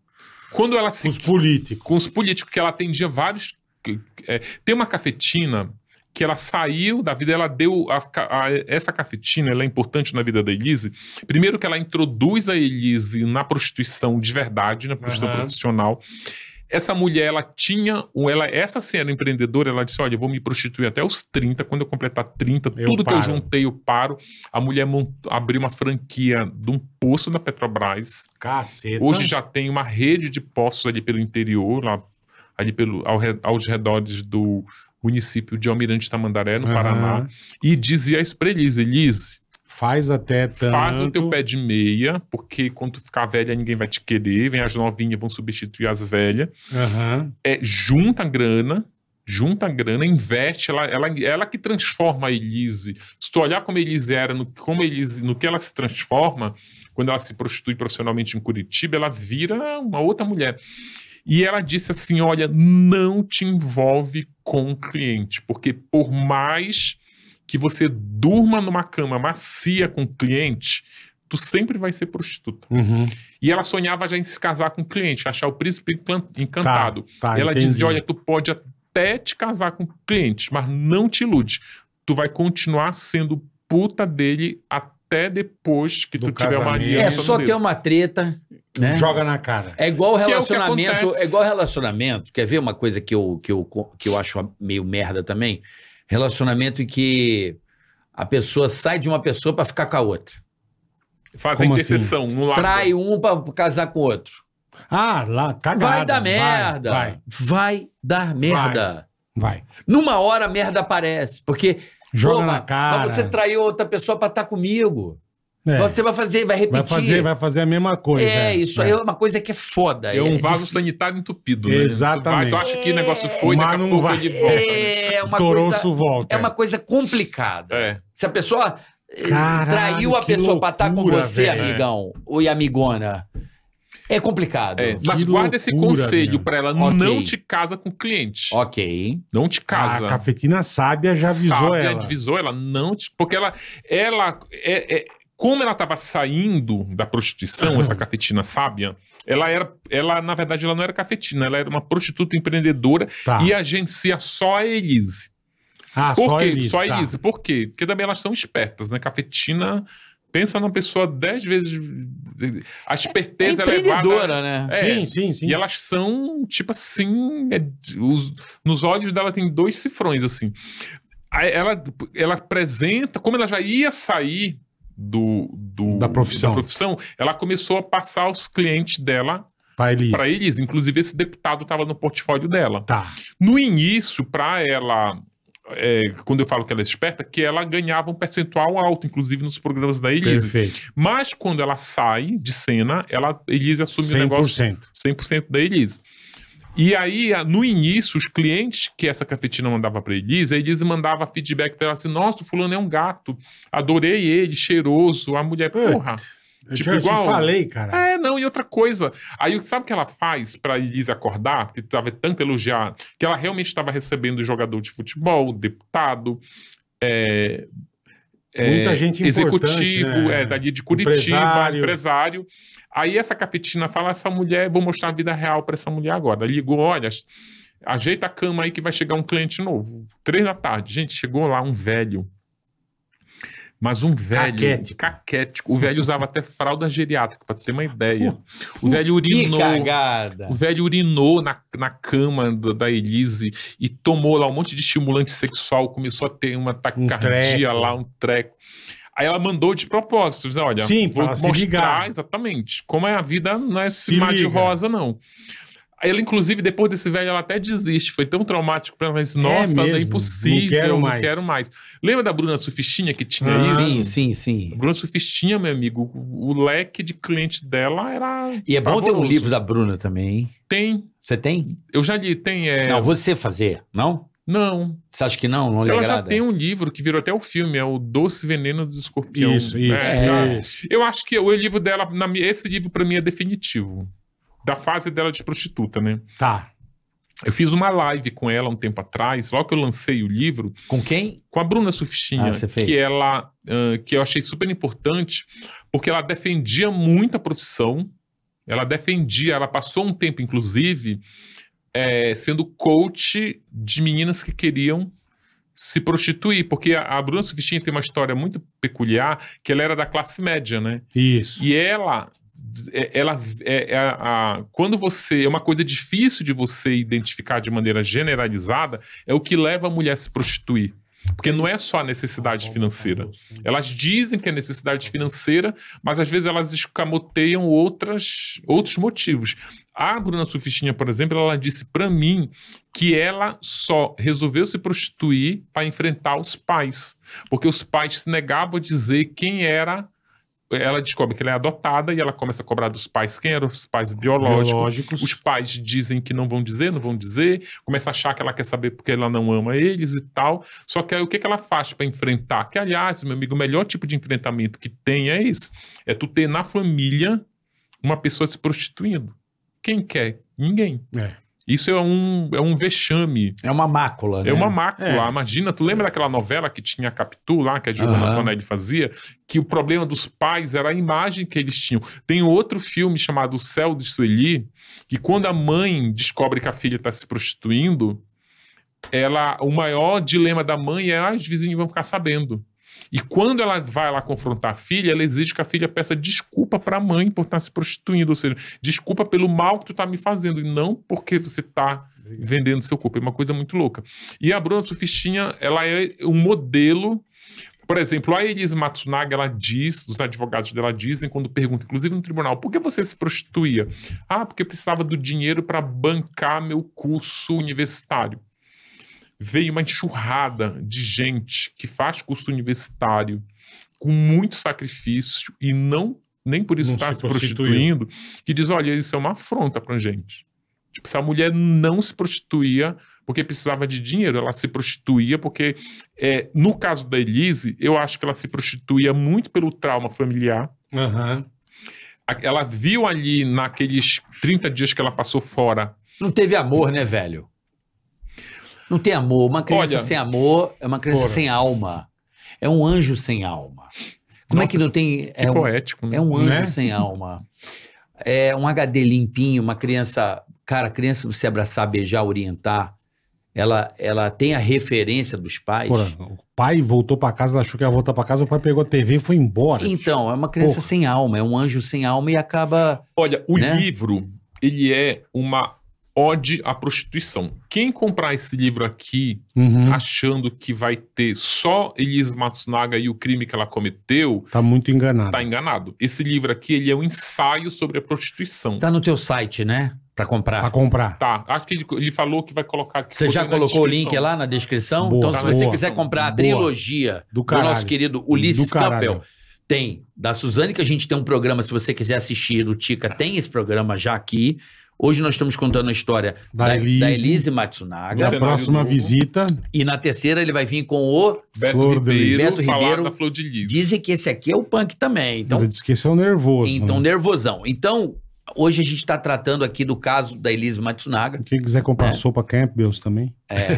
Quando ela se Os políticos. com os políticos, que ela atendia vários. que- é, tem uma cafetina que ela saiu da vida, ela deu. a ca- a- essa cafetina ela é importante na vida da Elise. Primeiro, que ela introduz a Elise na prostituição de verdade, na prostituição Aham. profissional. Essa mulher, ela tinha. um- Ela, essa sim era empreendedora, ela disse: Olha, eu vou me prostituir até os 30. Quando eu completar 30, Eu tudo que paro." eu juntei, eu paro. A mulher mont- abriu uma franquia de um poço da Petrobras. Caceta. Hoje já tem uma rede de postos ali pelo interior, lá, ali pelo, ao re- aos redores do município de Almirante Tamandaré, no Aham. Paraná. E dizia isso pra Elise, Elise, Faz até tanto. Faz o teu pé de meia, porque quando tu ficar velha, ninguém vai te querer. Vem as novinhas, vão substituir as velhas. Aham. É, junta a grana, junta a grana, investe. Ela, ela, ela que transforma a Elise. Se tu olhar como a Elise era, no, como a Elise, no que ela se transforma, quando ela se prostitui profissionalmente em Curitiba, ela vira uma outra mulher. E ela disse assim: olha, não te envolve com o cliente, porque por mais que você durma numa cama macia com o cliente, tu sempre vai ser prostituta. Uhum. E ela sonhava já em se casar com o cliente, achar o príncipe encan- encantado. Tá, tá, ela entendi. dizia: olha, tu pode até te casar com o cliente, mas não te ilude. Tu vai continuar sendo puta dele até depois que Do tu tiver uma casamento. É aliança. só no ter dedo. uma treta, né? Joga na cara. É igual Que é o que relacionamento. acontece. É, igual relacionamento. Quer ver uma coisa que eu, que, eu, que eu acho meio merda também? Relacionamento em que a pessoa sai de uma pessoa pra ficar com a outra. Faz a Como assim? interseção no lado. Trai um pra casar com o outro. Ah, lá, cagada. Vai dar merda. Vai, Vai, dar merda. vai. Numa hora a merda aparece. Porque. Joga pô, na mas- cara. Mas você traiu outra pessoa pra estar comigo. É. Você vai fazer, vai repetir. Vai fazer, vai fazer a mesma coisa. é, isso aí é Eu... uma coisa que é foda. É um vaso difícil. sanitário entupido, né? Exatamente. Tu, vai, tu acha que o negócio foi, Mas daqui a não pouco vai. ele volta. né? É uma Toronço coisa. volta. É uma coisa complicada. É. Se a pessoa eh, Caralho, traiu a que pessoa pra estar com loucura, você, velho. amigão, ou e amigona, é complicado. É, Que mas guarda esse loucura, conselho meu. pra ela Ok. não te casa com cliente. Ok. Não te A casa. cafetina sábia já avisou Sabe, ela. Avisou ela, não te, porque ela ela é, é- como ela estava saindo da [coughs] prostituição, essa cafetina sábia, ela era ela na verdade ela não era cafetina, ela era uma prostituta empreendedora Tá. e agencia só a Elise. Ah, Por só quê? Elise. só a tá. Elise. Por quê? Porque também elas são espertas, né? Cafetina pensa numa pessoa dez vezes a É esperteza é elevada empreendedora, né? É. Sim, sim, sim. E elas são, tipo assim, é, os- nos olhos dela tem dois cifrões, assim. A- Ela, ela apresenta, como ela já ia sair do, do- Da profissão. ela começou a passar os clientes dela Pra Elise. para eles. Inclusive, esse deputado estava no portfólio dela. Tá. No início, para ela, é, quando eu falo que ela é esperta, que ela ganhava um percentual alto, inclusive nos programas da Elise. Perfeito. Mas quando ela sai de cena, ela, Elise assume o negócio 100%. 100% da Elise. E aí, a- no início, os clientes que essa cafetina mandava pra Elise, a Elise mandava feedback pra ela assim: nossa, o fulano é um gato, adorei ele, cheiroso. A mulher, Putz. porra. Eu Tipo já igual- te falei, cara. É, não, e outra coisa. Aí, sabe o que ela faz pra Elise acordar? Porque tava tanto elogiar, que ela realmente estava recebendo jogador de futebol, deputado, é, é, Muita gente importante, executivo, né? é, dali de Curitiba, Empresário. empresário. Aí essa cafetina fala: essa mulher, vou mostrar a vida real pra essa mulher agora. Ligou, olha. Ajeita a cama aí que vai chegar um cliente novo. Três da tarde. Gente, chegou lá um velho. Mas um velho. Caquético. caquético. O velho usava até fralda geriátrica, pra ter uma ideia. O velho urinou. cagada. O velho urinou na, na cama do- da Elise e tomou lá um monte de estimulante sexual, começou a ter uma taquicardia Um treco. lá, um treco. Aí ela mandou de propósito, diz, olha, Sim, vou fala, se mostrar ligar. exatamente como é a vida, não é Se esse mar de liga. rosa, não. Ela, inclusive, depois desse velho, ela até desiste. Foi tão traumático pra ela, mas, nossa, é, mesmo, impossível, não quero não mais." quero mais. Lembra da Bruna Sufistinha que tinha Ah, É isso? Sim, sim, sim. Bruna Sufistinha, meu amigo, o o leque de cliente dela era... E é bom ter um Pavoroso. livro da Bruna também, hein? Tem, Você tem? eu já li, tem... É, Não, você fazer, não? não, Você acha que não? Não lhe Ela já agrada? tem um livro que virou até o filme, é o Doce Veneno do Escorpião. Isso, isso. É, já- isso. Eu acho que o livro dela, na minha- esse livro pra mim é definitivo. Da fase dela de prostituta, né? Tá. Eu fiz uma live com ela um tempo atrás, logo que eu lancei o livro, Com quem? com a Bruna Sufistinha, Ah, você fez. que ela, ah, que eu achei super importante, porque ela defendia muito a profissão, ela defendia, ela passou um tempo, inclusive, eh, sendo coach de meninas que queriam se prostituir, porque a, a Bruna Sufistinha tem uma história muito peculiar, que ela era da classe média, né? Isso. E ela, é- ela é, é a, a- quando você é uma coisa difícil de você identificar de maneira generalizada, é o que leva a mulher a se prostituir. Porque não é só a Tá necessidade financeira. Elas dizem que é necessidade financeira, mas às vezes elas escamoteiam outras, outros motivos. A Bruna Sufistinha, por exemplo, ela disse para mim que ela só resolveu se prostituir para enfrentar os pais, porque os pais se negavam a dizer quem era. Ela descobre que ela é adotada e ela começa a cobrar dos pais quem eram os pais biológicos. Biológicos. Os pais dizem que não vão dizer, não vão dizer, começa a achar que ela quer saber porque ela não ama eles e tal. Só que aí o que, que ela faz para enfrentar? Que, aliás, meu amigo, o melhor tipo de enfrentamento que tem é esse: é tu ter na família uma pessoa se prostituindo. Quem quer? Ninguém. É. Isso é um, é um vexame. É uma mácula, né? É uma mácula. É. Imagina, tu lembra daquela novela que tinha a Capitu lá, que a Giovanna Aham. Antonelli fazia, que o problema dos pais era a imagem que eles tinham. Tem outro filme chamado O Céu de Sueli, que quando a mãe descobre que a filha está se prostituindo, ela, o maior dilema da mãe é, ah, os vizinhos vão ficar sabendo. E quando ela vai lá confrontar a filha, ela exige que a filha peça desculpa para a mãe por estar se prostituindo, ou seja, desculpa pelo mal que tu tá me fazendo, e não porque você tá vendendo seu corpo. É uma coisa muito louca. E a Bruna Sufistinha, ela é um modelo. Por exemplo, a Elis Matsunaga, ela diz, os advogados dela dizem, quando perguntam, inclusive no tribunal, por que você se prostituía? Ah, porque precisava do dinheiro para bancar meu curso universitário. Veio uma enxurrada de gente que faz curso universitário com muito sacrifício e não nem por isso Não está se se prostituiu. prostituindo, que diz, olha, isso é uma afronta pra gente. Tipo, se a mulher não se prostituía porque precisava de dinheiro, ela se prostituía porque, é, no caso da Elise, eu acho que ela se prostituía muito pelo trauma familiar. Aham. A- Ela viu ali naqueles 30 dias que ela passou fora. Não teve amor, né, velho? Não tem amor. Uma criança Olha- sem amor é uma criança Porra. sem alma. É um anjo sem alma. Como é Nossa, que não tem. Que É um, poético, né? é um anjo Né? sem alma. É um HD limpinho, uma criança. Cara, a criança você abraçar, beijar, orientar. Ela, ela tem a referência dos pais. Porra, o pai voltou pra casa, ela achou que ia voltar pra casa, o pai pegou a TV e foi embora. Então, é uma criança Porra. sem alma, é um anjo sem alma e acaba. Olha, o Né? livro, ele é uma ode à prostituição. Quem comprar esse livro aqui Hum. Uhum. achando que vai ter só Elise Matsunaga e o crime que ela cometeu, Tá muito Ah. enganado. tá enganado. Esse livro aqui, ele é um ensaio sobre a prostituição. Tá. Tá no teu site, né? Pra Pra comprar. comprar. acho que ele, ele falou que vai colocar aqui. Você já botei na colocou o link descrição. lá na descrição? Boa, então, se você boa. quiser comprar a Boa. trilogia Do do caralho. nosso querido Ulisses Do caralho. Capel, tem. Da Suzane, que a gente tem um programa, se você quiser assistir, do Tica, tem esse programa já aqui. Hoje nós estamos contando a história Da da, da Elise, Elise. Do Matsunaga. Na cenário próxima do- visita, E na terceira ele vai vir com o. Beto Flor de Ribeiro, Lis. Beto falar Ribeiro da Flor de Lis. Dizem que esse aqui é o punk também. Então, ele disse que esse é o nervoso. Então, né? nervosão. Então, hoje a gente está tratando aqui do caso da Elise Matsunaga. Quem quiser comprar É. sopa Campbell's também. É.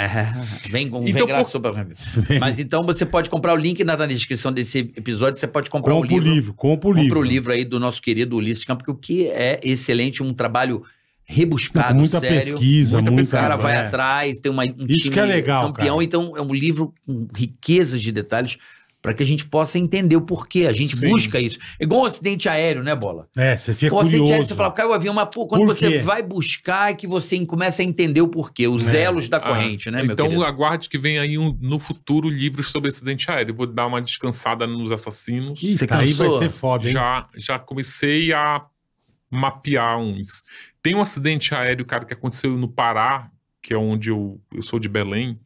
É, [laughs] vem com vem Então, graça pra mim. Mas então você pode comprar o link na, na descrição desse episódio. Você pode comprar o compra o livro. livro, compra o livro. né? Compra o livro aí do nosso querido Ulisses Campos, que o que é excelente, um trabalho Com rebuscado, muita sério. pesquisa, muita muita, O cara pesquisa, vai é. atrás, tem uma, um Isso que é legal, campeão. cara. Então é um livro com riquezas de detalhes para que a gente possa entender o porquê. A gente Sim. busca isso. É igual um acidente aéreo, né, Bola? É, você fica Ou assim, curioso. Thierry, você fala, caiu o avião, mas pô, quando Por você quê? vai buscar é que você começa a entender o porquê, os É. elos da Ah, corrente, né, meu Então querido? aguarde que vem aí um- no futuro livros sobre acidente aéreo. Vou dar uma descansada nos assassinos. Ih, Você tá aí vai cansou? ser foda, hein? já, já comecei a mapear uns. Tem um acidente aéreo, cara, que aconteceu no Pará, que é onde eu, eu sou de Belém,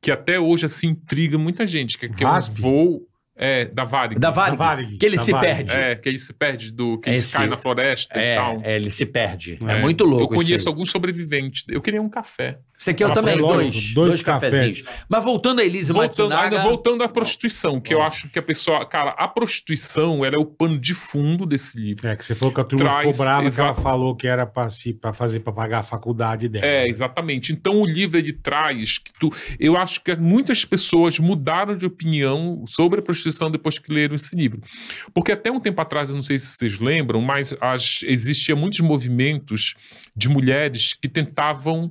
que até hoje assim intriga muita gente, que, que é um Vasp? voo é, da Varig. Da Varig, Varig, que ele da se Varig. perde. É, que ele se perde do. que Esse- ele cai na floresta É, e tal. é, ele se perde. É, Então. É. muito Eu louco conheço isso. aí. alguns sobreviventes. Eu queria um café. Esse aqui eu Café, também, lógico, dois, dois dois, cafezinhos. Mas voltando a Elise Voltando, Matsunaga, ainda voltando à prostituição, que eu acho que a pessoa. Cara, a prostituição ela é o pano de fundo desse livro. É, que você falou que a turma Traz, ficou brava, que exato. ela falou que era pra, se, pra fazer pra pagar a faculdade dela. É, exatamente. Então o livro ele traz que tu, eu acho que muitas pessoas mudaram de opinião sobre a prostituição depois que leram esse livro. Porque até um tempo atrás, eu não sei se vocês lembram, mas as, existia muitos movimentos de mulheres que tentavam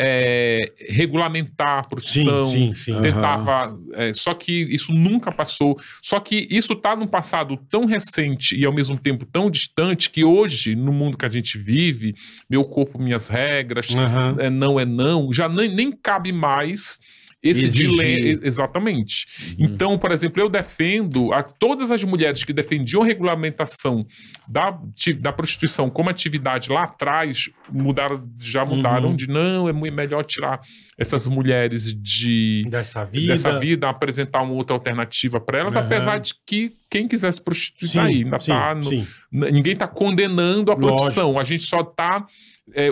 é, regulamentar a Sim, profissão, sim, sim. Aham. tentava. é, só que isso nunca passou. Só que isso está num passado tão recente e ao mesmo tempo tão distante que hoje, no mundo que a gente vive, meu corpo, minhas regras, Aham. é não é não, já nem, nem cabe mais esse Exigir. Uhum. dilema. Exatamente. Então, por exemplo, eu defendo a, todas as mulheres que defendiam a regulamentação da, ti- da prostituição como atividade lá atrás, mudaram, já mudaram Uhum. de não, é mui- melhor tirar essas mulheres de Dessa vida. dessa vida, apresentar uma outra alternativa para elas, Aham. apesar de que quem quiser se prostituir Sim, tá aí, ainda sim, tá no- sim. n- ninguém está condenando a Lógico. profissão, a gente só está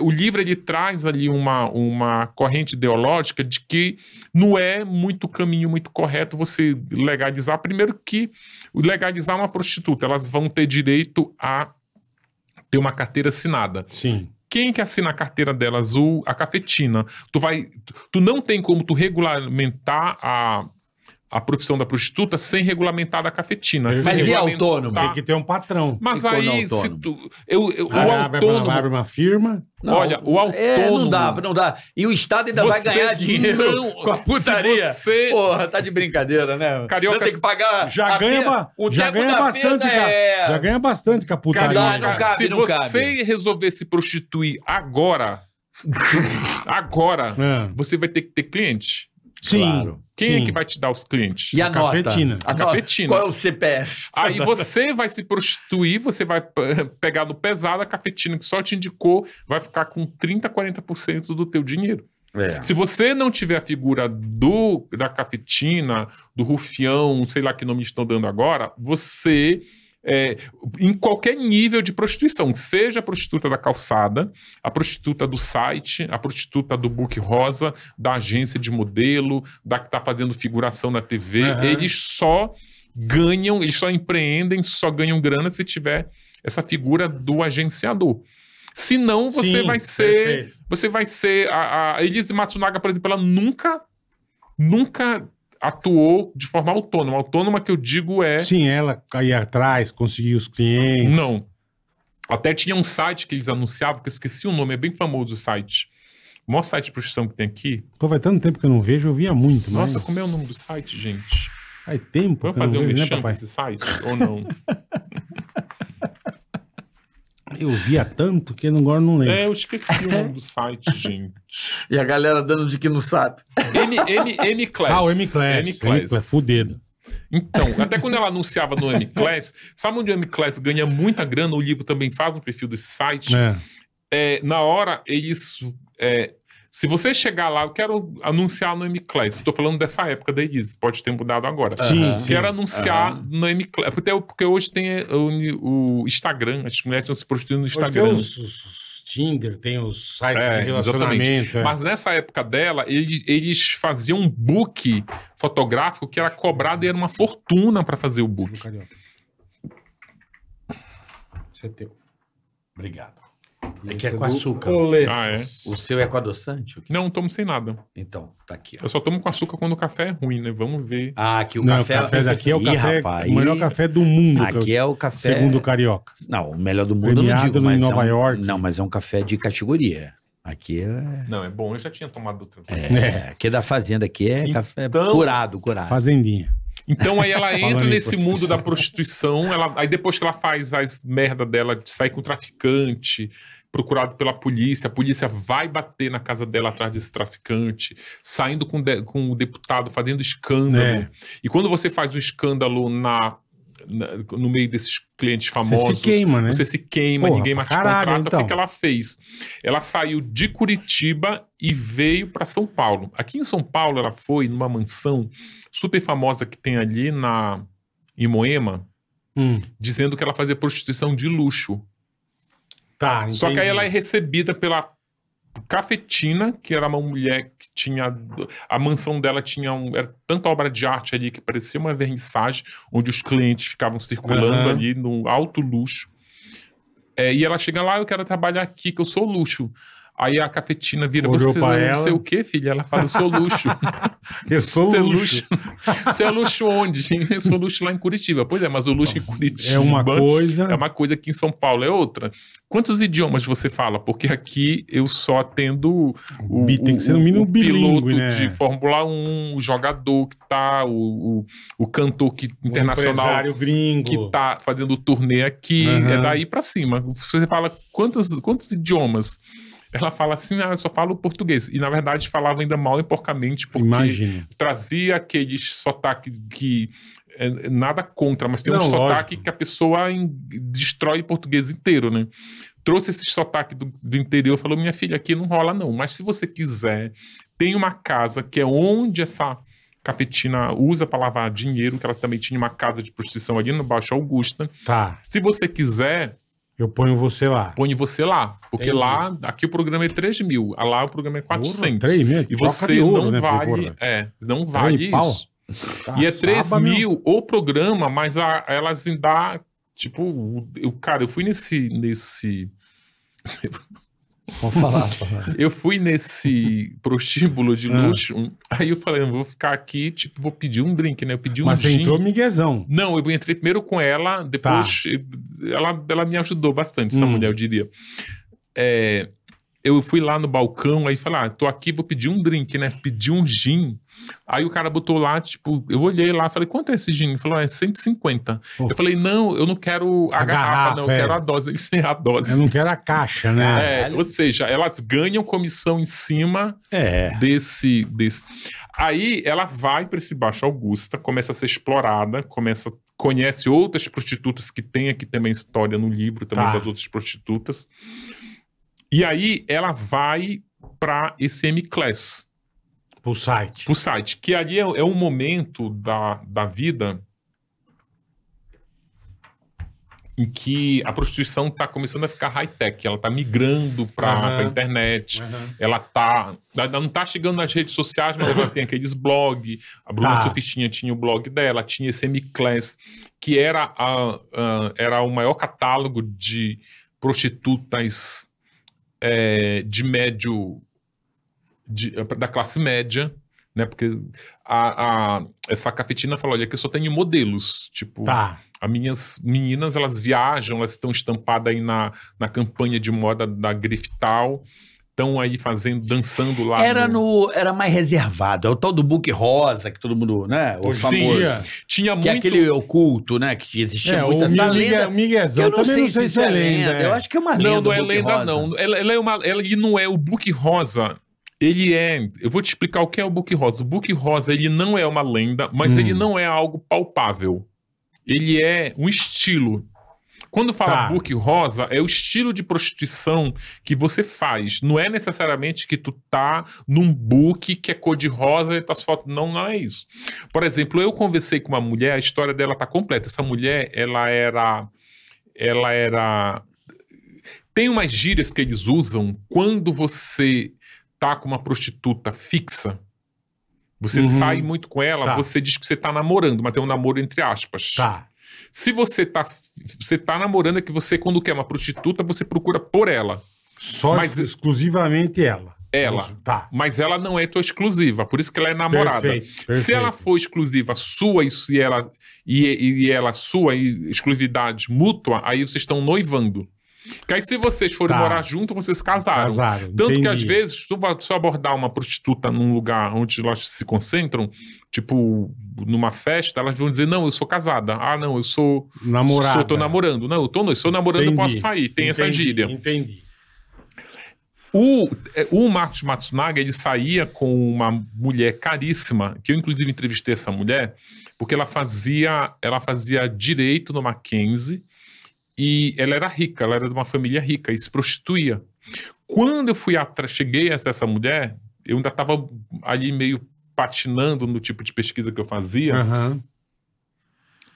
o livro ele traz ali uma, uma corrente ideológica de que não é muito caminho muito correto você legalizar, primeiro que legalizar uma prostituta, elas vão ter direito a ter uma carteira assinada Sim. quem que assina a carteira delas? O, a cafetina. Tu vai, tu, tu não tem como tu regulamentar a, a profissão da prostituta sem regulamentar a cafetina. Mas Sem e regulamentar- autônomo? Tem que ter um patrão. Mas E quando aí, se autônomo? tu, eu, Ah, eu- Tá. o Abre, autônomo, abre uma firma. Olha, o É, não autônomo- dá, não dá. E o Estado ainda vai Você ganhar dinheiro não- com a [laughs] se putaria. você- [laughs] Porra, tá de brincadeira, né? Carioca- Ainda tem que pagar. Já a ganha, pena- ba- o já tempo ganha da bastante, pena cara. é- Já ganha bastante É. com a putaria. Carioca, não cabe, se não você cabe. resolver se prostituir agora, [laughs] agora, É. você vai ter que ter cliente. Sim. Claro. Quem é sim. que vai te dar os clientes? E a, A nota? cafetina. A A nota. cafetina. Qual é o CPF? Aí você vai se prostituir, você vai p- pegar no pesado a cafetina que só te indicou, vai ficar com 30, 40% do teu dinheiro. É. É. Se você não tiver a figura do da cafetina, do rufião, sei lá que nome estão dando agora, você é, em qualquer nível de prostituição, seja a prostituta da calçada, a prostituta do site, a prostituta do book rosa, da agência de modelo, da que tá fazendo figuração na TV, Aham. eles só ganham, eles só empreendem, só ganham grana se tiver essa figura do agenciador. Senão você Sim, vai ser perfeito. você vai ser. A, a Elise Matsunaga, por exemplo, ela nunca, nunca atuou de forma autônoma. Autônoma que eu digo é. Sim, ela aí atrás, conseguir os clientes. Não. Até tinha um site que eles anunciavam, que eu esqueci o nome, é bem famoso o site. O maior site de prostituição que tem aqui. Pô, faz tanto tempo que eu não vejo, eu via muito, mas. Nossa, como é o nome do site, gente? Faz tempo. Vamos que eu não fazer um vejo, né, mexão com papai? esse site? [laughs] Ou não? Eu via tanto que agora não lembro. é, eu esqueci o nome do site, gente. [laughs] E a galera dando de que não sabe. M, M, M Class. ah, o M-Class. M-Class, fudido. Então, até quando ela anunciava no M-Class, sabe onde o M-Class ganha muita grana? O livro também faz no perfil desse site. É. É, na hora, eles. é, se você chegar lá, eu quero anunciar no M-Class. Estou falando dessa época da Elise, pode ter mudado agora. Sim, Ah, sim. Quero anunciar no M-Class. Porque, porque hoje tem é, o, o Instagram, as mulheres estão se prostituindo no Hoje tem Instagram. os, os- os Tinder, tem os sites É, de relacionamento. é. Mas nessa época dela, eles, eles faziam um book fotográfico que era cobrado e era uma fortuna para fazer o book. Viu, Carioca? Isso é teu. Obrigado. É Esse que é com do açúcar. Ah, Olessas. O seu é com adoçante? Não, tomo sem nada. Então, tá aqui, ó. Eu só tomo com açúcar quando o café é ruim, né? Vamos ver. Ah, aqui o Não, café... o café daqui é o Ih, café, rapaz, o melhor ih. café do mundo, que Aqui eu- é o café... segundo o Carioca. Não, o melhor do mundo eu não Premiado digo, em mas... Nova é um... York. Não, mas é um café de categoria. Aqui é... Não, é bom, eu já tinha tomado outra vez. é, Aqui é da fazenda, aqui é café Então- curado, curado. Fazendinha. Então [laughs] aí ela entra Falando em nesse prostituição. mundo da prostituição, ela, aí depois que ela faz as merda dela de sair com o traficante, procurado pela polícia, a polícia vai bater na casa dela atrás desse traficante, saindo com, de- com o deputado, fazendo escândalo. É. E quando você faz um escândalo na, na- no meio desses clientes Você famosos... se queima, né? Você se queima, Porra, ninguém pra mais te caralho, contrata. então. O que, que ela fez? Ela saiu de Curitiba e veio para São Paulo. Aqui em São Paulo, ela foi numa mansão super famosa que tem ali na em Moema, Hum, dizendo que ela fazia prostituição de luxo. tá, entendi. Só que aí ela é recebida pela Cafetina, que era uma mulher que tinha. A mansão dela tinha um, era tanta obra de arte ali que parecia uma vernissage, onde os clientes ficavam circulando Aham. ali no alto luxo. É, e ela chega lá, eu quero trabalhar aqui, que eu sou luxo. Aí a cafetina vira, Olhou você pra não ela. sei o que, filha. Ela fala, eu sou luxo. [laughs] Eu sou um Você é luxo. luxo. Você é luxo onde? [laughs] gente? Eu sou luxo lá em Curitiba. Pois é, mas o luxo em Curitiba. É uma coisa. [laughs] É uma coisa que em São Paulo é outra. Quantos idiomas você fala? Porque aqui eu só atendo o, Bi- tem que ser no o- mínimo o piloto bilíngue, né? de Fórmula 1, o jogador que tá, o, o, o cantor que, Um internacional empresário gringo. que tá fazendo o turnê aqui, Aham. é daí pra cima. Você fala quantos, quantos idiomas? Ela fala assim, ah, eu só falo português. E, na verdade, falava ainda mal e porcamente, porque Imagina. trazia aquele sotaque que... é, nada contra, mas tem um Não, sotaque lógico. que a pessoa em- destrói o português inteiro, né? Trouxe esse sotaque do, do interior e falou, minha filha, aqui não rola não, mas se você quiser, tem uma casa que é onde essa cafetina usa para lavar dinheiro, que ela também tinha uma casa de prostituição ali no Baixo Augusta. Tá, Se você quiser, eu ponho você lá. põe você lá. Porque Entendi. lá, aqui o programa é 3 mil, lá o programa é 400. Porra, três mil, e troca você de ouro, não né, vale. porra? É, não vale Três pau? isso. E é 3 Caçaba, meu. mil o programa, mas a- elas ainda. Tipo, o- eu, cara, eu fui nesse. nesse Vamos [laughs] falar. porra. eu [laughs] fui nesse prostíbulo de Ah. luxo. Aí eu falei, eu vou ficar aqui, tipo, vou pedir um drink, né? Eu pedi um Mas você gin. entrou miguezão. Não, eu entrei primeiro com ela, depois ela, ela me ajudou bastante, essa Tá. Hum. mulher, eu diria. É, eu fui lá no balcão, aí falei, ah, tô aqui, vou pedir um drink, né? Pedi um gin. Aí o cara botou lá, tipo, eu olhei lá, falei, quanto é esse gin? Ele falou, ah, é 150. Oh. Eu falei, não, eu não quero a, A garrafa, garrafa, não, eu é. quero a dose. [laughs] Ele sem a dose. Eu não quero a caixa, né? É, ou seja, elas ganham comissão em cima É. desse, desse. Aí ela vai para esse Baixo Augusta, começa a ser explorada, começa conhece outras prostitutas que tem aqui também história no livro também Tá. das outras prostitutas. E aí ela vai para esse M Class, Pro site. pro site, que ali é, é um momento da, da vida em que a prostituição tá começando a ficar high-tech, ela tá migrando Aham. para a internet, ela tá. Ela não tá chegando nas redes sociais, mas ela tem aqueles blog. A Bruna Tá. Sofistinha tinha o blog dela, tinha esse M-Class, que era, a, a- era o maior catálogo de prostitutas é, de médio. de- da classe média, né? Porque a, a- essa cafetina falou: olha, aqui eu só tenho modelos. Tipo, Tá. as minhas meninas, elas viajam, elas estão estampadas aí na, na campanha de moda da Griftal, estão aí fazendo, dançando lá. Era, no, era mais reservado. É o tal do book rosa, que todo mundo, né? O Hoje famoso. em dia, Tinha Que muito... é aquele oculto, né? Que existia É, muito. o Essa Migue- lenda. Miguezão. Eu não também sei, se, isso é lenda. Eu acho que é uma lenda. Não, o não é book lenda rosa. não. Ela, ela é uma... Ela ele não é... O Book Rosa, ele é... Eu vou te explicar o que é o Book Rosa. O Book Rosa, ele não é uma lenda, mas Hum. ele não é algo palpável. Ele é um estilo. Quando fala Tá. book rosa, é o estilo de prostituição que você faz. Não é necessariamente que tu tá num book que é cor de rosa e tuas fotos. Não, não é isso. Por exemplo, eu conversei com uma mulher, a história dela tá completa. Essa mulher, ela era. Ela era. Tem umas gírias que eles usam quando você tá com uma prostituta fixa. Você Uhum. sai muito com ela, Tá. você diz que você tá namorando, mas é um namoro entre aspas. Tá. Se você tá, você tá namorando, é que você, quando quer uma prostituta, você procura por ela. Só Mas- exclusivamente ela. Ela. Isso, Tá. Mas ela não é tua exclusiva, por isso que ela é namorada. Se ela for exclusiva sua e, se ela, e, e ela sua, e exclusividade mútua, aí vocês estão noivando. Que aí, se vocês forem Tá. morar junto, vocês casaram. Casaram. Tanto entendi. que às vezes, tu vai se abordar uma prostituta num lugar onde elas se concentram, tipo, numa festa, elas vão dizer, não, eu sou casada. Ah, não, eu sou Namorada. Sou, tô namorando. Não, eu tô, no- sou namorando, eu Entendi. posso sair. Tem essa Entendi, gíria. Entendi. O, é, o Marcos Matsunaga, ele saía com uma mulher caríssima, que eu inclusive entrevistei essa mulher, porque ela fazia, ela fazia direito no Mackenzie e ela era rica, ela era de uma família rica e se prostituía. Quando eu fui atrás, cheguei a essa mulher, eu ainda estava ali meio patinando no tipo de pesquisa que eu fazia. Aham.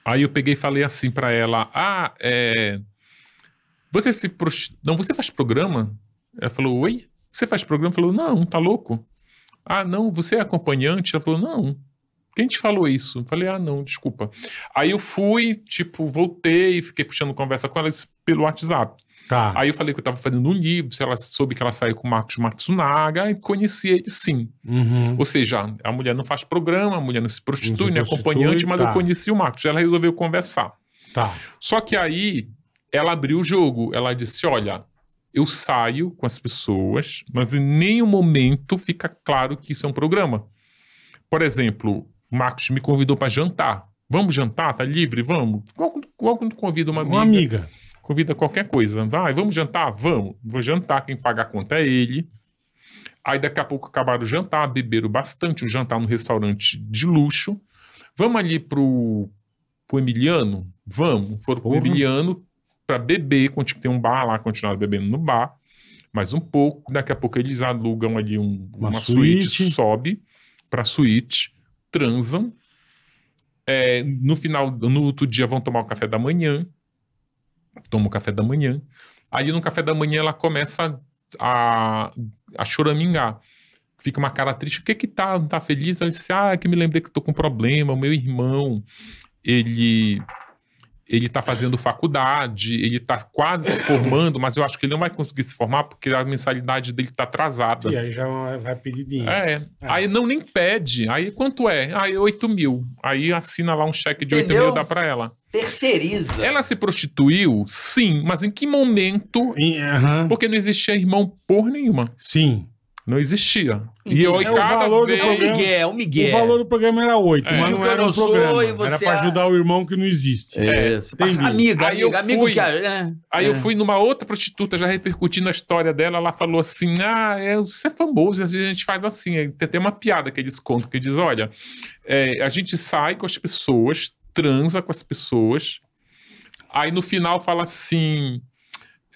Aí eu peguei e falei assim pra ela: Ah, é. Você se. prosti- Não, você faz programa? Ela falou: Oi? Você faz programa? Falou: Não, tá louco? Ah, não, você é acompanhante? Ela falou: Não. Quem te falou isso? Eu falei: Ah, não, desculpa. Aí eu fui, tipo, voltei, fiquei puxando conversa com ela isso pelo WhatsApp. Tá. Aí eu falei que eu tava fazendo um livro, se ela soube que ela saiu com o Marcos Matsunaga, e conheci ele sim. Uhum. Ou seja, a mulher não faz programa, a mulher não se prostitui, Não se não é prostitui, acompanhante, mas tá. eu conheci o Marcos. Ela resolveu conversar. Tá. Só que aí ela abriu o jogo. Ela disse: Olha, eu saio com as pessoas, mas em nenhum momento fica claro que isso é um programa. Por exemplo, o Marcos me convidou para jantar. Vamos jantar? Tá livre? Vamos. Igual quando- Igual quando convida uma Uma amiga. amiga. convida qualquer coisa. Ah, vamos jantar? Vamos. Vou jantar, quem paga a conta é ele. Aí daqui a pouco acabaram o jantar, beberam bastante, o jantar num restaurante de luxo. Vamos ali pro, pro Emiliano? Vamos. Foram pro Porra. Emiliano para beber, conti- tem um bar lá, continuaram bebendo no bar. Mais um pouco, daqui a pouco eles alugam ali um- Uma uma, suíte. suíte. sobe pra suíte, transam. É, no final, no outro dia vão tomar o café da manhã. Toma o café da manhã. Ali no café da manhã ela começa a, a choramingar. Fica uma cara triste. O que que tá? Não tá feliz? Ela disse, ah, é que me lembrei que tô com um problema. O meu irmão, ele... Ele tá fazendo faculdade, ele tá quase se formando, mas eu acho que ele não vai conseguir se formar porque a mensalidade dele tá atrasada. E aí já é vai pedir dinheiro. É. Aí não nem pede. Aí quanto é? Aí 8 mil. Aí assina lá um cheque de 8 Entendeu? mil e dá pra ela. Terceiriza. Ela se prostituiu? Sim, mas em que momento? E- aham. Porque não existia irmão por nenhuma. Sim. Não existia. Entendi. E eu, É o cada valor do vez. É o Miguel, o Miguel. O valor do programa era 8, É. mas Digo não que eu era não um sou programa. e Era você pra a- ajudar o irmão que não existe. É, você passa- entendi. amigo, Aí eu amigo, amigo fui. que. É, Aí é. eu fui numa outra prostituta, já repercutindo a história dela, ela falou assim: Ah, é, você é famoso, e a gente faz assim. Aí Tem até uma piada que eles contam, que diz: olha, é, a gente sai com as pessoas, transa com as pessoas, aí no final fala assim: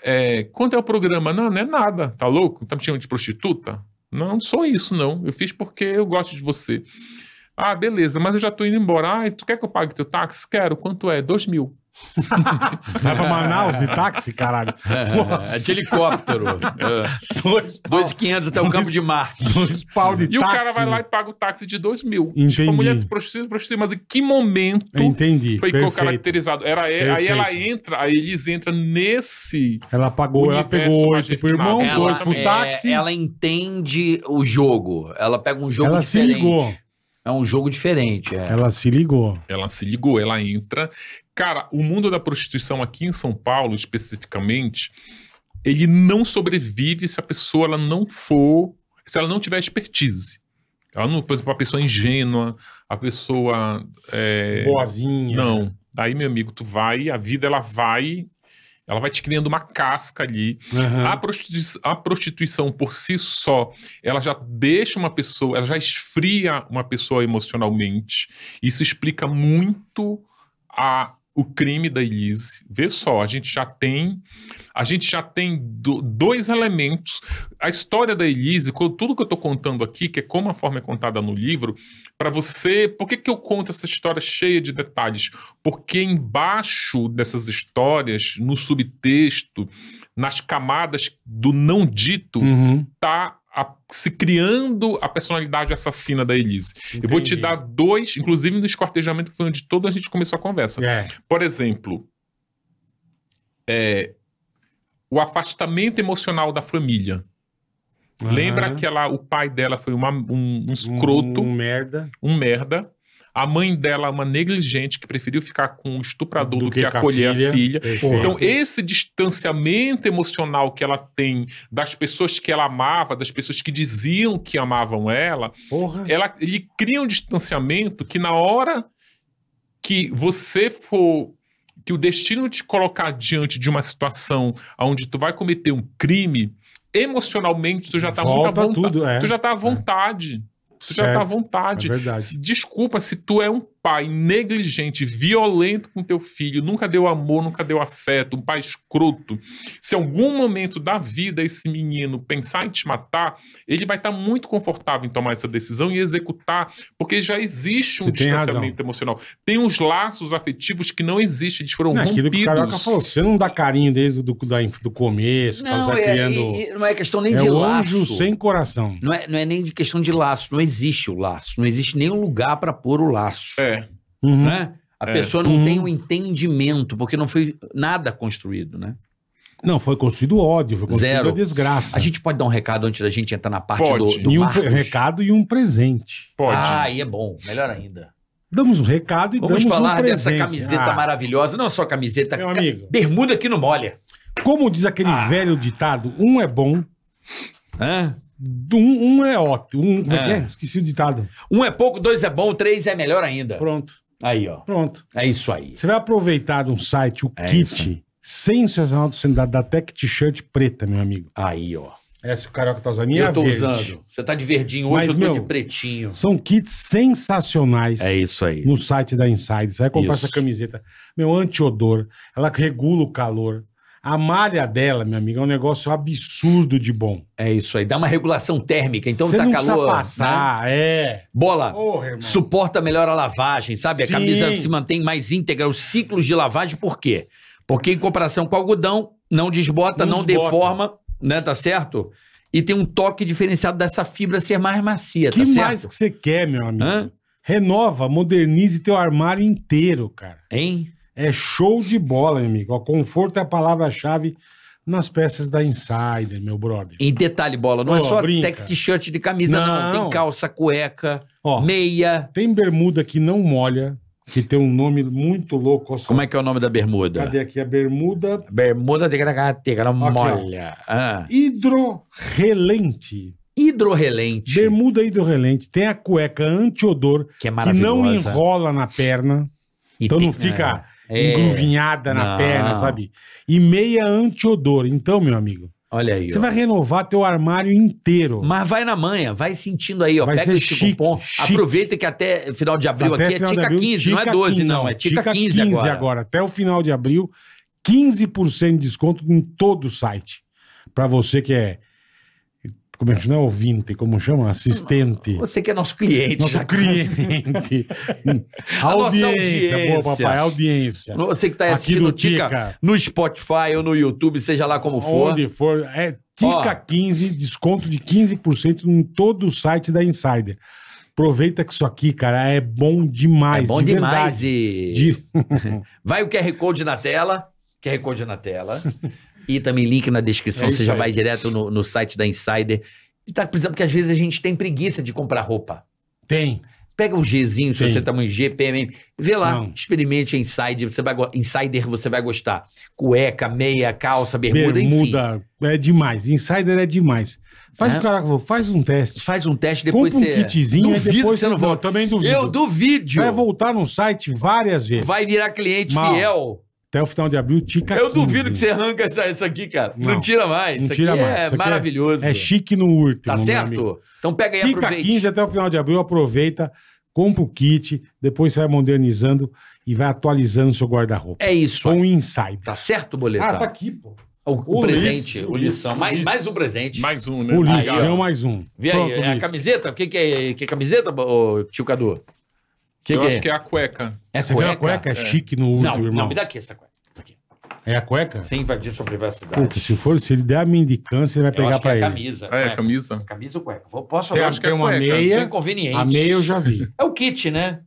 é, quanto é o programa? Não, não é nada, tá louco? Tá me chamando de prostituta? Não, sou isso, não. Eu fiz porque eu gosto de você. Ah, beleza, mas eu já tô indo embora. Ah, tu quer que eu pague teu táxi? Quero. Quanto é? Dois mil. Vai pra Manaus de [laughs] táxi, caralho. Porra, É, de helicóptero. É. dois, pau, 2,500 até o campo de Marte. dois pau de táxi. E o cara vai lá e paga o táxi de 2 mil. Entendi. Tipo, a mulher se prostitui, prostitui, mas em que momento Entendi. foi perfeito. caracterizado? Era e- aí Perfeito. ela entra, aí eles entram nesse. Ela pagou, ela Universo pegou 8 pro magnificado. irmão, Ela- dois pro é, táxi. ela entende o jogo. Ela pega um jogo ela se diferente. ligou. É um jogo diferente. É. Ela se ligou. Ela se ligou, ela entra. Cara, o mundo da prostituição aqui em São Paulo, especificamente, ele não sobrevive se a pessoa ela não for. Se ela não tiver expertise. Ela não, por exemplo, a pessoa é ingênua, a pessoa. é, Boazinha. Não. Aí, meu amigo, tu vai, a vida ela vai, ela vai te criando uma casca ali. Aham. A, prostitui- a prostituição por si só, ela já deixa uma pessoa, ela já esfria uma pessoa emocionalmente. Isso explica muito a- o crime da Elise. Vê só, a gente já tem, a gente já tem do- dois elementos. A história da Elise, co- tudo que eu estou contando aqui, que é como a forma é contada no livro, para você, por que, que eu conto essa história cheia de detalhes? Porque embaixo dessas histórias, no subtexto, nas camadas do não dito, Uhum. tá a- se criando a personalidade assassina da Elise. Eu vou te Entendi. dar dois, inclusive no escortejamento, que foi onde toda a gente começou a conversa. É. Por exemplo, é, o afastamento emocional da família. Lembra Aham. que ela, o pai dela foi uma- um, um escroto, Um, merda. um merda. A mãe dela, uma negligente, que preferiu ficar com o estuprador do, que, com acolher a filha. Perfeito. Então, esse distanciamento emocional que ela tem das pessoas que ela amava, das pessoas que diziam que amavam ela, Porra. ela, ele cria um distanciamento que na hora que você for que o destino te colocar diante de uma situação onde tu vai cometer um crime, emocionalmente tu já tá muito à Volta vontade. tudo, é. Tu já tá à vontade. Tu já Certo. tá à É vontade. verdade. Se- Desculpa se tu é um pai negligente, violento com teu filho, nunca deu amor, nunca deu afeto, um pai escroto. Se em algum momento da vida esse menino pensar em te matar, ele vai estar muito confortável em tomar essa decisão e executar, porque já existe um Você tem distanciamento emocional. Tem uns laços afetivos que não existem, eles foram É aquilo que o Carioca rompidos. falou, você não dá carinho desde do, da, inf- do começo, tá, Não, você é, criando... e- e não é questão nem é de o laço. anjo sem coração. Não, é, não é nem de questão de laço. Não existe o laço. Não existe nenhum lugar para pôr o laço. É, Uhum. Né? A É. pessoa não Hum. tem o entendimento, porque não foi nada construído, né? Não, foi construído ódio, foi construído Zero. a desgraça. A gente pode dar um recado antes da gente entrar na parte Pode. do, do e um Marcos? pre- recado e um presente. pode. Ah, aí é bom. Melhor ainda. Damos um recado e Vamos damos um falar presente. dessa camiseta Ah, É um maravilhosa. Não só camiseta, Meu ca- amigo. bermuda que não molha. Como diz aquele Ah. velho ditado, um é bom, Hã? do- um, um é ótimo. Um, como é que É. é? Esqueci o ditado. Um é pouco, dois é bom, três é melhor ainda. Pronto, Aí, ó. pronto. É isso aí. Você vai aproveitar de um site, o É Kit. isso. sensacional do Sanidade da Tech T-shirt preta, meu amigo. Aí, ó. Essa é o Carioca tá usando. e a eu tô verde. usando. Você tá de verdinho hoje, Mas, eu tô meu, de pretinho. São kits sensacionais. É isso aí. no site da Inside. Você vai comprar Isso. essa camiseta. Meu, anti-odor. Ela regula o calor. A malha dela, meu amigo, é um negócio absurdo de bom. É isso aí. Dá uma regulação térmica, então Você tá não calor. precisa né? passar, é. Bola. Porra, irmão. Suporta melhor a lavagem, sabe? A Sim. camisa se mantém mais íntegra. Os ciclos de lavagem, por quê? Porque em comparação com o algodão, não desbota, Não não, desbota. deforma, né? Tá certo? E tem um toque diferenciado dessa fibra ser mais macia, que tá certo? mais que você quer, meu amigo? Hã? Renova, modernize teu armário inteiro, cara. Hein? É show de bola, meu amigo. Ó, conforto é a palavra-chave nas peças da Insider, meu brother. Em detalhe, bola, não é Ô, só brinca. tech t-shirt de camisa, não. Não. Tem calça, cueca, Ó, meia. tem bermuda que não molha, que tem um nome muito louco. ó, só- Como é que é o nome da bermuda? Cadê aqui a bermuda? Bermuda de gragateca, não ó. molha. Ah. hidrorrelente. Hidrorrelente, Bermuda hidrorrelente. Tem a cueca anti-odor, que é que não maravilhosa. enrola na perna. E então tem- não fica É. engruvinhada na Não. perna, sabe? E meia anti-odor. Então, meu amigo, Olha aí, você ó. vai renovar teu armário inteiro. Mas vai na manha, vai sentindo aí, ó. Vai Pega ser esse chique, cupom. chique. Aproveita que até final de abril Até aqui é final de Tica abril, 15, não é Tica 12, não. É Tica, 15, agora. Até o final de abril, 15% de desconto em todo o site. Pra você que é. Como é que chama? Não é ouvinte, como chama? [laughs] Assistente. Você que é nosso cliente. Nosso já- [laughs] cliente. A nossa audiência, audiência. boa, papai, audiência. Você que tá Aqui assistindo do o Tica, Tica. no Spotify ou no YouTube, seja lá como for. Onde for, é Tica Ó. 15, desconto de 15% em todo o site da Insider. Aproveita que isso aqui, cara, é bom demais. é bom de demais. verdade. E... De- Vai o QR Code na tela. QR Code na [laughs] tela. e também link na descrição. É isso você já aí. vai direto no, no site da Insider. E tá precisando, porque às vezes a gente tem preguiça de comprar roupa. Tem. Pega o Gzinho, se Sim. você tá um G, PMM. Vê lá, Não. experimente a Insider, você vai, go- Insider, você vai gostar. Cueca, meia, calça, bermuda, enfim. Bermuda, é demais. Insider é demais. Faz É. o caraca, faz um teste. Faz um teste, depois Compra um você... kitzinho e Duvido depois que você não volta. Também duvido. Eu duvido! Vai voltar no site várias vezes. Vai virar cliente Mal. fiel. Até o final de abril, Tica Eu 15. duvido que você arranca essa, isso aqui, cara. Não, Não. tira mais. Não isso tira aqui mais. é Isso aqui é- maravilhoso. É chique no último. tá meu amigo. é certo? Então pega aí, Tica aproveite. 15 até o final de abril, aproveita, compra o kit, depois você vai modernizando e vai atualizando o seu guarda-roupa. um É isso. aí. Com o Insider. Tá certo, Boleta? Ah, aqui, pô. O, o o presente, o Ulisses, lição. Ulisses, Mais, Ulisses. mais um presente. Mais um, né? Ulisses, O Aí, Ulisses, ó. Legal. ganhou mais um. Vê Pronto, aí, é a Ulisses. camiseta? O que, que é? Que é camiseta, ô, tio Cadu? O que, Eu que acho é? que é a cueca. É Você ganhou a cueca? É chique no Não, último, irmão. não, me dá aqui essa cueca. Tá Aqui. É a cueca? Sem invadir sua privacidade. Puta, se for, se ele der a mendicância, ele vai eu pegar acho que pra é a ele. camisa. É, cueca. camisa. Camisa ou cueca? Vou- Posso Tem, a- Eu falar? acho que é tem uma cueca, Isso é meia. inconveniente. A meia eu já vi. É o kit, né?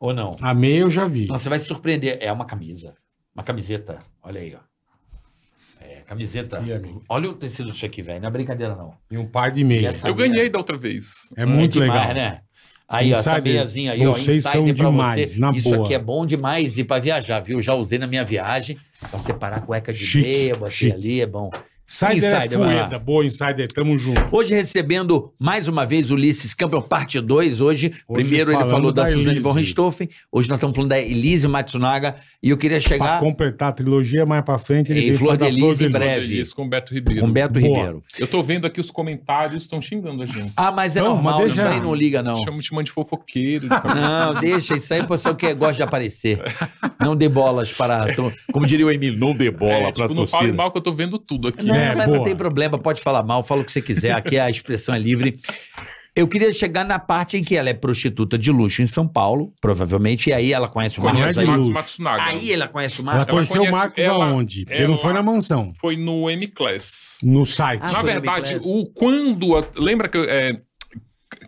Ou não? A meia eu já vi. Não, você vai se surpreender. É uma camisa. Uma camiseta. Olha aí, ó. É, camiseta. Ih, amigo. Olha o tecido disso aqui, velho. Não é brincadeira, não. E um par de E meia. essa Eu meia? ganhei da outra vez. É muito demais, legal. né? Aí, ó, essa Insider, meiazinha aí, ó, vocês insider são pra demais, você. na Isso boa. aqui é bom demais e pra viajar, viu? Já usei na minha viagem pra separar a cueca de Chique, meia, botei chique. ali, é bom. Insider, é Insider, vai lá. fueda. Boa, Insider. Tamo junto. Hoje recebendo mais uma vez Ulisses Campbell, parte 2. Hoje, primeiro ele falando falou da, da Suzane von Elise. Richthofen, hoje nós estamos falando da Elise Matsunaga e eu queria Pra chegar completar a trilogia, mais pra frente ele Ei, veio Flor falar de da Lis em Uma breve. delícia com o Beto Ribeiro. com Beto Boa. Ribeiro. Eu tô vendo aqui os comentários, estão xingando a gente. Ah, mas é Não, normal, mas deixa- isso aí não liga não. Chama, chamando de fofoqueiro. de- [laughs] Não, deixa, isso aí é pessoal que gosta de aparecer. Não dê bolas para... Como diria o Emílio, não dê bola É, tipo, não fale né? mal que eu tô vendo tudo aqui. Não, É, mas não boa. tem problema, pode falar mal, fala o que você quiser, aqui a expressão é livre. Eu queria chegar na parte em que ela é prostituta de luxo em São Paulo, provavelmente, e aí ela conhece o Marcos Conhece Conhece aí. o Marcos Luz. Matsunaga. Aí ela conhece o Ela Marcos. conheceu o conhece- Marcos ela- aonde? Porque não ela- foi na mansão. Foi no M-Class. No site. Ah, Na foi no verdade, M-Class. o quando. a- lembra que. é,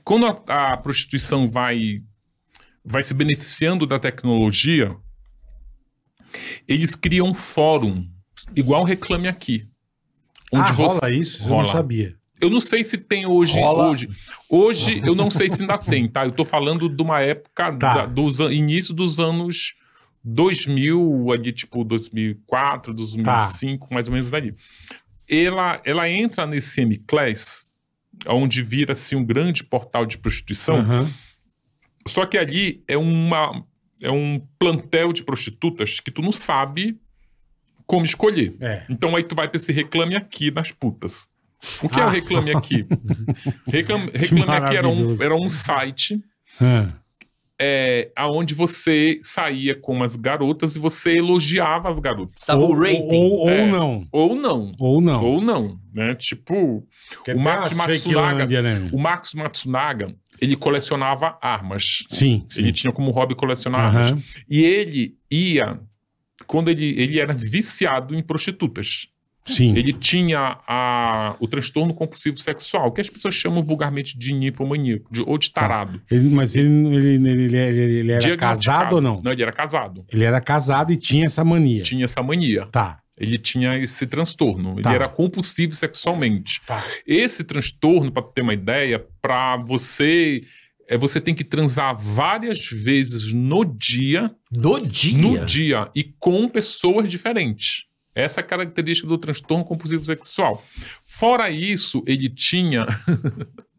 quando a, a prostituição vai, vai se beneficiando da tecnologia, eles criam um fórum, igual Reclame Aqui. ah, você- rola isso? Eu rola. não sabia. Eu não sei se tem hoje. Rola. Hoje, hoje eu não sei se ainda tem, tá? Eu tô falando de uma época Tá. da- dos an- início dos anos 2000, ali tipo 2004, 2005, Tá. mais ou menos dali. Ela, ela entra nesse M-Class, onde vira-se um grande portal de prostituição, Aham. só que ali é uma é um plantel de prostitutas que tu não sabe como escolher. É. Então aí tu vai pra esse reclame aqui das putas. O que é Ah. o reclame [laughs] aqui? Reclame, reclame aqui era um, maravilhoso. era um site Ah, é, aonde você saía com as garotas e você elogiava as garotas. Tava o rating. Ou, ou É. não. Ou não. Ou Tá. não. Ou não, né? Tipo, Porque o tem Marcos umas fake Matsunaga- Lândia, né, meu? o Marcos Matsunaga, ele colecionava armas. Sim, Ele sim. tinha como hobby colecionar armas. Aham. E ele ia. Quando ele, ele era viciado em prostitutas. Sim. Ele tinha a- o transtorno compulsivo sexual, que as pessoas chamam vulgarmente de ninfomaníaco, de, ou de tarado. Ele- mas ele, ele, ele, ele- ele Tá. era Diagnosticado. casado ou não? Não, ele era casado. Ele era casado e tinha essa mania. Tinha essa mania. Tá. Ele tinha esse transtorno. Ele Tá. era compulsivo sexualmente. Tá. Esse transtorno, para ter uma ideia, para você. É, você tem que transar várias vezes no dia, No dia. no dia, e com pessoas diferentes. Essa é a característica do transtorno compulsivo sexual. Fora isso, ele tinha. [laughs]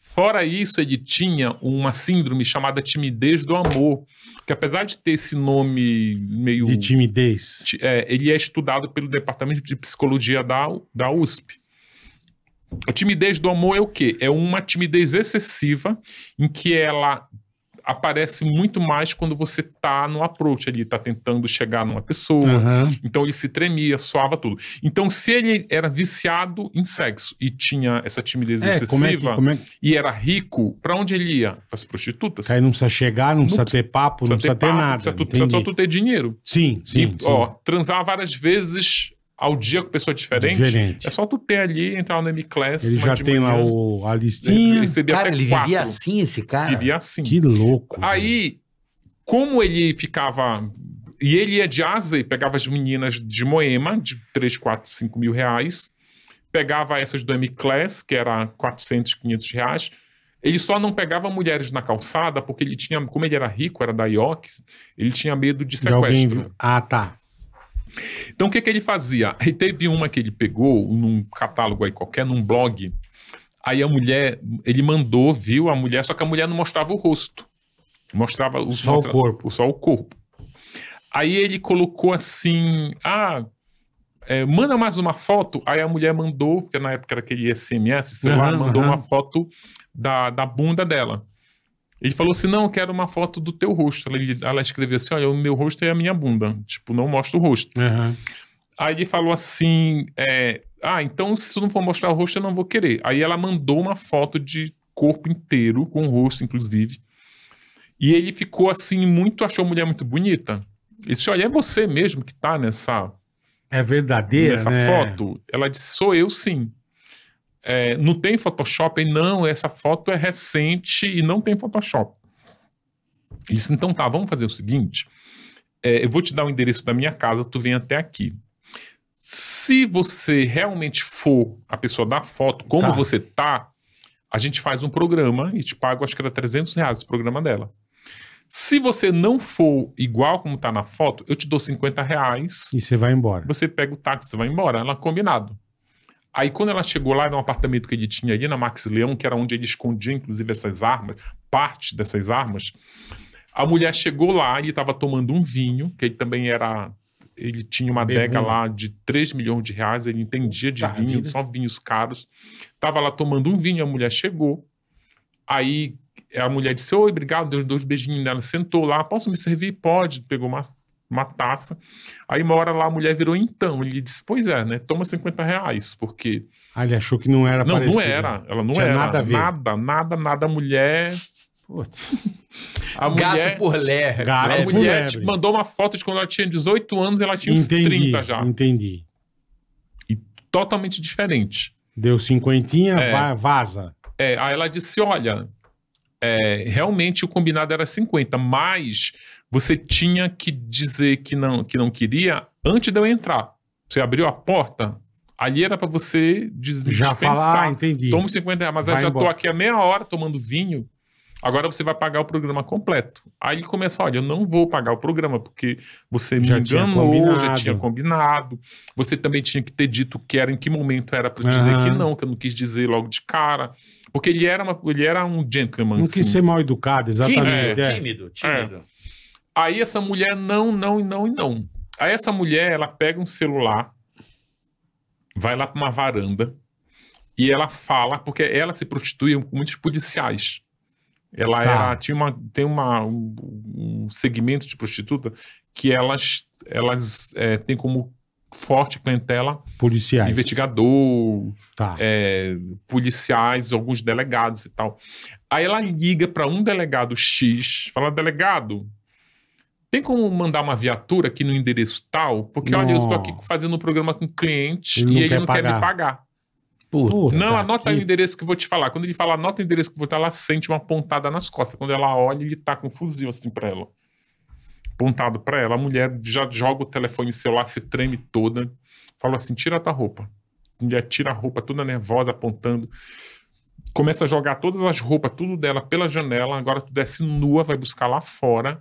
Fora isso, ele tinha uma síndrome chamada timidez do amor, que apesar de ter esse nome meio. De timidez. Ti- é, ele é estudado pelo Departamento de Psicologia da, U- da USP. A timidez do amor é o quê? É uma timidez excessiva em que ela aparece muito mais quando você tá no approach ali, tá tentando chegar numa pessoa. Aham. Então ele se tremia, suava tudo. Então se ele era viciado em sexo e tinha essa timidez É, excessiva como é que, como é que e era rico, pra onde ele ia? As prostitutas. aí não precisa chegar, não, precisa precisa- ter papo, não precisa ter papo, nada. precisa tu- precisa só entendi. tu ter dinheiro Sim, sim. e, sim. ó, transar várias vezes ao dia com pessoa diferente. Diferente. É só tu ter ali, entrar no M-Class. Ele uma já de tem lá manhã, o, a Ele listinha. recebia Cara, até ele quatro. vivia assim, esse cara? Vivia assim. Que louco. Aí, como ele ficava... E ele ia de asa e pegava as meninas de Moema, de 3, 4, 5 mil reais. Pegava essas do M-Class, que era 400, 500 reais. Ele só não pegava mulheres na calçada, porque ele tinha... Como ele era rico, era da IOC, ele tinha medo de velho. De alguém sequestro. viu- Ah, tá. Então, o que, que ele fazia? Aí teve uma que ele pegou num catálogo aí qualquer, num blog. Aí a mulher, ele mandou, viu a mulher, só que a mulher não mostrava o rosto. Mostrava o, Só o mostra- corpo. Só o corpo. Aí ele colocou assim: ah, é, manda mais uma foto. Aí a mulher mandou, porque na época era aquele SMS, celular, Aham, mandou aham. uma foto da, da bunda dela. Ele falou assim: não, eu quero uma foto do teu rosto. Ela, ela escreveu assim: olha, o meu rosto é a minha bunda. Tipo, não mostra o rosto. Aham. Aí ele falou assim: é, Ah, então se tu não for mostrar o rosto, eu não vou querer. Aí ela mandou uma foto de corpo inteiro, com o rosto, inclusive. E ele ficou assim, muito, achou a mulher muito bonita. Ele disse: Olha, é você mesmo que tá nessa, É verdadeira, nessa né? foto? Ela disse: Sou eu sim. É, não tem Photoshop? Ele, não, essa foto é recente e não tem Photoshop. Ele disse: Então tá, vamos fazer o seguinte. É, eu vou te dar o endereço da minha casa, tu vem até aqui. Se você realmente for a pessoa da foto, como Tá. você tá, a gente faz um programa e te pago, acho que era 300 reais o programa dela. Se você não for igual como tá na foto, eu te dou 50 reais E você vai embora. você pega o táxi, você vai embora. Ela combinado. Aí quando ela chegou lá, era um apartamento que ele tinha ali na Max Leão, que era onde ele escondia, inclusive, essas armas, parte dessas armas. A mulher chegou lá, ele estava tomando um vinho, que ele também era. Ele tinha uma Bebum. adega lá de 3 milhões de reais, ele entendia de Puta vinho, vida. só vinhos caros. Tava lá tomando um vinho, a mulher chegou. Aí é, a mulher disse: Oi, obrigado, deu dois beijinhos nela, sentou lá, posso me servir? Pode. Pegou uma, uma taça. Aí uma hora lá a mulher virou então. Ele disse: Pois é, né? Toma 50 reais, porque. Ah, ele achou que não era não, parecido. né? não era. Ela não Tinha era. nada a ver. Nada, nada, nada. A mulher. Putz. A Gato mulher, por ler. É, Gato a lebre. mulher lebre. te mandou uma foto de quando ela tinha 18 anos e ela tinha uns Entendi, 30 já. entendi. Totalmente diferente. Deu cinquentinha, É. va- vaza. É, aí ela disse: Olha, é, realmente o combinado era 50, mas você tinha que dizer que não, que não queria antes de eu entrar. Você abriu a porta, ali era pra você des- Já dispensar. falar, ah, entendi. Toma os 50 reais, mas eu Vai já embora. tô aqui há meia hora tomando vinho. Agora você vai pagar o programa completo. Aí ele começa, olha, eu não vou pagar o programa, porque você me Já tinha enganou, já combinado. tinha combinado. Você também tinha que ter dito que era, em que momento era pra dizer Aham. que não, que eu não quis dizer logo de cara. Porque ele era, uma, ele era um gentleman. Não assim. quis ser mal educado, exatamente. Tímido, é. tímido, tímido. Aí essa mulher, não, não e não e não. Aí essa mulher, ela pega um celular, vai lá pra uma varanda e ela fala, porque ela se prostituía com muitos policiais. Ela Tá. era- tinha uma, tem uma, um, um segmento de prostituta que elas, elas é, têm como forte clientela Policiais. investigador, Tá. é, policiais, alguns delegados e tal. Aí ela liga para um delegado X, fala: delegado, tem como mandar uma viatura aqui no endereço tal? Porque olha, eu estou aqui Nossa. fazendo um programa com cliente Ele não e ele quer não quer pagar. me pagar. Puta. Puta, não, tá anota aí o aqui. endereço que eu vou te falar. Quando ele fala, anota o endereço que eu vou te falar, ela sente uma pontada nas costas. Quando ela olha, ele tá com um fuzil assim pra ela. Pontado pra ela, a mulher já joga o telefone celular, se treme toda. Fala assim: tira a tua roupa. A mulher tira a roupa, toda nervosa, apontando. Começa a jogar todas as roupas, tudo dela pela janela. Agora tu desce nua, vai buscar lá fora.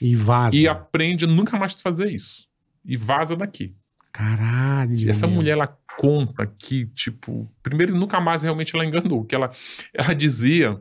E vaza. E aprende a nunca mais fazer isso. E vaza daqui. Caralho. E essa meu. mulher, ela conta que, tipo, primeiro, nunca mais realmente ela enganou, que ela, ela dizia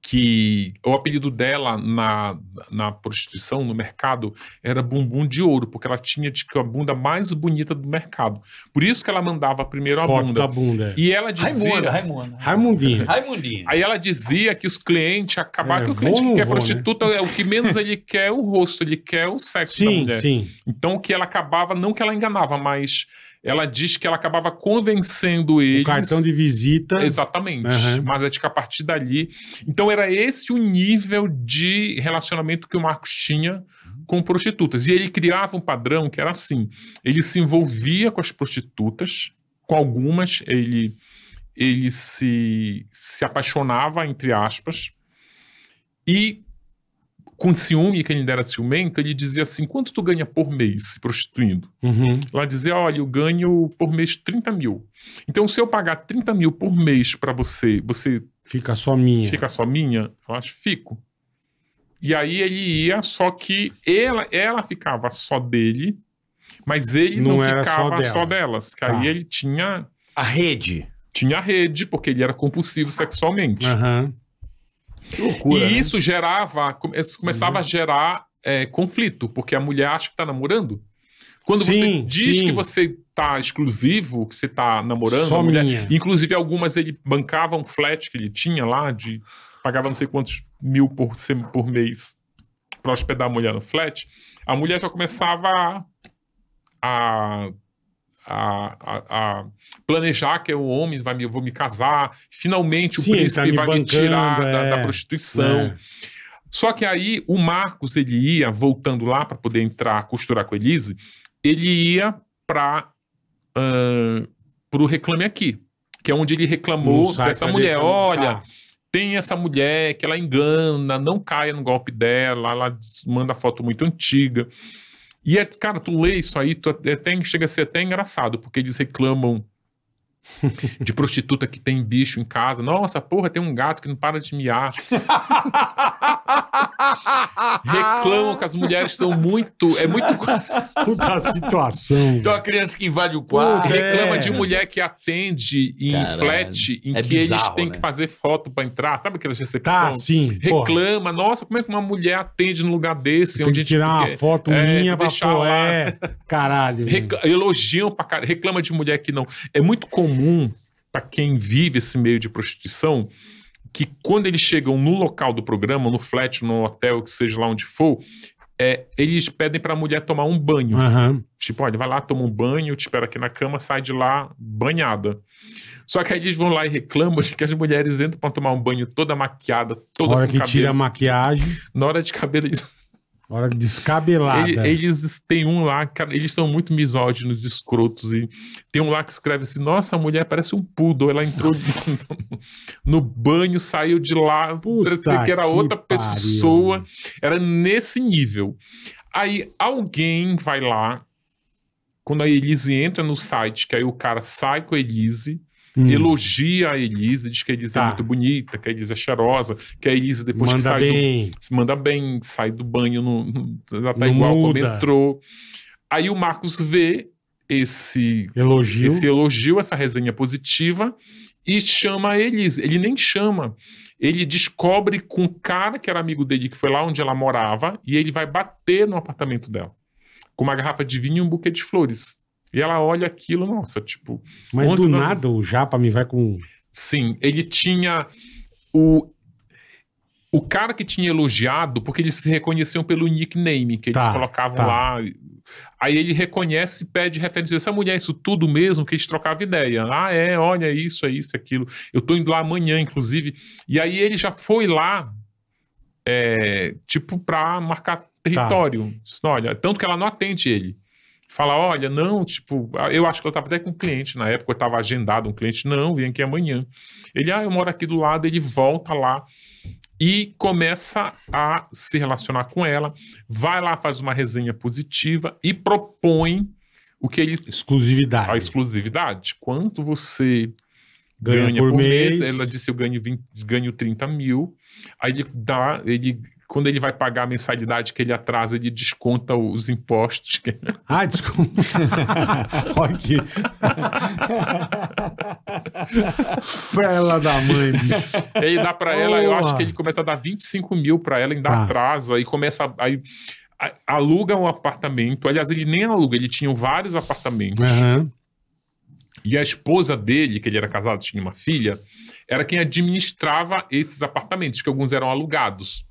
que o apelido dela na, na prostituição, no mercado, era bumbum de ouro, porque ela tinha, tipo, a bunda mais bonita do mercado. Por isso que ela mandava primeiro a Foto bunda. da bunda. é. E ela dizia... Raimundo, Raimundo. Raimundinho. Raimundinho. Aí ela dizia que os clientes acabaram, É, que o cliente vou ou que não quer vou, né? prostituta, é o que menos ele quer é o rosto, ele quer o sexo da Sim, mulher. sim. Então, o que ela acabava, não que ela enganava, mas ela diz que ela acabava convencendo O eles. cartão de visita. Exatamente. Aham. Mas é de que a partir dali. Então, era esse o nível de relacionamento que o Marcos tinha com prostitutas. E ele criava um padrão que era assim: ele se envolvia com as prostitutas, com algumas, ele, ele se, se apaixonava, entre aspas, e com ciúme, que ele ainda era ciumento, ele dizia assim: quanto tu ganha por mês se prostituindo? Uhum. Lá dizer, olha, eu ganho por mês 30 mil. Então, se eu pagar 30 mil por mês pra você, você Fica só minha. fica só minha? Eu acho, fico. E aí ele ia, só que ela, ela ficava só dele, mas ele Não não, era só ficava dela. só, delas. Que Tá. aí ele tinha, A rede. tinha rede, porque ele era compulsivo sexualmente. Aham. Que loucura. e né? isso gerava, come- começava a gerar é, conflito, porque a mulher acha que tá namorando. Quando Sim, você diz sim. que você tá exclusivo, que você tá namorando, Só a mulher- minha. inclusive algumas ele bancava um flat que ele tinha lá, de pagava não sei quantos mil por, sem- por mês pra hospedar a mulher no flat, a mulher já começava a, a, a- a- a planejar que o homem vai me, eu vou me casar, finalmente o Sim, ele príncipe tá me vai me bancando, tirar da, é. da prostituição. É. Só que aí o Marcos, ele ia, voltando lá para poder entrar, costurar com a Elise, ele ia para o Reclame Aqui, que é onde ele No reclamou site dessa ali, mulher. tá. Olha, tem essa mulher que ela engana, não caia no golpe dela, ela manda foto muito antiga. E, é, cara, tu lê isso aí, tu até, até chega a ser até engraçado, porque eles [laughs] reclamam de prostituta que tem bicho em casa. Nossa, porra, tem um gato que não para de miar. reclamam que as mulheres são muito... É [laughs] muito... [laughs] Puta situação. Então a criança que invade o quarto. Puta, é. Reclama de mulher que atende em Caralho. flat, em É que bizarro, eles têm né? que fazer foto pra entrar. Sabe aquelas recepções? Tá, sim. porra. reclama, nossa, como é que uma mulher atende num lugar desse? Tem que a gente tirar uma quer- foto é, minha pra deixar pôr. lá. É, caralho. Recla- Elogiam pra cara, reclama de mulher que não. É muito comum pra quem vive esse meio de prostituição que quando eles chegam no local do programa, no flat, no hotel, que seja lá onde for, é, eles pedem pra mulher tomar um banho. Aham. Tipo, olha, vai lá, toma um banho, te espera aqui na cama, sai de lá banhada. Só que aí eles vão lá e reclamam de que as mulheres entram pra tomar um banho toda maquiada, toda A hora com que cabelo. tira a maquiagem, Na hora de cabelo, eles a hora descabelada. Ele- eles têm um lá, cara, eles são muito misóginos, escrotos. E tem um lá que escreve assim: nossa, a mulher parece um poodle. Ela entrou no, [laughs] no banho, saiu de lá, Puta parecia que era que outra pariu. pessoa. Era nesse nível. Aí alguém vai lá, quando a Elise entra no site, que aí o cara sai com a Elise, Hum. elogia a Elise, diz que a Elise Tá. é muito bonita, que a Elise é cheirosa, que a Elise depois que Manda sai do bem. se manda bem, sai do banho, não, não- ela tá Não igual muda. como entrou. Aí o Marcos vê esse, Elogio. esse elogio, essa resenha positiva, e chama a Elise. Ele nem chama. Ele descobre com um o cara que era amigo dele, que foi lá onde ela morava, e ele vai bater no apartamento dela. com uma garrafa de vinho e um buquê de flores. E ela olha aquilo, nossa, tipo. Mas Onze do não- nada o Japa me vai com. Sim, ele tinha o. O cara que tinha elogiado, porque eles se reconheciam pelo nickname que eles Tá, colocavam tá. lá. Aí ele reconhece e pede referência. Essa mulher, é isso tudo mesmo, que eles trocavam ideia. Ah, é, olha, isso, é isso, é aquilo. Eu tô indo lá amanhã, inclusive. E aí ele já foi lá, é, tipo, pra marcar território. Disse, olha, tanto que ela não atende ele. Fala, olha, não, tipo, eu acho que eu tava até com um cliente na época, eu tava agendado um cliente, não, vem aqui amanhã. Ele, ah, eu moro aqui do lado, ele volta lá e começa a se relacionar com ela, vai lá, faz uma resenha positiva e propõe o que ele. Exclusividade. A exclusividade. Quanto você Ganha, por, mês. Ela disse eu ganho, 20, ganho 30 mil. Aí ele dá, ele, quando ele vai pagar a mensalidade que ele atrasa, ele desconta os impostos. [laughs] Ah, desculpa. [laughs] Olha aqui. Frela da mãe. bicho. Aí dá pra ela, eu Boa. acho que ele começa a dar 25 mil pra ela, ainda Tá. atrasa, e começa a- aí a- aluga um apartamento. Aliás, ele nem aluga, ele tinha vários apartamentos. Aham. E a esposa dele, que ele era casado, tinha uma filha, era quem administrava esses apartamentos, que alguns eram alugados.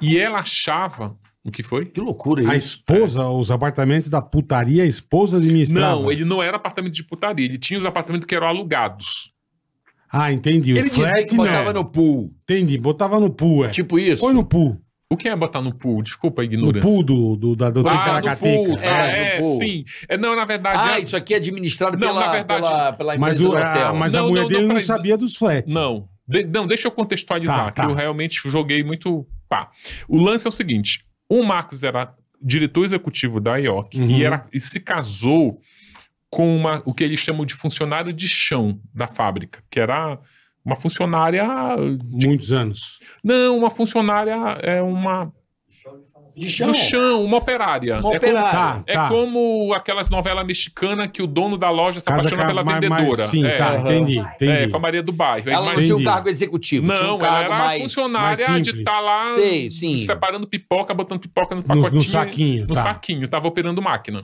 E ela achava. O que foi? Que loucura A isso. esposa, os apartamentos da putaria, a esposa administrava. É. Não, ele não era apartamento de putaria. Ele tinha os apartamentos que eram alugados. Ah, entendi. O Ele dizia flat que botava não. no pool. Entendi, botava no pool, é. Tipo isso. Põe no pool. O que é botar no pool? Desculpa a No ignorância. pool do, do, da, do Ah, no Tecaracateca. pool. tá, É, é, no pool. sim. É, não, na verdade... Ah, é- isso aqui é administrado Não, pela, na verdade- pela, pela Mas, empresa o, do hotel. a, mas a Não, mulher não, dele não, não, peraí. sabia dos flats. Não. De- não, deixa eu contextualizar, Tá, tá. que eu realmente joguei muito pá. O lance é o seguinte: o Marcos era diretor executivo da IOC Uhum. e, era, e se casou com uma, o que eles chamam de funcionário de chão da fábrica, que era uma funcionária de Muitos anos. Não, uma funcionária é uma. De Do chão, uma operária. Uma é operária. Tá, Como, é tá. como aquelas novelas mexicanas que o dono da loja se apaixona ca- pela mais- mais- vendedora. Sim, é, tá, Aham. entendi, entendi. é, com a Maria do Bairro. Ela não Mas- tinha um Entendi. cargo executivo, tinha um não, ela cargo era mais... funcionária mais de simples. estar lá Sei, sim. separando pipoca, botando pipoca no No- pacotinho. no saquinho, No tá. saquinho, tava operando máquina.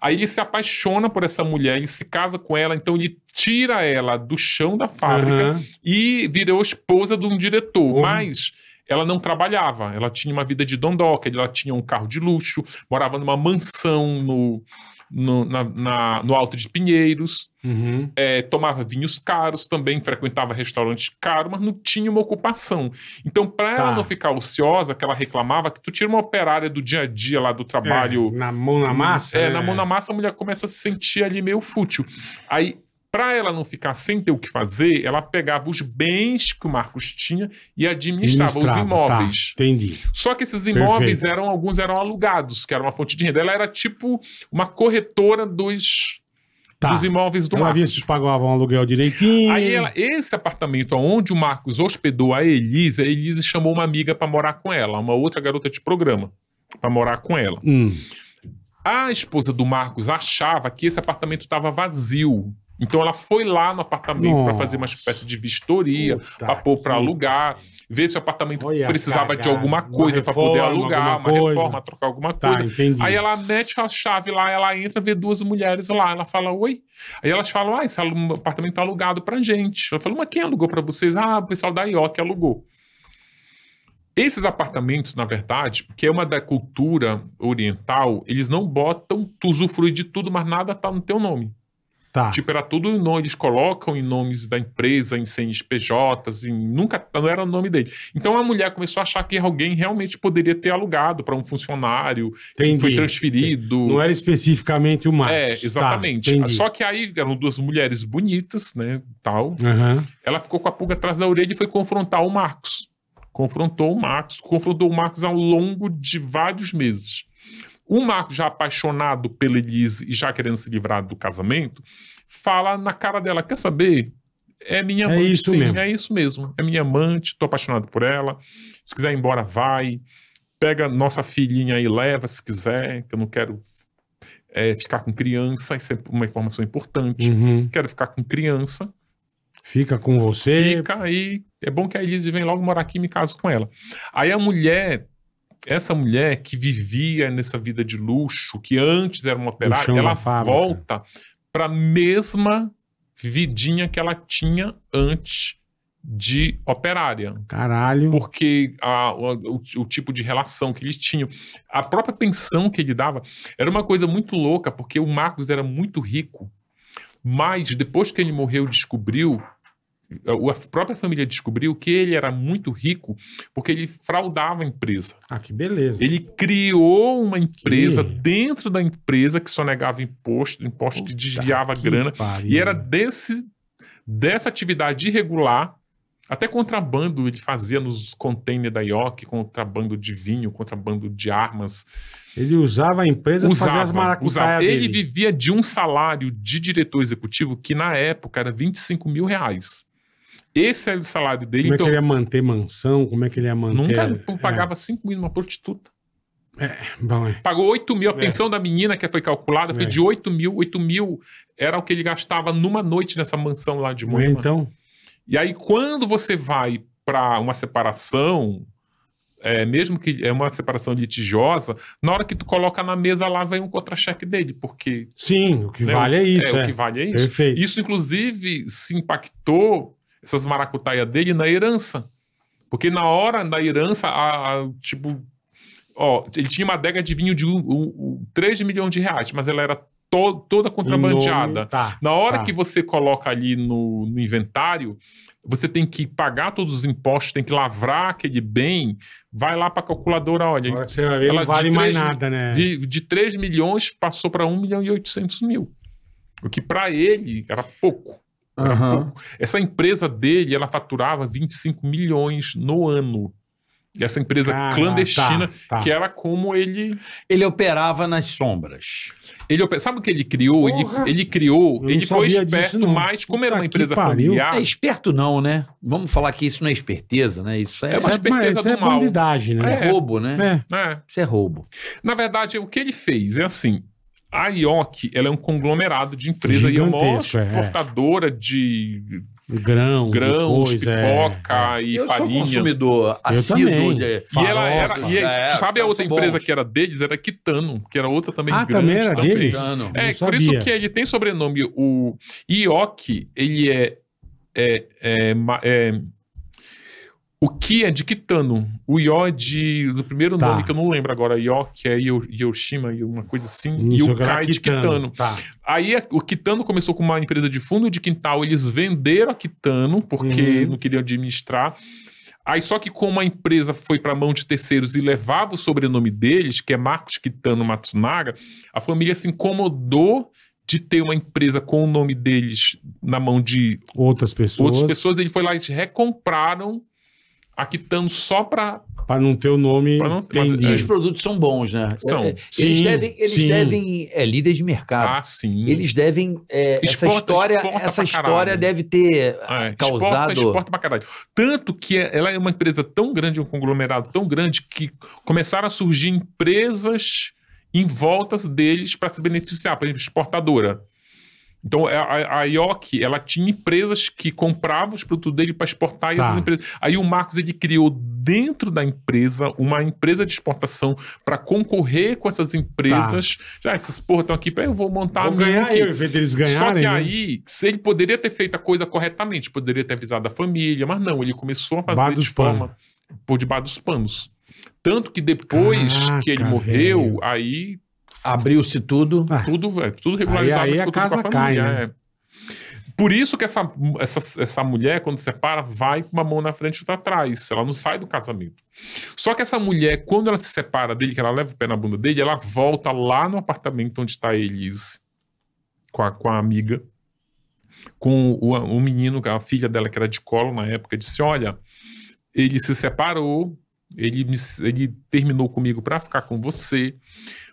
Aí ele se apaixona por essa mulher, ele se casa com ela, então ele tira ela do chão da fábrica Aham. e virou esposa de um diretor, Uhum. mas ela não trabalhava, ela tinha uma vida de dondoca, ela tinha um carro de luxo, morava numa mansão no, no, na- na- no Alto de Pinheiros, Uhum. é, tomava vinhos caros também, frequentava restaurantes caros, mas não tinha uma ocupação. Então, para Tá. ela não ficar ociosa, que ela reclamava, que tu tira uma operária do dia a dia lá do trabalho... É, na mão na massa? É, né? na mão na massa a mulher começa a se sentir ali meio fútil. Aí, pra ela não ficar sem ter o que fazer, ela pegava os bens que o Marcos tinha e administrava, os imóveis. Tá, entendi. Só que esses imóveis Perfeito. eram, alguns eram alugados, que era uma fonte de renda. Ela era tipo uma corretora dos, Tá. dos imóveis do ela havia Marcos. se pagava um aluguel direitinho. Aí ela- esse apartamento onde o Marcos hospedou a Elise, a Elise chamou uma amiga pra morar com ela, uma outra garota de programa, pra morar com ela. Hum, A esposa do Marcos achava que esse apartamento estava vazio. Então ela foi lá no apartamento para Nossa. fazer uma espécie de vistoria, puta para pôr para que- alugar, ver se o apartamento Olha a precisava de cagada. alguma Uma coisa para poder reforma, alugar, uma alguma coisa. reforma, trocar alguma Tá, coisa. entendi. Aí ela mete a chave lá, ela entra, vê duas mulheres lá, ela fala, oi. Aí elas falam, ah, esse alu- apartamento tá alugado pra gente. Ela fala, mas quem alugou pra vocês? Ah, o pessoal da IOC alugou. Esses apartamentos, na verdade, que é uma da cultura oriental, eles não botam, tu usufrui de tudo, mas nada tá no teu nome. Tá. Tipo, era tudo em nome, eles colocam em nomes da empresa, em CNPJs, em nunca, não era o nome dele. Então a mulher começou a achar que alguém realmente poderia ter alugado para um funcionário, entendi. que foi transferido. Não era especificamente o Marcos. É, Tá, exatamente. entendi. Só que aí eram duas mulheres bonitas, né, tal. Aham. Ela ficou com a pulga atrás da orelha e foi confrontar o Marcos. Confrontou o Marcos, confrontou o Marcos ao longo de vários meses. O Marcos, já apaixonado pela Elise e já querendo se livrar do casamento, fala na cara dela: quer saber? É É minha amante. isso sim, mesmo." é isso mesmo. É minha amante, tô apaixonado por ela. Se quiser ir embora, vai. Pega nossa filhinha e leva, se quiser, que eu não quero eh, ficar com criança. Isso é uma informação importante. Uhum. Quero ficar com criança Fica com você. fica aí. É bom que a Elise vem logo morar aqui e me caso com ela. Aí a mulher Essa mulher que vivia nessa vida de luxo, que antes era uma operária, chão ela da fábrica. volta para a mesma vidinha que ela tinha antes de operária Caralho. porque a- o, o- o tipo de relação que eles tinham, a própria pensão que ele dava, era uma coisa muito louca, porque o Marcos era muito rico, mas depois que ele morreu, descobriu, a a própria família descobriu que ele era muito rico porque ele fraudava a empresa. Ah, que beleza. Ele criou uma empresa Que? dentro da empresa que só negava imposto, imposto que desviava que grana, pariu. e era desse, dessa atividade irregular, até contrabando ele fazia nos containers da IOC, contrabando de vinho, contrabando de armas. Ele usava a empresa para fazer as Usava, usava. maracutaias dele. Ele vivia de um salário de diretor executivo que na época era 25 mil reais. Esse era o salário dele. Como é então, que ele ia manter mansão? Como é que é. ele ia manter... nunca pagava 5 mil numa prostituta. É, bom, é. Pagou 8 mil. A É. pensão da menina que foi calculada foi É. de 8 mil. 8 mil era o que ele gastava numa noite nessa mansão lá de Não é, Moema. então, E aí, quando você vai para uma separação, é, mesmo que é uma separação litigiosa, na hora que tu coloca na mesa lá, vem um contra-cheque dele, porque sim, o que Né, vale é isso, é, é. o que vale é isso. Perfeito. Isso, inclusive, se impactou, essas maracutaias dele, na herança. Porque na hora da herança, a, a, tipo, ó, ele tinha uma adega de vinho de um, um, um, 3 milhões de reais, mas ela era to- toda contrabandeada. Nome- Tá. Na hora Tá. que você coloca ali no, no inventário, você tem que pagar todos os impostos, tem que lavrar aquele bem. Vai lá para a calculadora, olha, Agora que você vai ver, Ela não vale de mais três- nada, né? de, de 3 milhões passou para 1 milhão e 800 mil. O que para ele era pouco. Aham. Essa empresa dele, ela faturava 25 milhões no ano. E Essa empresa Cara, clandestina, tá, tá. que era como ele... Ele operava nas sombras. ele sabe o que ele criou? Ele, Porra! ele criou, Eu não ele foi sabia disso, esperto, não. mas como era Puta uma que empresa pariu. familiar... É esperto não, né? Vamos falar que isso não é esperteza, né? Isso é, É isso uma Isso é, mas esperteza isso é do mal. é bandidagem, né? roubo, né? É. né? Isso é roubo. Na verdade, o que ele fez é assim. A IOC, ela é um conglomerado de empresa e é uma maior Gigantesco, é. exportadora de Grão, grãos, depois, é, pipoca e eu sou farinha. consumidor assíduo também. de... E ela era. Farofas, e é- né? sabe a São outra bons. empresa que era deles? Era Quitano, que era outra também Ah, também era deles? Quitano. É, Não por isso sabia. que ele tem sobrenome. O IOC, ele é. é, é, ma- é- o que é de Quitano? O Ió é de, do primeiro Tá. nome, que eu não lembro agora. Ió, que é Io- Yoshima, e uma coisa assim. é. e Isso, o era Kai de quitano. Quitano. Tá. Aí a- o Quitano começou com uma empresa de fundo de quintal, eles venderam a Quitano porque Uhum. não queriam administrar. Aí só que como a empresa foi para mão de terceiros e levava o sobrenome deles, que é Marcos Quitano Matsunaga, a família se incomodou de ter uma empresa com o nome deles na mão de Outras pessoas, outras pessoas. Ele foi lá e eles recompraram a Quitano só para pra não ter o nome Pra não- mas- E É. os entendido. produtos são bons, né? São. É, é, eles Sim, devem, eles sim. devem é, líderes de mercado. ah, Hum. sim. Eles devem é, Exporta, essa história, exporta pra essa caralho. né? história deve ter É, causado- Exporta, exporta pra caralho. Tanto que é- ela é uma empresa tão grande, um conglomerado tão grande, que começaram a surgir empresas em voltas deles para se beneficiar, por exemplo, exportadora. Então, a, a, a IOC, ela tinha empresas que compravam os produtos dele para exportar e Tá. essas empresas. Aí o Marcos, ele criou dentro da empresa uma empresa de exportação para concorrer com essas empresas. Já, essas porra estão aqui, eu vou montar Tá. Vou a minha ganhar é, tá aqui. eu, em vez deles Só ganharem, que né? aí, se ele poderia ter feito a coisa corretamente, poderia ter avisado a família, mas não, ele começou a Bar fazer dos de forma por debaixo dos panos. Tanto que depois Caraca, que ele morreu, velho. aí abriu-se tudo. Ah. tudo, velho, tudo regularizado, Aí- aí ficou a tudo casa cai, né? é. Por isso que essa, essa, essa mulher, quando separa, vai com uma mão na frente e outra atrás. Ela não sai do casamento. Só que essa mulher, quando ela se separa dele, que ela leva o pé na bunda dele, ela volta lá no apartamento onde está a Elise, com a, com a amiga, com o, o menino, a filha dela, que era de colo na época, disse: Olha, ele se separou, ele, me- ele terminou comigo para ficar com você,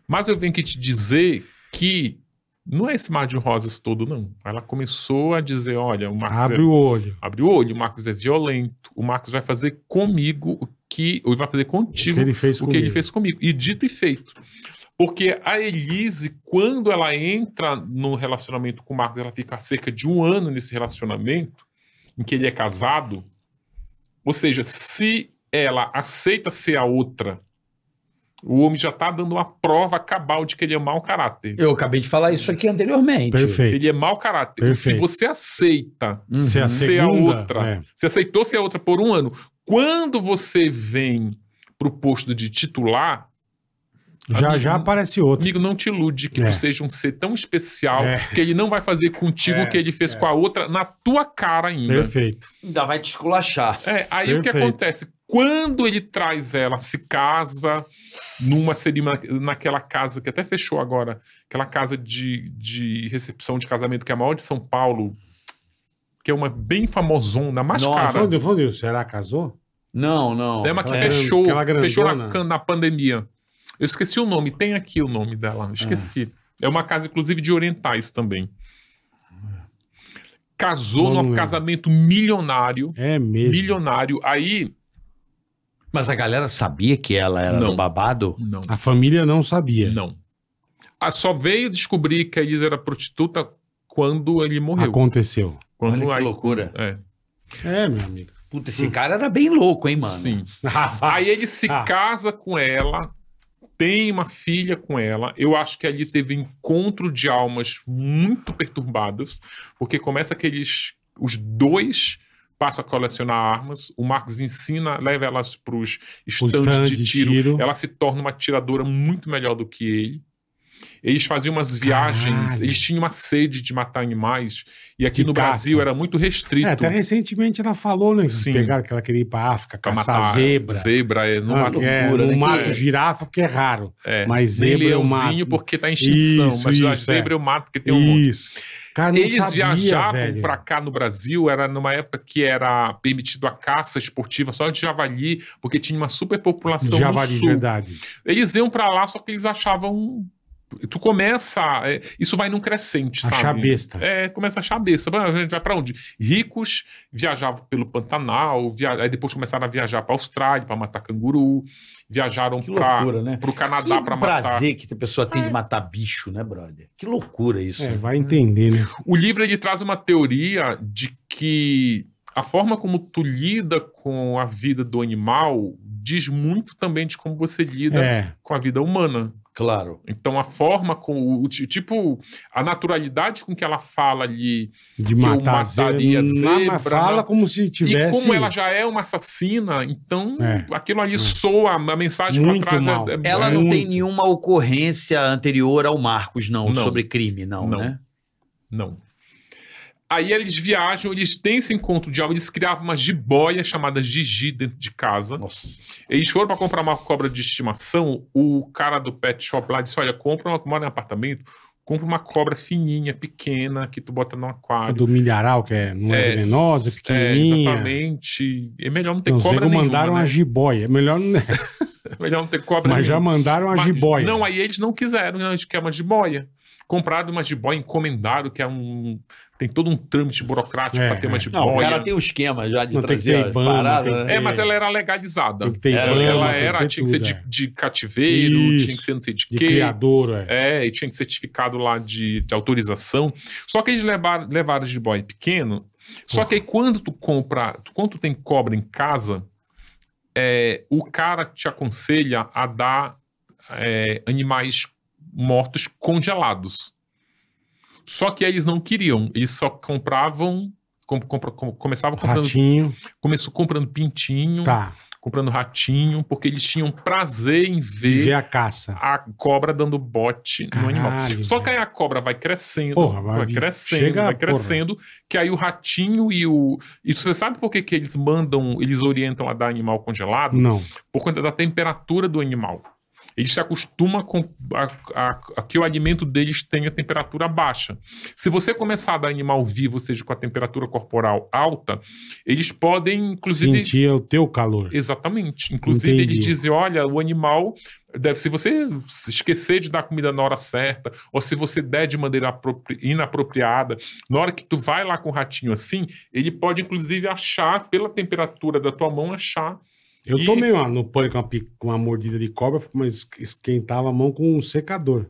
mas eu venho aqui te dizer que não é esse mar de rosas todo, não. Ela começou a dizer: Olha, o Marcos é Abre o olho. Abre o olho, o Marcos é violento, o Marcos vai fazer comigo o que. Ou vai fazer O que contigo ele fez o que ele comigo. fez comigo. E dito e feito. Porque a Elise, quando ela entra no relacionamento com o Marcos, ela fica cerca de um ano nesse relacionamento, em que ele é casado. Ou seja, se ela aceita ser a outra O homem já tá dando uma prova cabal de que ele é mau caráter. Eu acabei de falar isso aqui anteriormente. Perfeito. Ele é mau caráter. Perfeito. Se você aceita Uhum. Se a ser a segunda, outra, é. você aceitou ser a outra por um ano, quando você vem pro posto de titular, Já já Amigo. aparece outro. amigo, não te ilude que É. tu seja um ser tão especial É. que ele não vai fazer contigo É, o que ele fez é. com a outra na tua cara ainda. Perfeito. Ainda vai te esculachar. É, aí o que Perfeito. acontece? Quando ele traz ela, se casa numa cerimônia, naquela casa que até fechou agora, aquela casa de, de recepção de casamento que é a maior de São Paulo, que é uma bem famosona, mais Nossa, cara. Onde, onde o Ceará casou? Não, não. É uma que Aquela grande- fechou, aquela grandona. fechou na, can- na pandemia. Eu esqueci o nome, tem aqui o nome dela, esqueci. É uma casa, inclusive, de orientais também. Casou Não num lembro. casamento milionário. É mesmo. Milionário. Aí. Mas a galera sabia que ela era Não. do babado? Não. A família não sabia. Não. Ah, só veio descobrir que a Elisa era prostituta quando ele Ah, morreu. Aconteceu. Quando Olha que aí- loucura. É, É, meu amigo. Puta, esse cara era bem louco, hein, mano? sim. Ah, vai. [laughs] Aí ele se Ah. casa com ela, tem uma filha com ela. Eu acho que ali teve um encontro de almas muito perturbadas, porque começa aqueles. Os dois passam a colecionar armas. O Marcos ensina, leva elas para os stand estandes de de tiro. é tiro. Ela se torna uma tiradora muito melhor do que ele. Eles faziam umas viagens, Caralho. eles tinham uma sede de matar animais, e aqui De no caça. Brasil era muito É, restrito. até recentemente ela falou, né? Sim. Sim. Pegaram que ela queria ir pra África, pra caçar zebra. Zebra, é, não Ah, mata- que é, loucura, não né? mato Que- girafa porque é raro. É, Mas Nem zebra eu leãozinho mato. porque tá em extinção, Isso, mas já isso, é. zebra eu mato porque tem um monte. Isso. Cara, não Eles sabia, viajavam velho. pra cá no Brasil, era numa época que era permitido a caça esportiva só de javali, porque tinha uma superpopulação Já no vale de sul. verdade. Eles iam pra lá só que eles achavam um, tu começa, é, isso vai num crescente, sabe? Achar besta. É, começa a achar besta. Mas A gente vai pra onde? Ricos viajavam pelo Pantanal, via... aí depois começaram a viajar pra Austrália pra matar canguru, viajaram Que pra loucura, né? pro Que Canadá pra matar. prazer que a pessoa tem de matar bicho, né, brother? Que loucura isso. É, vai entender, né? O livro ele traz uma teoria de que a forma como tu lida com a vida do animal diz muito também de como você lida É. com a vida humana. Claro. Então a forma com o ti- tipo a naturalidade com que ela fala ali De eu matar mataria zebra. Não, mas zebra, fala não. como se tivesse. e como ela já é uma assassina, então É. aquilo ali soa a mensagem que Muito ela traz mal. é, é Ela é- não Muito. tem nenhuma ocorrência anterior ao Marcos, não, Não. sobre crime, não, Não. né? Não. Aí eles viajam, eles têm esse encontro de alma, eles criavam uma jiboia chamada Gigi dentro de casa. Nossa. Eles foram pra comprar uma cobra de estimação. O cara do pet shop lá disse: Olha, compra uma mora em apartamento, compra uma cobra fininha, pequena, que tu bota no A aquário. do milharal, que é, não é, É. venenosa, É, pequenininha. exatamente. É melhor não ter Então, os cobra nego nenhuma. mandaram né? a jiboia. Melhor não. É melhor não ter cobra [laughs] Mas já nenhuma. mandaram a Mas- jiboia. Não, aí eles não quiseram, não, a gente quer uma jiboia. Compraram uma jiboia, encomendaram, que é um. Tem todo um trâmite burocrático É, pra ter uma é. jiboia. Não, o cara tem o esquema já de Não, tem que ter trazer as Ibama, paradas, tem né? É, mas ela era legalizada. Tem que ter Ela- Ela, Ibama, tem era, ter tinha que ser tudo, de, é. de cativeiro, Isso. tinha que ser não sei de, De quê. criador, é. É, e tinha que certificado lá de, de autorização. Só que eles levaram, levaram de boy pequeno. Só que aí quando tu compra, tu- quando tu tem cobra em casa, é, o cara te aconselha a dar é, animais mortos congelados. Só que eles não queriam, eles só compravam, com, compra- com- começavam comprando, Ratinho. começou comprando pintinho, Tá. comprando ratinho, porque eles tinham prazer em De ver ver a caça. a cobra dando bote Caralho, no Ah, um animal. Só que aí velho. a cobra vai crescendo, Porra, vai vai, vir- crescendo, chega, vai crescendo, que aí o ratinho e o. E você sabe por que, que eles mandam, eles orientam a dar animal congelado? Não. Por conta da temperatura do animal. Eles se acostumam com a, a- a que o alimento deles tenha temperatura baixa. Se você começar a dar animal vivo, ou seja, com a temperatura corporal alta, eles podem, inclusive, Sentia o teu calor. Exatamente. Inclusive, Entendi. ele diz: olha, o animal deve, se você se esquecer de dar comida na hora certa, ou se você der de maneira apropri- inapropriada, na hora que tu vai lá com o ratinho assim, ele pode, inclusive, achar, pela temperatura da tua mão, achar. Eu E- tomei uma, no pânico uma, pi- uma mordida de cobra, mas esquentava a mão com um secador.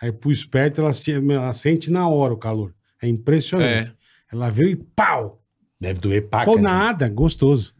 Aí pus É, É. perto, ela, se- ela sente na hora o calor. É impressionante. Ela veio e pau! Deve doer paca. Pô, né? nada, [laughs] gostoso.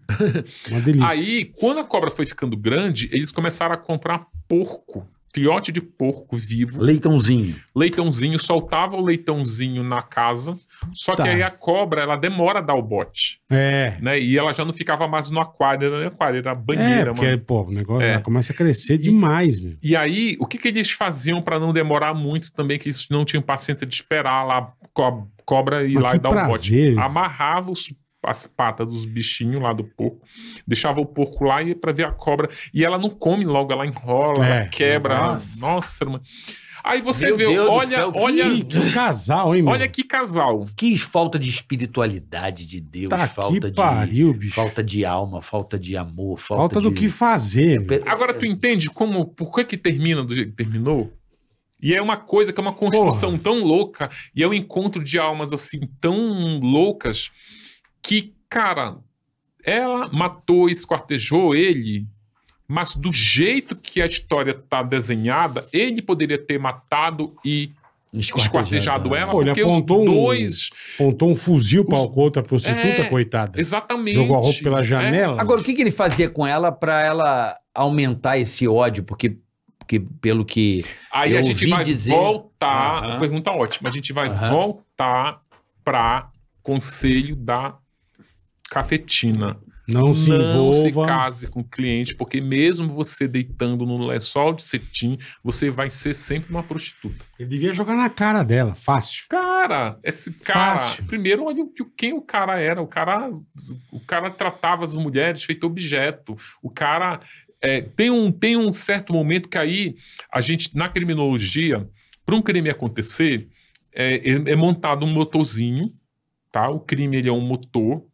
Uma delícia. Ah, Aí, quando a cobra foi ficando grande, eles começaram a comprar porco, filhote de porco vivo, Leitãozinho. leitãozinho, soltava o leitãozinho na casa, só Tá. que aí a cobra, ela demora a dar o bote, é. né? E ela já não ficava mais no aquário, era no aquário, era É, banheira, porque, mano. pô, o negócio É. ela começa a crescer demais, meu. E aí, o que, que eles faziam pra não demorar muito também, que eles não tinham paciência de esperar lá a co- cobra ir Mas lá que e dar o prazer. bote? Amarrava os- as patas dos bichinhos lá do porco, deixava o porco lá e ia pra ver a cobra. E ela não come logo, ela enrola, É. ela quebra. Nossa. Nossa, mano. Aí você Meu vê, Deus do olha, céu, que- olha, Que, que casal, hein, meu? olha que casal. Que falta de espiritualidade de Deus, tá falta que de. pariu, bicho. Falta, Falta de alma, falta de amor, falta, do de- é, que fazer. meu. Agora tu entende como, por que que termina do jeito que terminou? E é uma coisa que é uma construção tão louca e é um encontro de almas assim tão loucas que, cara, ela matou, esquartejou ele, mas do jeito que a história tá desenhada, ele poderia ter matado e esquartejado né? ela, Pô, ele porque os apontou um- dois, Apontou um fuzil pra Os- outra prostituta, É, coitada. exatamente. Jogou a roupa pela É, janela. Agora, o que, que ele fazia com ela pra ela aumentar esse ódio? Porque, porque pelo que. Aí Eu a gente ouvi vai dizer- voltar. Aham. Pergunta ótima. A gente vai Aham. voltar para conselho da cafetina. não se Não se envolva. case com o cliente, porque mesmo você deitando no lençol de cetim, você vai ser sempre uma prostituta. Ele devia jogar na cara dela, fácil. Cara, esse cara. Fácil. Primeiro, olha o que- quem o cara era. O cara, o cara tratava as mulheres feito objeto. O cara. é, tem, um, tem um certo momento que aí a gente, na criminologia, para um crime acontecer, é, é- é montado um motorzinho, tá? O crime ele é um motor.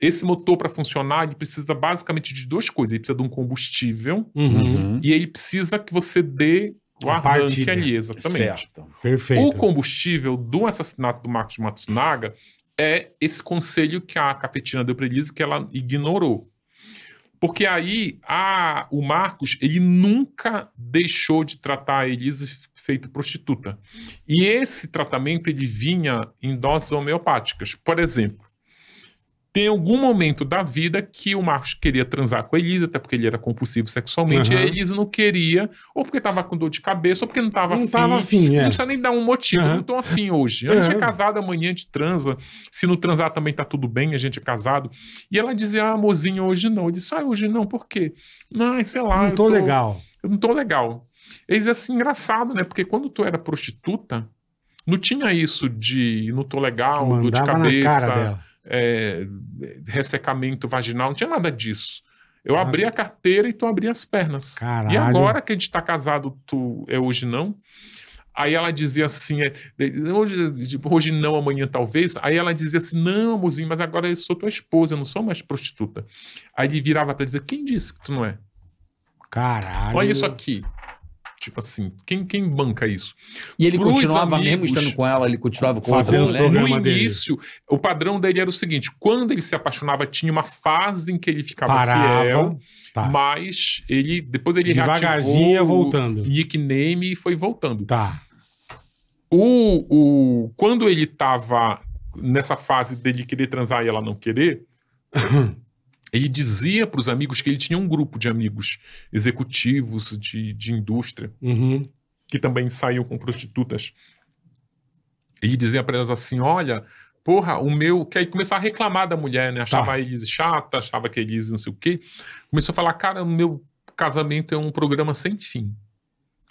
Esse motor, para funcionar, ele precisa basicamente de duas coisas. Ele precisa de um combustível Uhum. e ele precisa que você dê o A arranque partida. ali, exatamente. Certo. Perfeito. O combustível do assassinato do Marcos Matsunaga é esse conselho que a cafetina deu para Elise que ela ignorou. Porque aí a- o Marcos, ele nunca deixou de tratar a Elise feito prostituta. E esse tratamento ele vinha em doses homeopáticas. Por exemplo, tem algum momento da vida que o Marcos queria transar com a Elise, até porque ele era compulsivo sexualmente, Aham. e a Elise não queria, ou porque estava com dor de cabeça, ou porque não estava não tava afim, não é. precisa nem dar um motivo, Aham. eu não tô afim hoje. A gente Aham. é casado, amanhã a gente transa. Se não transar também tá tudo bem, a gente é casado. E ela dizia, ah, mozinho, hoje não. Eu disse, ah, hoje não, por quê? Não, sei lá. Não eu tô legal. Eu não tô legal. Eles assim, engraçado, né? Porque quando tu era prostituta, não tinha isso de não tô legal, dor de Mandava na cara cabeça, dela. é, ressecamento vaginal, não tinha nada disso. Eu Ah. abri a carteira e tu abria as pernas. Caralho. E agora que a gente tá casado, tu é hoje não? Aí ela dizia assim, é, é, hoje, tipo, hoje não, amanhã talvez. Aí ela dizia assim, não, amorzinho, mas agora eu sou tua esposa, eu não sou mais prostituta. Aí ele virava pra dizer, quem disse que tu não é? Caralho. Olha isso aqui. Tipo assim, quem, quem banca isso? E ele Pros continuava mesmo amigos. estando com ela, ele continuava com Fazendo os outra mulher. programas. No programa dele. início, o padrão dele era o seguinte, quando ele se apaixonava, tinha uma fase em que ele ficava Parava. fiel, tá. mas ele, depois ele Devagarzinho ia reativou voltando. o nickname e foi voltando. Tá. O, o- quando ele tava nessa fase dele querer transar e ela não querer, [clears throat] ele dizia para os amigos que ele tinha um grupo de amigos executivos de, de indústria Uhum. que também saíam com prostitutas. Ele dizia para elas assim: olha, porra, o meu. Que aí começar a reclamar da mulher, né? Achava Tá. a Elise chata, achava que a Elise não sei o quê. Começou a falar: cara, o meu casamento é um programa sem fim.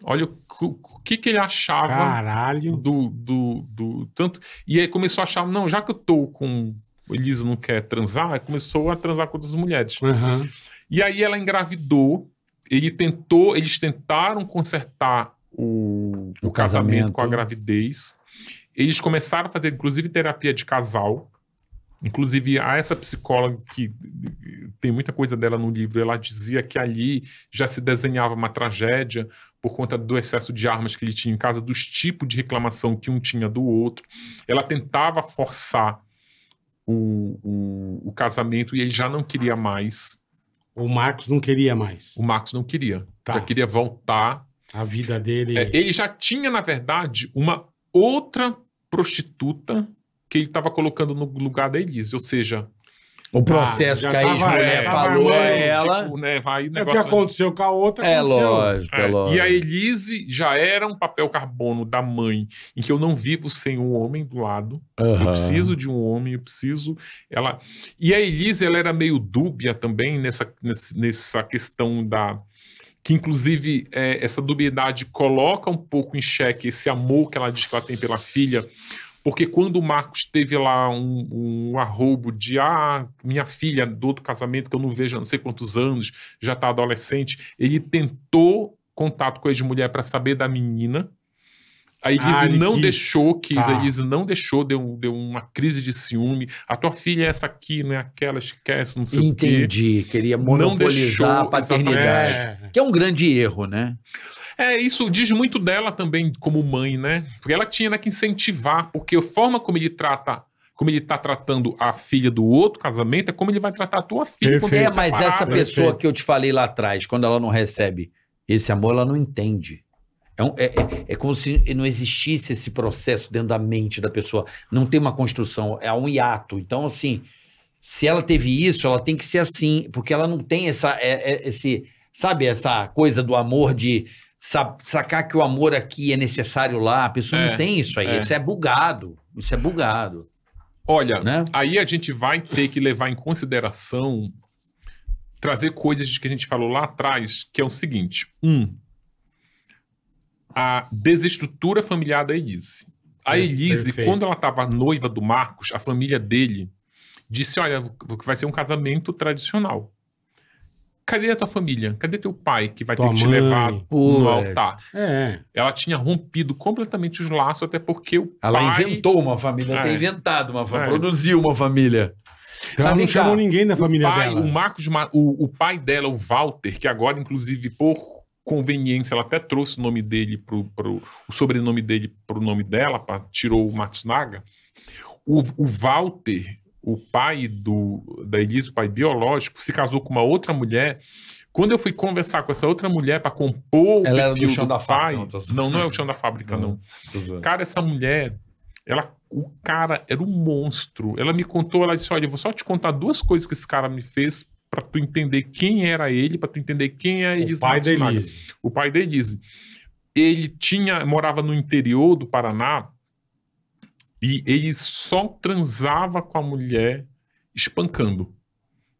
Olha o, cu- o que, que ele achava Caralho. do, do, do tanto. E aí começou a achar, não, já que eu tô com. Elisa não quer transar, aí começou a transar com outras mulheres. Aham. E aí ela engravidou, ele tentou, eles tentaram consertar o, O o casamento. casamento. com a gravidez. Eles começaram a fazer, inclusive, terapia de casal. Inclusive, a essa psicóloga que tem muita coisa dela no livro, ela dizia que ali já se desenhava uma tragédia por conta do excesso de armas que ele tinha em casa, dos tipos de reclamação que um tinha do outro. Ela tentava forçar o, o- o casamento e ele já não queria mais. O Marcos não queria mais. O Marcos não queria. Tá. Já queria voltar. A vida dele. É, ele já tinha, na verdade, uma outra prostituta que ele estava colocando no lugar da Elise. Ou seja, né, O processo já Ah, que a tava- ex-mulher é, tava falou a armando, ela. Tipo, né, vai, É o que negócio... aconteceu com a outra. é aconteceu. lógico, é, É, lógico. e a Elise já era um papel carbono da mãe, em que eu não vivo sem um homem do lado. Eu Aham. preciso de um homem, eu preciso. Ela e a Elise ela era meio dúbia também nessa nesse- nessa questão da que inclusive é, essa dubiedade coloca um pouco em xeque esse amor que ela diz que ela tem pela filha. Porque quando o Marcos teve lá um, um arrobo de ah, minha filha do outro casamento que eu não vejo há não sei quantos anos, já está adolescente, ele tentou contato com a ex-mulher para saber da menina. A Elise Ah, ele não quis. deixou, quis, Tá. a Elise não deixou, deu, deu uma crise de ciúme. A tua filha é essa aqui, não é aquela, esquece, não sei o quê. Entendi. Queria monopolizar deixou, a paternidade. É. Que é um grande erro, né? É, isso diz muito dela também como mãe, né? Porque ela tinha né, que incentivar, porque a forma como ele trata, como ele tá tratando a filha do outro casamento é como ele vai tratar a tua filha. quando é, eles mas essa separaram. pessoa perfeito. que eu te falei lá atrás, quando ela não recebe esse amor, ela não entende. É, um- é- é- é como se não existisse esse processo dentro da mente da pessoa. Não tem uma construção, é um hiato. Então, assim, se ela teve isso, ela tem que ser assim, porque ela não tem essa, é- é- esse, sabe, essa coisa do amor de sa- sacar que o amor aqui é necessário lá. A pessoa É, não tem isso aí. é. Isso é bugado. Isso é bugado, Olha, né? aí a gente vai ter que levar em consideração trazer coisas de que a gente falou lá atrás, que é o seguinte: um, a desestrutura familiar da Elise. A É, Elise, perfeito. quando ela estava noiva do Marcos, a família dele disse: Olha, vai ser um casamento tradicional. Cadê a tua família? Cadê teu pai que vai Tua ter que te mãe. levar Putz. no altar? É. Ela tinha rompido completamente os laços, até porque o Ela pai. inventou uma família, ela tem É. inventado uma família, É. produziu uma família. Então Mas ela não vem cá, chamou ninguém da família pai, dela. O Marcos, Ma- o, o pai dela, o Walter, que agora, inclusive, por conveniência, ela até trouxe o nome dele pro, pro- o sobrenome dele pro nome dela, pra- tirou o Matsunaga. O, o Walter, o pai do, da Elise, o pai biológico, se casou com uma outra mulher. Quando eu fui conversar com essa outra mulher pra compor o Ela era do perfil chão da fábrica, não, tô não, não, [laughs] é o chão da fábrica, Não. não. Cara, essa mulher, ela, o cara era um monstro. Ela me contou, ela disse: Olha, eu vou só te contar duas coisas que esse cara me fez pra tu entender quem era ele, pra tu entender quem é a O Elise pai da Matsunaga." Elise. O pai da Elise. Ele tinha, morava no interior do Paraná e ele só transava com a mulher espancando.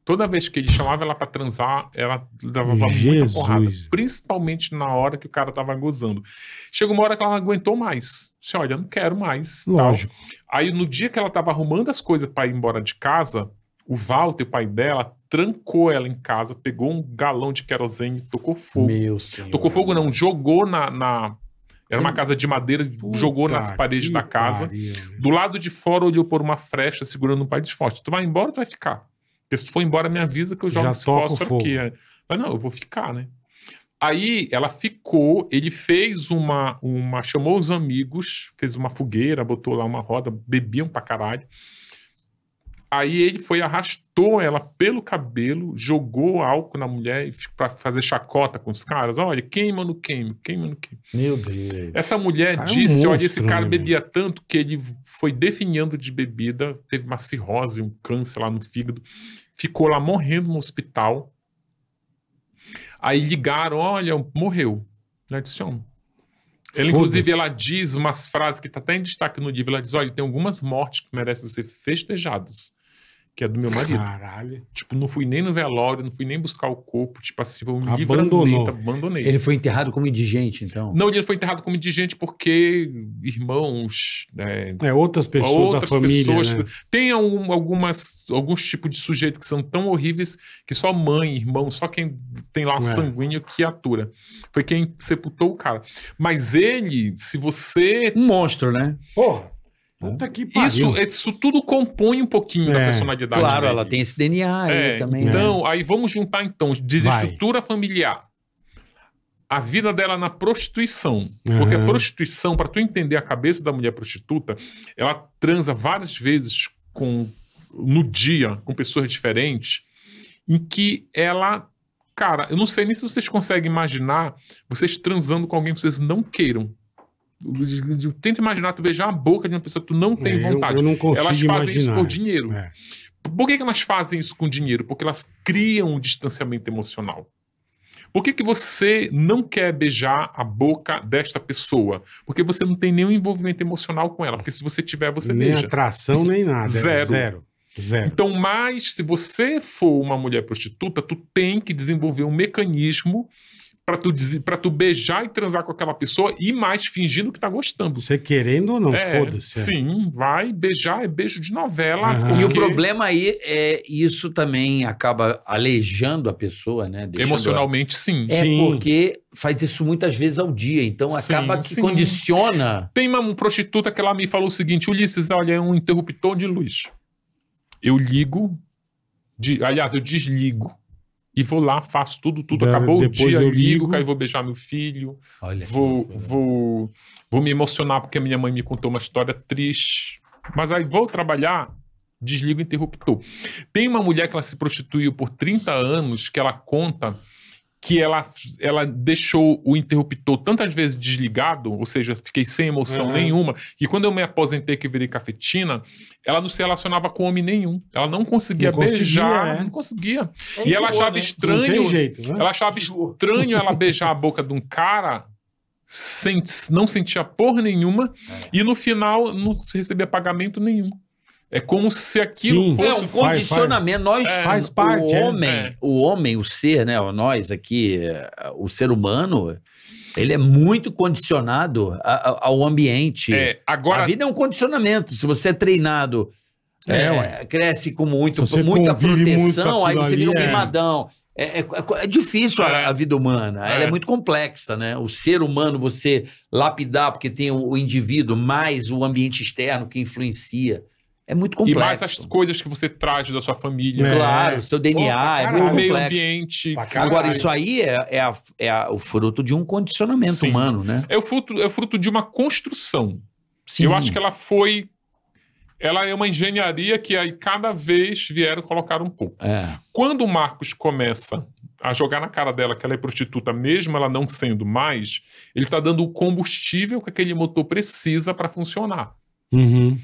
Toda vez que ele chamava ela pra transar, ela dava muita Jesus. porrada. Principalmente na hora que o cara tava gozando. Chegou uma hora que ela não aguentou mais. Disse, olha, eu não quero mais. tal. Lógico. Aí no dia que ela tava arrumando as coisas pra ir embora de casa, o Walter, o pai dela, trancou ela em casa, pegou um galão de querosene, e tocou fogo. Meu senhor. Tocou fogo não, jogou na... na- Era uma Sim. casa de madeira, jogou nas Puta paredes que da casa. pariu. Do lado de fora olhou por uma fresta segurando um pai de fósforo. Tu vai embora ou tu vai ficar? Porque se tu for embora, me avisa que eu jogo Já esse toca o fósforo fogo. aqui. é. Mas não, eu vou ficar, né? Aí ela ficou, ele fez uma, uma. chamou os amigos, fez uma fogueira, botou lá uma roda, bebiam pra caralho. Aí ele foi, arrastou ela pelo cabelo, jogou álcool na mulher e fi- pra fazer chacota com os caras. Olha, queima no queima, queima no queima. Meu Deus. Essa mulher Cara, é um disse: olha, monstro, esse cara né, bebia tanto que ele foi definhando de bebida, teve uma cirrose, um câncer lá no fígado, ficou lá morrendo no hospital. Aí ligaram: olha, morreu. Ela disse: "Ó, Ela, Foda-se. inclusive, ela diz umas frases que tá até em destaque no livro. Ela diz: olha, tem algumas mortes que merecem ser festejadas, que é do meu marido. Caralho. Tipo, não fui nem no velório, não fui nem buscar o corpo. Tipo assim, eu me Abandonou. livrei, abandonei. Ele foi enterrado como indigente, então. Não, ele foi enterrado como indigente porque irmãos, né, É, outras pessoas da outras família. pessoas. né? Tem algum- algumas, alguns tipos de sujeitos que são tão horríveis que só mãe, irmão, só quem tem laço É. sanguíneo que atura. Foi quem sepultou o cara. Mas ele, se você. Um monstro, né? Porra. Puta que pariu. Isso, isso tudo compõe um pouquinho da É, personalidade. Claro, dele. ela tem esse DNA aí É, também. né? Então, aí vamos juntar então desestrutura familiar. A vida dela na prostituição. Porque a Aham. prostituição, para tu entender a cabeça da mulher prostituta, ela transa várias vezes com no dia com pessoas diferentes em que ela, cara, eu não sei nem se vocês conseguem imaginar vocês transando com alguém que vocês não queiram. Tenta imaginar tu beijar a boca de uma pessoa que tu não tem É, eu- vontade. Eu, não consigo Elas fazem imaginar. isso por dinheiro. É. Por que, que elas fazem isso com dinheiro? Porque elas criam um distanciamento emocional. Por que, que você não quer beijar a boca desta pessoa? Porque você não tem nenhum envolvimento emocional com ela. Porque se você tiver, você nem beija. atração, nem [laughs] nada. É Zero. Zero. Zero. Então, mas se você for uma mulher prostituta, tu tem que desenvolver um mecanismo pra tu, dese- pra tu beijar e transar com aquela pessoa e mais fingindo que tá gostando. Você querendo ou não, É, foda-se. é. Sim, vai beijar, é beijo de novela. Aham. porque E o problema aí é isso também acaba aleijando a pessoa, né? Deixando Emocionalmente, sim. ela- É Sim. porque faz isso muitas vezes ao dia, então Sim, acaba que sim. condiciona. Tem uma um prostituta que ela me falou o seguinte: Ulisses, olha, é um interruptor de luz. Eu ligo, de- aliás, eu desligo. E vou lá, faço tudo, tudo. Da- Acabou o Então, depois dia, eu eu ligo, ligo. aí vou beijar meu filho. Olha, Vou, vou, vou me emocionar porque a minha mãe me contou uma história triste. Mas aí vou trabalhar, desligo o interruptor. Tem uma mulher que ela se prostituiu por 30 anos que ela conta que ela, ela deixou o interruptor tantas vezes desligado, ou seja, fiquei sem emoção Aham. nenhuma, que quando eu me aposentei que virei cafetina, ela não se relacionava com homem nenhum. Ela não conseguia Não conseguia, beijar, é. não conseguia. e ela achava né? Não estranho. tem jeito, né? Ela achava estranho ela beijar a boca de um cara sem, não sentia porra nenhuma É. e no final não se recebia pagamento nenhum. É como se aquilo Sim. É fosse. um faz- condicionamento. Nós É, faz parte, O é. homem, É. o homem, o ser, né? o Nós aqui, é, o ser humano, ele é muito condicionado a- a- ao ambiente. É, agora, A vida é um condicionamento. Se você é treinado, É, é, ué. cresce com muito, Se você muita convive muito com proteção, aí aquilo você vira um ali, é. mimadão. É, é- é- é difícil É. a, a vida humana, ela é É. muito complexa, né? O ser humano, você lapidar, porque tem o, o indivíduo mais o ambiente externo que influencia. É muito e complexo. mais as coisas que você traz da sua família, É. Claro, seu DNA Opa, é caralho. o muito meio complexo. ambiente. né? Pra caralho. Agora, isso aí é, é a- é a- o fruto de um condicionamento Sim. humano, né? É o fruto, é o fruto de uma construção. Sim. Eu acho que ela foi. Ela é uma engenharia que aí cada vez vieram colocar um pouco. É. Quando o Marcos começa a jogar na cara dela que ela é prostituta, mesmo ela não sendo mais, ele está dando o combustível que aquele motor precisa para funcionar. Uhum.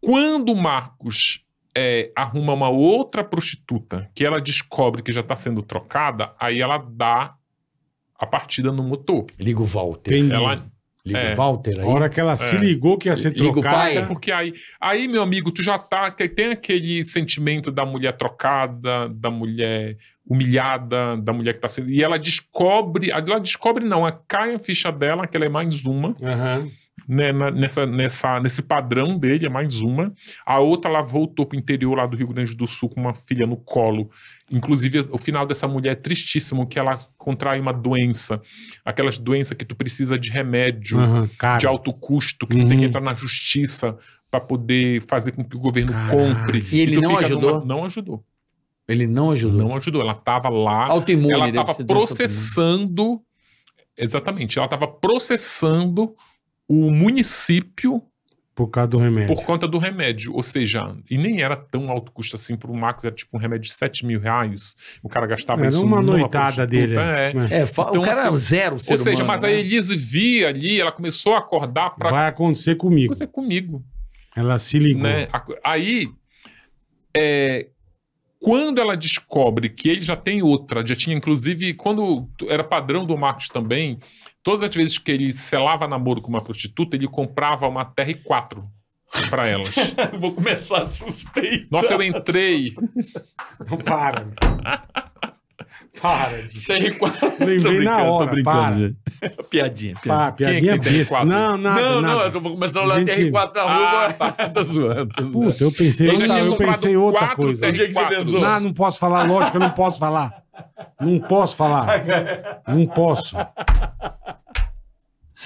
Quando o Marcos é, arruma uma outra prostituta que ela descobre que já está sendo trocada, aí ela dá a partida no motor. Liga o Walter. Entendi. Ela, Liga É. o Walter A aí. hora que ela se É. ligou que ia ser Liga o trocada... É, pai. porque aí, aí, meu amigo, tu já tá. que Tem aquele sentimento da mulher trocada, da mulher humilhada, da mulher que tá sendo. E ela descobre. Ela descobre, não, ela cai a ficha dela, que ela é mais uma, Aham. né? na- nessa, nessa, nesse padrão dele, é mais uma. A outra, ela voltou pro interior lá do Rio Grande do Sul com uma filha no colo. Inclusive, o final dessa mulher é tristíssimo, que ela contrai uma doença. Aquelas doenças que tu precisa de remédio Aham, cara. de alto custo, que Uhum. tu tem que entrar na justiça para poder fazer com que o governo Caralho. compre. E ele tu não fica ajudou? numa- Não ajudou. Ele não ajudou. Não ajudou. Ela estava lá, Autoimune, ela deve estava ser doença processando. Exatamente, ela estava processando o município Por causa do É. remédio. por conta do remédio. Ou seja, e nem era tão alto custo assim para o Marcos, era tipo um remédio de 7 mil reais. O cara gastava Era isso uma numa noitada prostituta, dele. é. autoimune. É, fa- Então, o cara assim, é zero ser Ou seja, humano, mas né? a Elise via ali, ela começou a acordar para Vai acontecer comigo. coisa comigo. Ela se ligou. né? A co- Aí, é, quando ela descobre que ele já tem outra, já tinha inclusive, quando t- era padrão do Marcos também, todas as vezes que ele selava namoro com uma prostituta, ele comprava uma TR4 [laughs] para elas. Vou começar a suspeitar. Nossa, eu entrei. Não, Para. meu. [laughs] Para. bicho. TR4. Lembrei na hora. Para. Piadinha. piadinha. Pá, Quem é que piadinha tem besta. quatro? Não, nada, não, não, nada. eu vou começar a olhar Gente- TR4 na rua. Ah, [laughs] tá zoando. tá zoando. Puta, eu pensei, Ele eu, já tinha eu comprado pensei em outra quatro coisa. TR4. O que que você pensou? Não, não posso falar, lógico, eu não posso falar. Não posso falar. Não posso.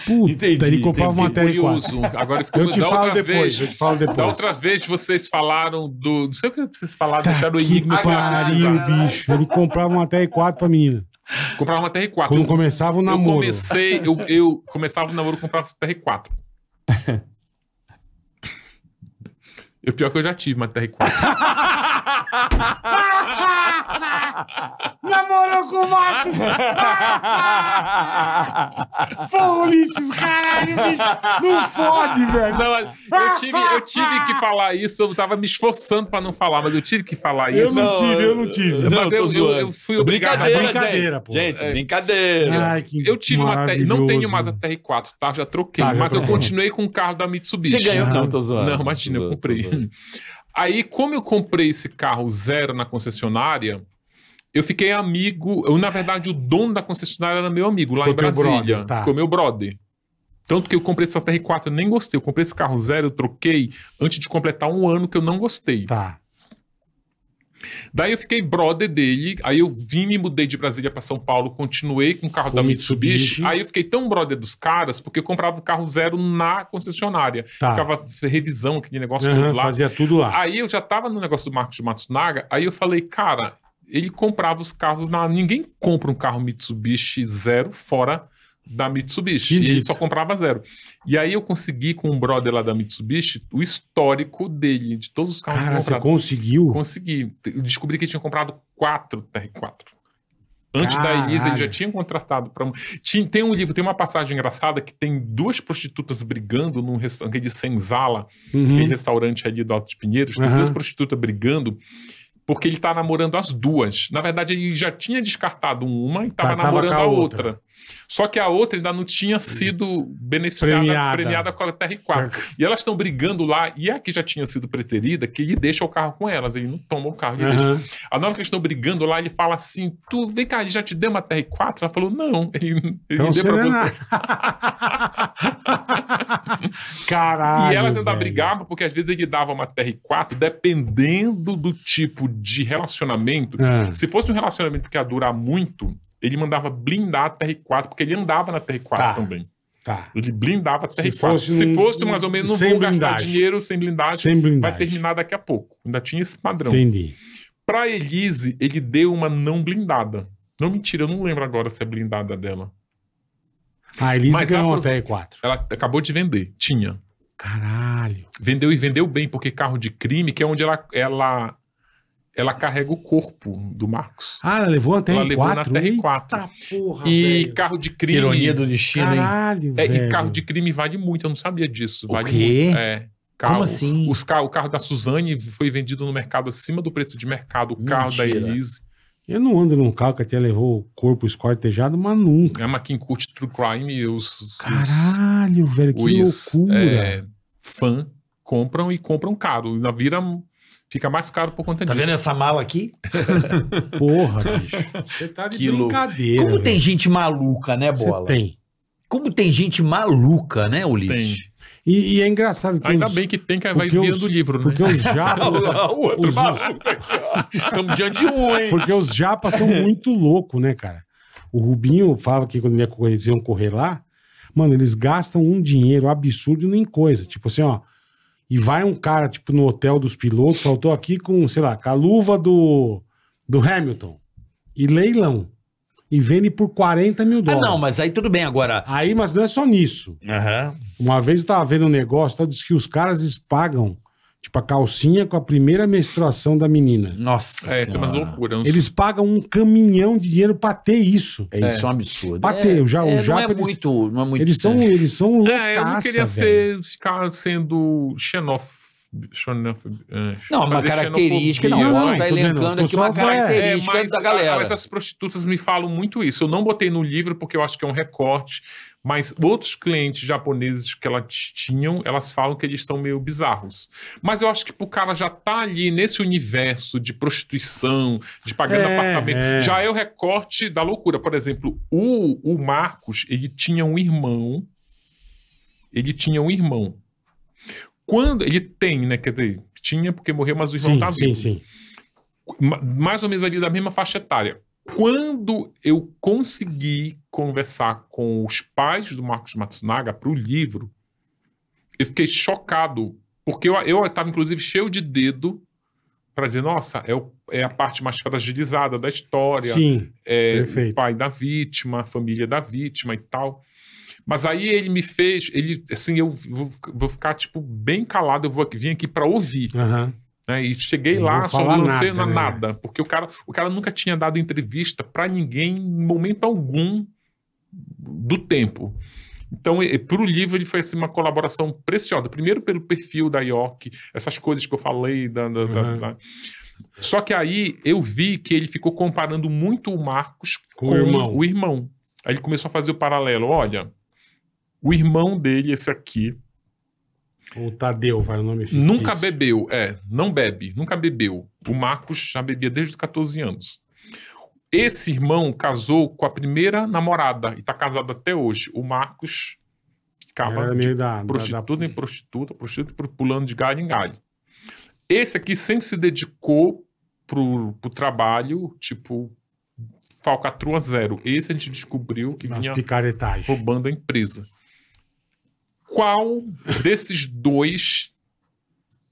Puta, Entendi, ele comprava uma entendi. TR4. Curioso. Agora ficou Eu te da falo outra depois, eu vez. te falo depois. Da outra vez vocês falaram do. Não sei o que vocês falaram, deixaram o Tá Que enigma pariu, bicho. Ele comprava uma TR4 pra menina. Comprava uma TR4. Quando começava o Eu namoro. comecei, eu, eu começava o namoro com o TR4. Eu, pior é que eu já tive uma TR4. Namorou com o Marcos! Porra, Ulisses, caralho, bicho! Não fode, velho! Não, eu tive, eu tive que falar isso, eu tava me esforçando pra não falar, mas eu tive que falar Eu isso. não, tive, eu não tive. Mas tô eu- eu- zoando. eu fui obrigado É. a- Brincadeira, gente. pô. Gente, Ah, brincadeira. Ai, que Eu tive uma TR, não tenho maravilhoso. mais a TR4, tá? Já troquei, Tá, já mas trocou. eu continuei com o carro da Mitsubishi. Você ganhou? Não, tô zoando. Não, imagina, Tô eu zoando, tô zoando. comprei. [laughs] Aí, como eu comprei esse carro zero na concessionária, eu fiquei amigo. Eu, na verdade, o dono da concessionária era meu amigo lá Ficou em teu Brasília. brother, tá. Ficou meu brother. Tanto que eu comprei essa TR4, eu nem gostei. Eu comprei esse carro zero, eu troquei antes de completar um ano que eu não gostei. Tá. Daí eu fiquei brother dele, aí eu vim me mudei de Brasília pra São Paulo, continuei com o carro Com da Mitsubishi. Mitsubishi. Aí eu fiquei tão brother dos caras porque eu comprava o carro zero na concessionária. Tá. Ficava revisão, aquele negócio Aham, todo lá. fazia tudo lá. Aí eu já tava no negócio do Marcos de Matsunaga, aí eu falei, cara, ele comprava os carros na. Ninguém compra um carro Mitsubishi zero fora da Mitsubishi. Esquisito. E ele só comprava zero. E aí eu consegui com um brother lá da Mitsubishi o histórico dele, de todos os carros Cara, que você compraram. conseguiu? Consegui. Eu Descobri que ele tinha comprado quatro TR4. Antes da Caralho. Elisa, ele já tinha contratado para. Tinha, tem um livro, tem uma passagem engraçada que tem duas prostitutas brigando num restaurante de senzala Uhum. aquele restaurante ali do Alto de Pinheiros, tem Aham. duas prostitutas brigando, porque ele tá namorando as duas. Na verdade, ele já tinha descartado uma e tava Tá, tava namorando com a a, outra. outra. Só que a outra ainda não tinha sido beneficiada, Premiada. É. premiada, com a TR4. E elas estão brigando lá, e a que já tinha sido preterida, que ele deixa o carro com elas, ele não toma o carro, ele deixa. Aham. Aí, Na hora que eles estão brigando lá, ele fala assim: Tu, vem cá, ele já te deu uma TR4? Ela falou: Não, ele, ele Então deu você pra não é você. nada. [laughs] Caralho. E elas ainda velho. brigavam porque às vezes ele dava uma TR4, dependendo do tipo de relacionamento. Ah. Se fosse um relacionamento que ia durar muito, ele mandava blindar a TR4, porque ele andava na TR4 Tá. também. Tá. Ele blindava a TR4. Se fosse fosse, um- mais ou menos, não sem vou gastar blindagem. dinheiro sem blindagem, Sem blindagem. vai terminar daqui a pouco. Ainda tinha esse padrão. Entendi. Pra Elise, ele deu uma não blindada. Não, mentira, eu não lembro agora se é blindada dela. A Elisa Mas ganhou a- uma TR4. Ela acabou de vender, tinha. Caralho. Vendeu e vendeu bem, porque carro de crime, que é onde ela ela, ela carrega o corpo do Marcos. Ah, ela levou uma TR4. ela levou na Eita TR4. porra, E velho. carro de Que crime. ironia do destino, hein? Caralho, É, velho. e carro de crime vale muito, eu não sabia disso. O Vale quê? muito. É. Carro, Como assim? Os carro, o carro da Suzane foi vendido no mercado acima do preço de mercado. O carro Mentira. da Elise. Eu não ando num carro que até levou o corpo escortejado, mas nunca. É uma quem curte True Crime e os, os, Caralho, velho, que os loucura. é, fã compram e compram caro. Na vira fica mais caro por conta Tá disso. vendo essa mala aqui? [laughs] Porra, bicho. Você tá de Que louco. brincadeira. Como tem velho. gente maluca, né, Você Bola? tem. Como tem gente maluca, né, Ulisses? [laughs] E, e é engraçado que Ainda os- bem que tem que vai porque via os- do livro, né? Porque os [laughs] japas... o outro Os- maluco. Estamos diante de um, hein? Porque os japas [laughs] são muito loucos, né, cara? O Rubinho falava que quando ele ia correr, eles iam correr lá, mano, eles gastam um dinheiro absurdo em coisa. Tipo assim, ó. E vai um cara, tipo, no hotel dos pilotos, faltou aqui com, sei lá, com a luva do, do Hamilton. E leilão. E vende por 40 mil Ah, dólares. não, mas aí tudo bem agora. Aí, mas não é só nisso. Aham. Uma vez eu tava vendo um negócio, tal, diz que os caras eles pagam, tipo, a calcinha com a primeira menstruação da menina. Nossa É, tem senhora. umas loucuras. uns- Ah, Eles pagam um caminhão de dinheiro pra ter isso. É, isso é um absurdo. Bateu, É, já- o é, não Japa, é eles- muito, não é muito. Eles são, distante. eles são loucaça, É, eu não queria velho. ser, ficar sendo xenóf... xenof... é, Não, uma fazer característica, não. Não, xenofobia. Ela não, tá tô dizendo, elencando tô aqui só- uma É, característica mas, da galera. ah, mas as prostitutas me falam muito isso. Eu não botei no livro porque eu acho que é um recorte, mas outros clientes japoneses que elas tinham, elas falam que eles são meio bizarros. Mas eu acho que pro cara já tá ali nesse universo de prostituição, de pagando É, apartamento, é. já é o recorte da loucura. Por exemplo, o, o Marcos, ele tinha um irmão, ele tinha um irmão. Quando ele tem, né? Quer dizer, tinha porque morreu, mas o irmão Sim, tá sim, vivo sim. ma- mais ou menos ali da mesma faixa etária. Quando eu consegui conversar com os pais do Marcos Matsunaga para o livro, eu fiquei chocado, porque eu eu estava inclusive cheio de dedo para dizer, nossa, é, o- é a parte mais fragilizada da história, Sim, é perfeito. o pai da vítima, a família da vítima e tal. Mas aí ele me fez, ele assim, eu vou, vou ficar tipo bem calado, eu vou aqui- vim aqui pra ouvir, Aham. né? E cheguei Não lá, vou só falar não sei nada, nada, né? porque o cara, o cara nunca tinha dado entrevista pra ninguém em momento algum do tempo. Então, e- pro livro, ele foi assim, uma colaboração preciosa. Primeiro pelo perfil da York, essas coisas que eu falei. Da, da- da- Uhum. da- Só que aí eu vi que ele ficou comparando muito o Marcos Com o irmão. o irmão. Aí ele começou a fazer o paralelo. Olha, o irmão dele, esse aqui, O Tadeu, vai o nome fictício. Nunca bebeu, é, não bebe, nunca bebeu. O Marcos já bebia desde os 14 anos. Esse irmão casou com a primeira namorada e tá casado até hoje. O Marcos ficava Era de meio da, É, da- prostituta em prostituta, prostituta pro- pulando de galho em galho. Esse aqui sempre se dedicou pro, pro trabalho, tipo, falcatrua zero. Esse a gente descobriu que da- das vinha picaretagens. roubando a empresa. Qual desses dois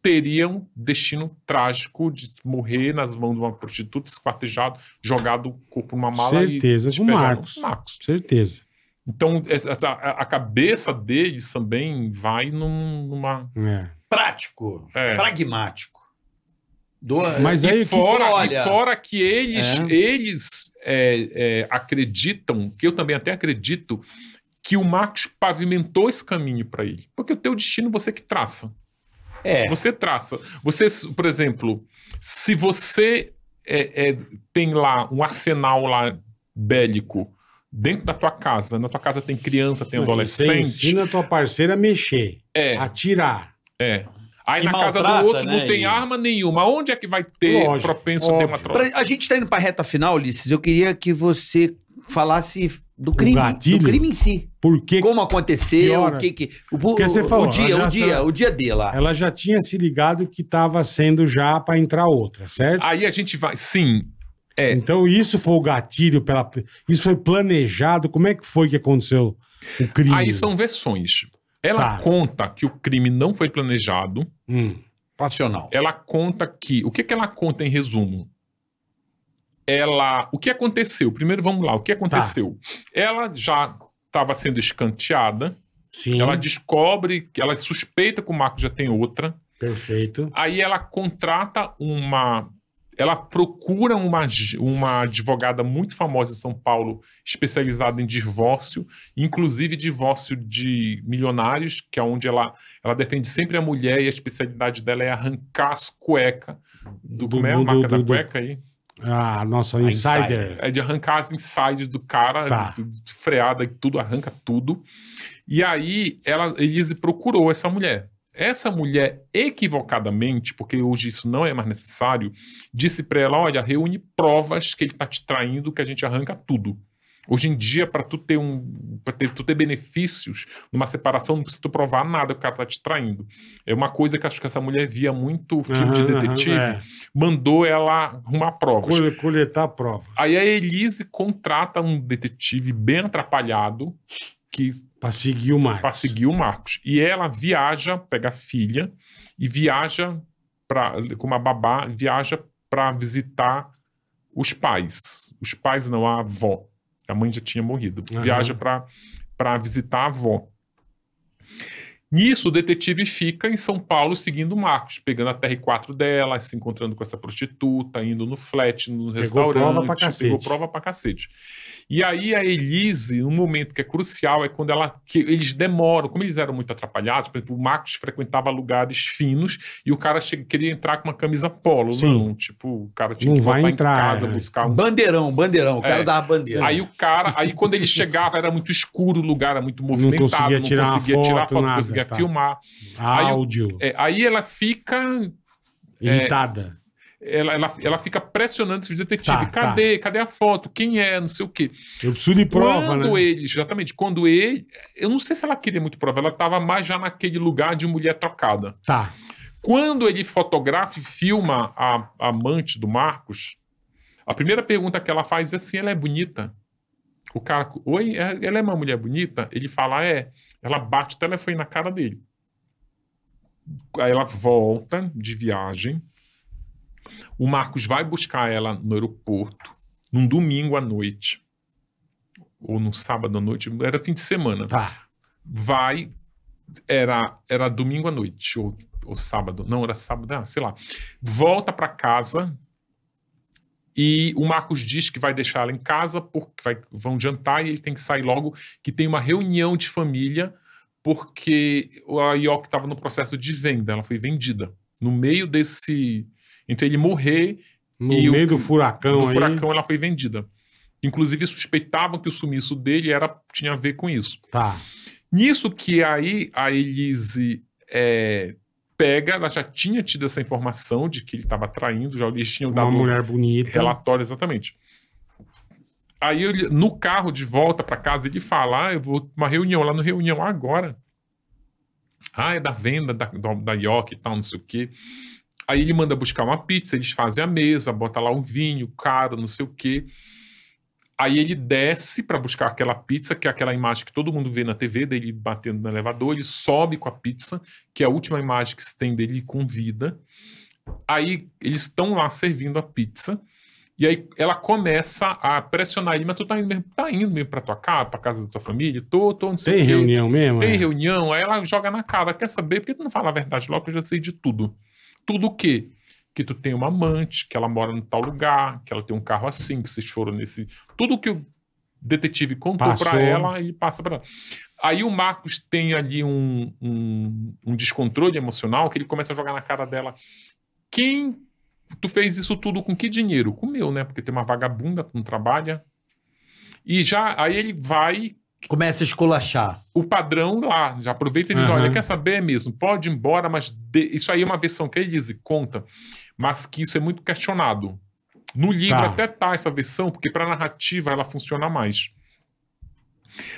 teria um destino trágico de morrer nas mãos de uma prostituta, esquartejado, jogado o corpo numa mala Certeza, e com o despejado? Marcos. Marcos. Certeza. Então, essa- a, a cabeça deles também vai num- numa... É. Prático, é. pragmático. Do... Mas aí E fora, que- e olha- fora que eles, É. eles é, é, acreditam, que eu também até acredito, que o Marcos pavimentou esse caminho para ele. Porque o teu destino você que traça. É, Você traça. Você, por exemplo, se você é, é, tem lá um arsenal lá bélico dentro da tua casa, na tua casa tem criança, tem Você adolescente, ensina a tua parceira a mexer, é, a tirar. é. Aí E na casa maltrata, do outro né, não tem e- arma nenhuma. Onde é que vai ter Lógico, propenso a ter uma óbvio. troca? pra- a gente tá indo pra reta final, Ulisses. Eu queria que você falasse do crime, gatilho? do crime em si. Por que Como aconteceu, Que o hora? que que... O, Porque você o- falou, o dia, a É. o dia, Jaça- o dia D lá. Ela já tinha se ligado que estava sendo já para entrar outra, certo? Aí a gente vai. Sim, é. Então isso foi o gatilho pela isso foi planejado. Como é que foi que aconteceu o crime? aí são versões. Ela Tá. conta que o crime não foi planejado. Hum, Passional. ela conta que. O que, que ela conta em resumo? Ela. O que aconteceu? Primeiro vamos lá, o que aconteceu? Tá. Ela já estava sendo escanteada, sim, ela descobre, que ela é suspeita que o Marco já tem outra. perfeito. Aí ela contrata uma. Ela procura uma, ag- uma advogada muito famosa em São Paulo, especializada em divórcio, inclusive divórcio de milionários, que é onde ela, ela defende sempre a mulher e a especialidade dela é arrancar as cuecas. Do, Do- como é a do- marca do- da do- cueca aí? Ah, nossa A insider. É de arrancar as insides do cara, Tá. de, de freada e tudo, arranca tudo. E aí ela, Elise procurou essa mulher. Essa mulher, equivocadamente, porque hoje isso não é mais necessário, disse pra ela: olha, reúne provas que ele tá te traindo, que a gente arranca tudo. Hoje em dia, pra tu ter um, para tu ter benefícios numa separação, não precisa tu provar nada, o cara tá te traindo. É uma coisa que acho que essa mulher via muito filme de Aham, aham, detetive, é. mandou ela arrumar provas. Col- Coletar a prova Aí a Elise contrata um detetive bem atrapalhado que para seguir o Marcos. para seguir o Marcos. E ela viaja, pega a filha e viaja pra, com uma babá, viaja para visitar os pais. Os pais não, a avó. A mãe já tinha morrido. Aham. Viaja para visitar a avó. Nisso, o detetive fica em São Paulo seguindo o Marcos, pegando a TR4 dela, se encontrando com essa prostituta, indo no flat, no restaurante. prova pra Pegou cacete. prova pra cacete. E aí a Elise, um momento que é crucial, é quando ela que eles demoram, como eles eram muito atrapalhados, por exemplo, o Marcos frequentava lugares finos e o cara che- queria entrar com uma camisa polo, Sim. não, tipo, o cara tinha Não que vai voltar entrar, em casa, é. buscar um Bandeirão, bandeirão. O cara É. dava bandeira. Aí o cara, aí quando ele chegava era muito escuro, o lugar era muito movimentado, não conseguia conseguia tirar uma tirar foto, foto, não nada, conseguia tá. filmar. Áudio, É, aí ela fica, é. irritada. ela, ela, ela fica pressionando esse detetive. Tá, tá. cadê? Cadê a foto? Quem é? Não sei o quê. Eu preciso de prova, quando né? ele, exatamente, quando ele, eu não sei se ela queria muito prova, ela tava mais já naquele lugar de mulher trocada. Tá. Quando ele fotografa e filma a, a amante do Marcos, a primeira pergunta que ela faz é assim: ela é bonita? O cara, oi, é- ela é uma mulher bonita? Ele fala, é. Ela bate o telefone na cara dele. Aí ela volta de viagem. O Marcos vai buscar ela no aeroporto, num domingo à noite. ou no sábado à noite, era fim de semana. Tá. Vai, era, era domingo à noite, ou, ou sábado, não, era sábado, ah, sei lá. Volta pra casa e o Marcos diz que vai deixar ela em casa, porque vai- vão jantar e ele tem que sair logo, que tem uma reunião de família, porque a Ioc estava no processo de venda, ela foi vendida. No meio desse. Entre ele morrer No E o- meio do furacão no Então aí. furacão ela foi vendida. Inclusive suspeitavam que o sumiço dele era tinha a ver com isso. Tá. Nisso que aí a Elise é, pega, ela já tinha tido essa informação de que ele estava traindo, já eles tinham Uma dado um mulher então. bonita. relatório exatamente. Aí ele, no carro de volta para casa ele fala, ah, eu vou pra uma reunião lá no reunião agora. Ah, é da venda da, da, da York e tal, não sei o quê. Aí ele manda buscar uma pizza, eles fazem a mesa, bota lá um vinho caro, não sei o quê. Aí ele desce para buscar aquela pizza, que é aquela imagem que todo mundo vê na TV, dele batendo no elevador, ele sobe com a pizza, que é a última imagem que se tem dele com vida. Aí eles estão lá servindo a pizza, e aí ela começa a pressionar ele, mas tu tá indo mesmo, tá indo mesmo pra tua casa, pra casa da tua família? Tô, tô, não sei Tem o quê. reunião mesmo? Tem é? reunião, aí ela joga na cara, quer saber? Por que tu não fala a verdade logo? que Eu já sei de tudo. Tudo o quê? Que tu tem uma amante, que ela mora no tal lugar, que ela tem um carro assim, que vocês foram nesse. Tudo que o detetive contou Passou. pra ela, ele passa pra ela. Aí o Marcos tem ali um, um, um descontrole emocional que ele começa a jogar na cara dela. Quem. Tu fez isso tudo com que dinheiro? Com o meu, né? Porque tem uma vagabunda, tu não trabalha. E já. Aí ele vai Começa a esculachar. o padrão lá. Já aproveita e diz: Aham. olha, quer saber mesmo? Pode ir embora, mas dê- isso aí é uma versão que a Elise conta, mas que isso é muito questionado. No livro Tá. até tá essa versão, porque para narrativa ela funciona mais.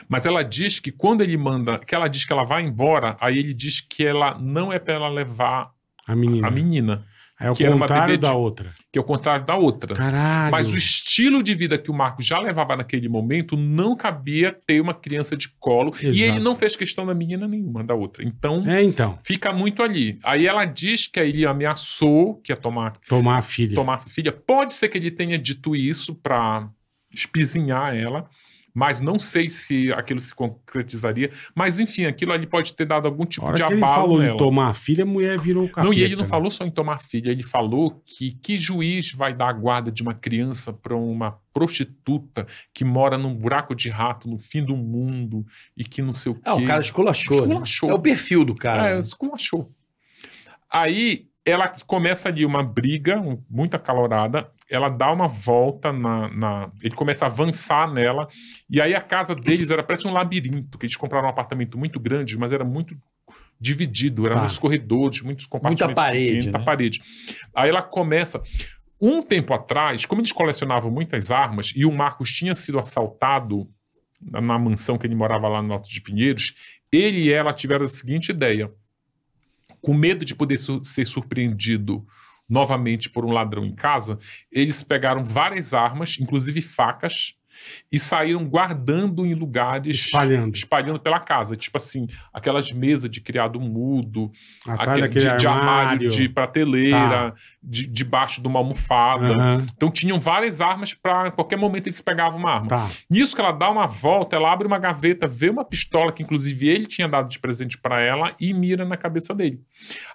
Mas ela diz que quando ele manda, que ela diz que ela vai embora, aí ele diz que ela não é para ela levar A menina. a menina, É o que era uma contrário bebê de- da outra. que é o contrário da outra. Caralho. Mas o estilo de vida que o Marco já levava naquele momento não cabia ter uma criança de colo. Exato. E ele não fez questão da menina nenhuma, da outra. Então, É, então. fica muito ali. Aí ela diz que aí ele ameaçou que ia tomar, Tomar a filha. tomar filha. Pode ser que ele tenha dito isso pra espizinhar ela. Mas não sei se aquilo se concretizaria. Mas, enfim, aquilo ali pode ter dado algum A tipo hora de que ele abalo falou nela. de tomar a filha, a mulher virou o capeta. Não, e ele não né? falou só em tomar filha, ele falou que que juiz vai dar a guarda de uma criança para uma prostituta que mora num buraco de rato no fim do mundo e que não sei o quê. Ah, o cara esculachou. né? Esculachou. É o perfil do É, cara. esculachou. Aí ela começa ali uma briga um- muito acalorada. Ela dá uma volta na, na- Ele começa a avançar nela. E aí a casa deles era parece um labirinto, que eles compraram um apartamento muito grande, mas era muito dividido, era Tá. muitos corredores, muitos compartimentos. parede, pequenos, Muita né? parede. Aí ela começa. Um tempo atrás, como eles colecionavam muitas armas e o Marcos tinha sido assaltado na, na mansão que ele morava lá no Alto de Pinheiros, ele e ela tiveram a seguinte ideia: com medo de poder su- ser surpreendido novamente por um ladrão em casa, eles pegaram várias armas, inclusive facas, e saíram guardando em lugares né? Espalhando. espalhando pela casa, tipo assim, aquelas mesas de criado mudo, Atrás aquele- daquele de, de armário. Tá. de prateleira, de- debaixo de uma almofada. Aham, Então tinham várias armas para qualquer momento eles pegavam uma arma. Tá. Nisso que ela dá uma volta, ela abre uma gaveta, vê uma pistola que inclusive ele tinha dado de presente para ela e mira na cabeça dele.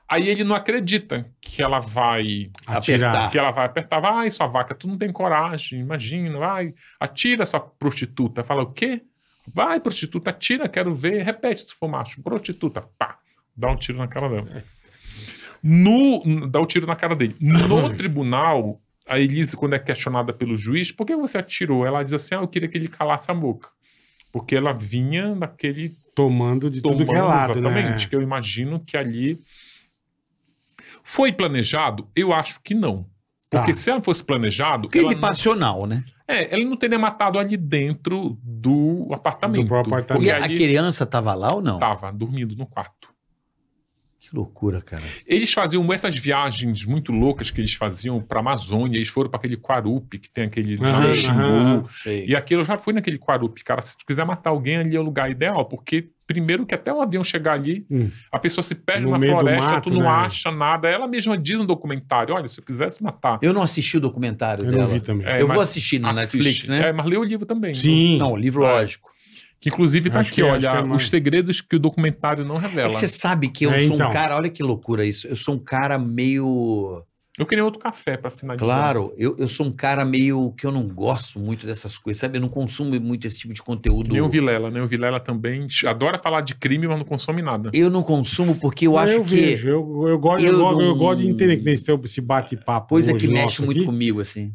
Aí ele não acredita que ela vai, Apertar. que ela vai apertar, vai, sua vaca, tu não tem coragem, imagina, vai, atira essa prostituta. Fala o quê? Vai, prostituta, atira, quero ver, repete se for macho, prostituta, pá, dá um tiro na cara dela. No, dá um tiro na cara dele. No tribunal, a Elise, quando é questionada pelo juiz, por que você atirou? Ela diz assim: ah, eu queria que ele calasse a boca. Porque ela vinha daquele Tomando de tudo que é tomando, lado, né? exatamente, que eu imagino que ali. Foi planejado? Eu acho que não. Tá. Porque se ela fosse planejado, Porque ela ele não, passional, né? é, ela não teria matado ali dentro do apartamento. Do próprio apartamento. Porque Tá. Porque a ali criança tava lá ou não? estava dormindo no quarto. Que loucura, cara. Eles faziam essas viagens muito loucas que eles faziam para Amazônia, eles foram para aquele Quarupi, que tem aquele Aham, Xingu. aham. E aquilo eu já fui naquele Quarupi, cara. Se tu quiser matar alguém ali é o lugar ideal, porque Primeiro que até o avião chegar ali, Hum. a pessoa se perde No na meio do floresta, mato, tu não né? acha nada. Ela mesma diz no documentário, olha, se eu quisesse matar... Eu não assisti o documentário Eu não dela. vi também. É, eu mas vou assistir na assiste. Netflix, né? É, assim, mas lê o livro também. Sim. Não, o livro lógico. Que inclusive tá Acho que- aqui, acho olha, que é mais- os segredos que o documentário não É revela. que você sabe que eu É, sou então. um cara, olha que loucura isso. Eu sou um cara meio. Eu queria outro café pra finalizar. Claro, eu, eu sou um cara meio que eu não gosto muito dessas coisas, sabe? Eu não consumo muito esse tipo de conteúdo. Nem o Vilela, né? O Vilela também adora falar de crime, mas não consome nada. Eu não consumo porque Ah, eu acho que. vejo, eu, eu gosto, eu, eu gosto, eu não- gosto de entender que nem esse teu- esse bate-papo. Coisa que hoje mexe nosso muito aqui. comigo, assim.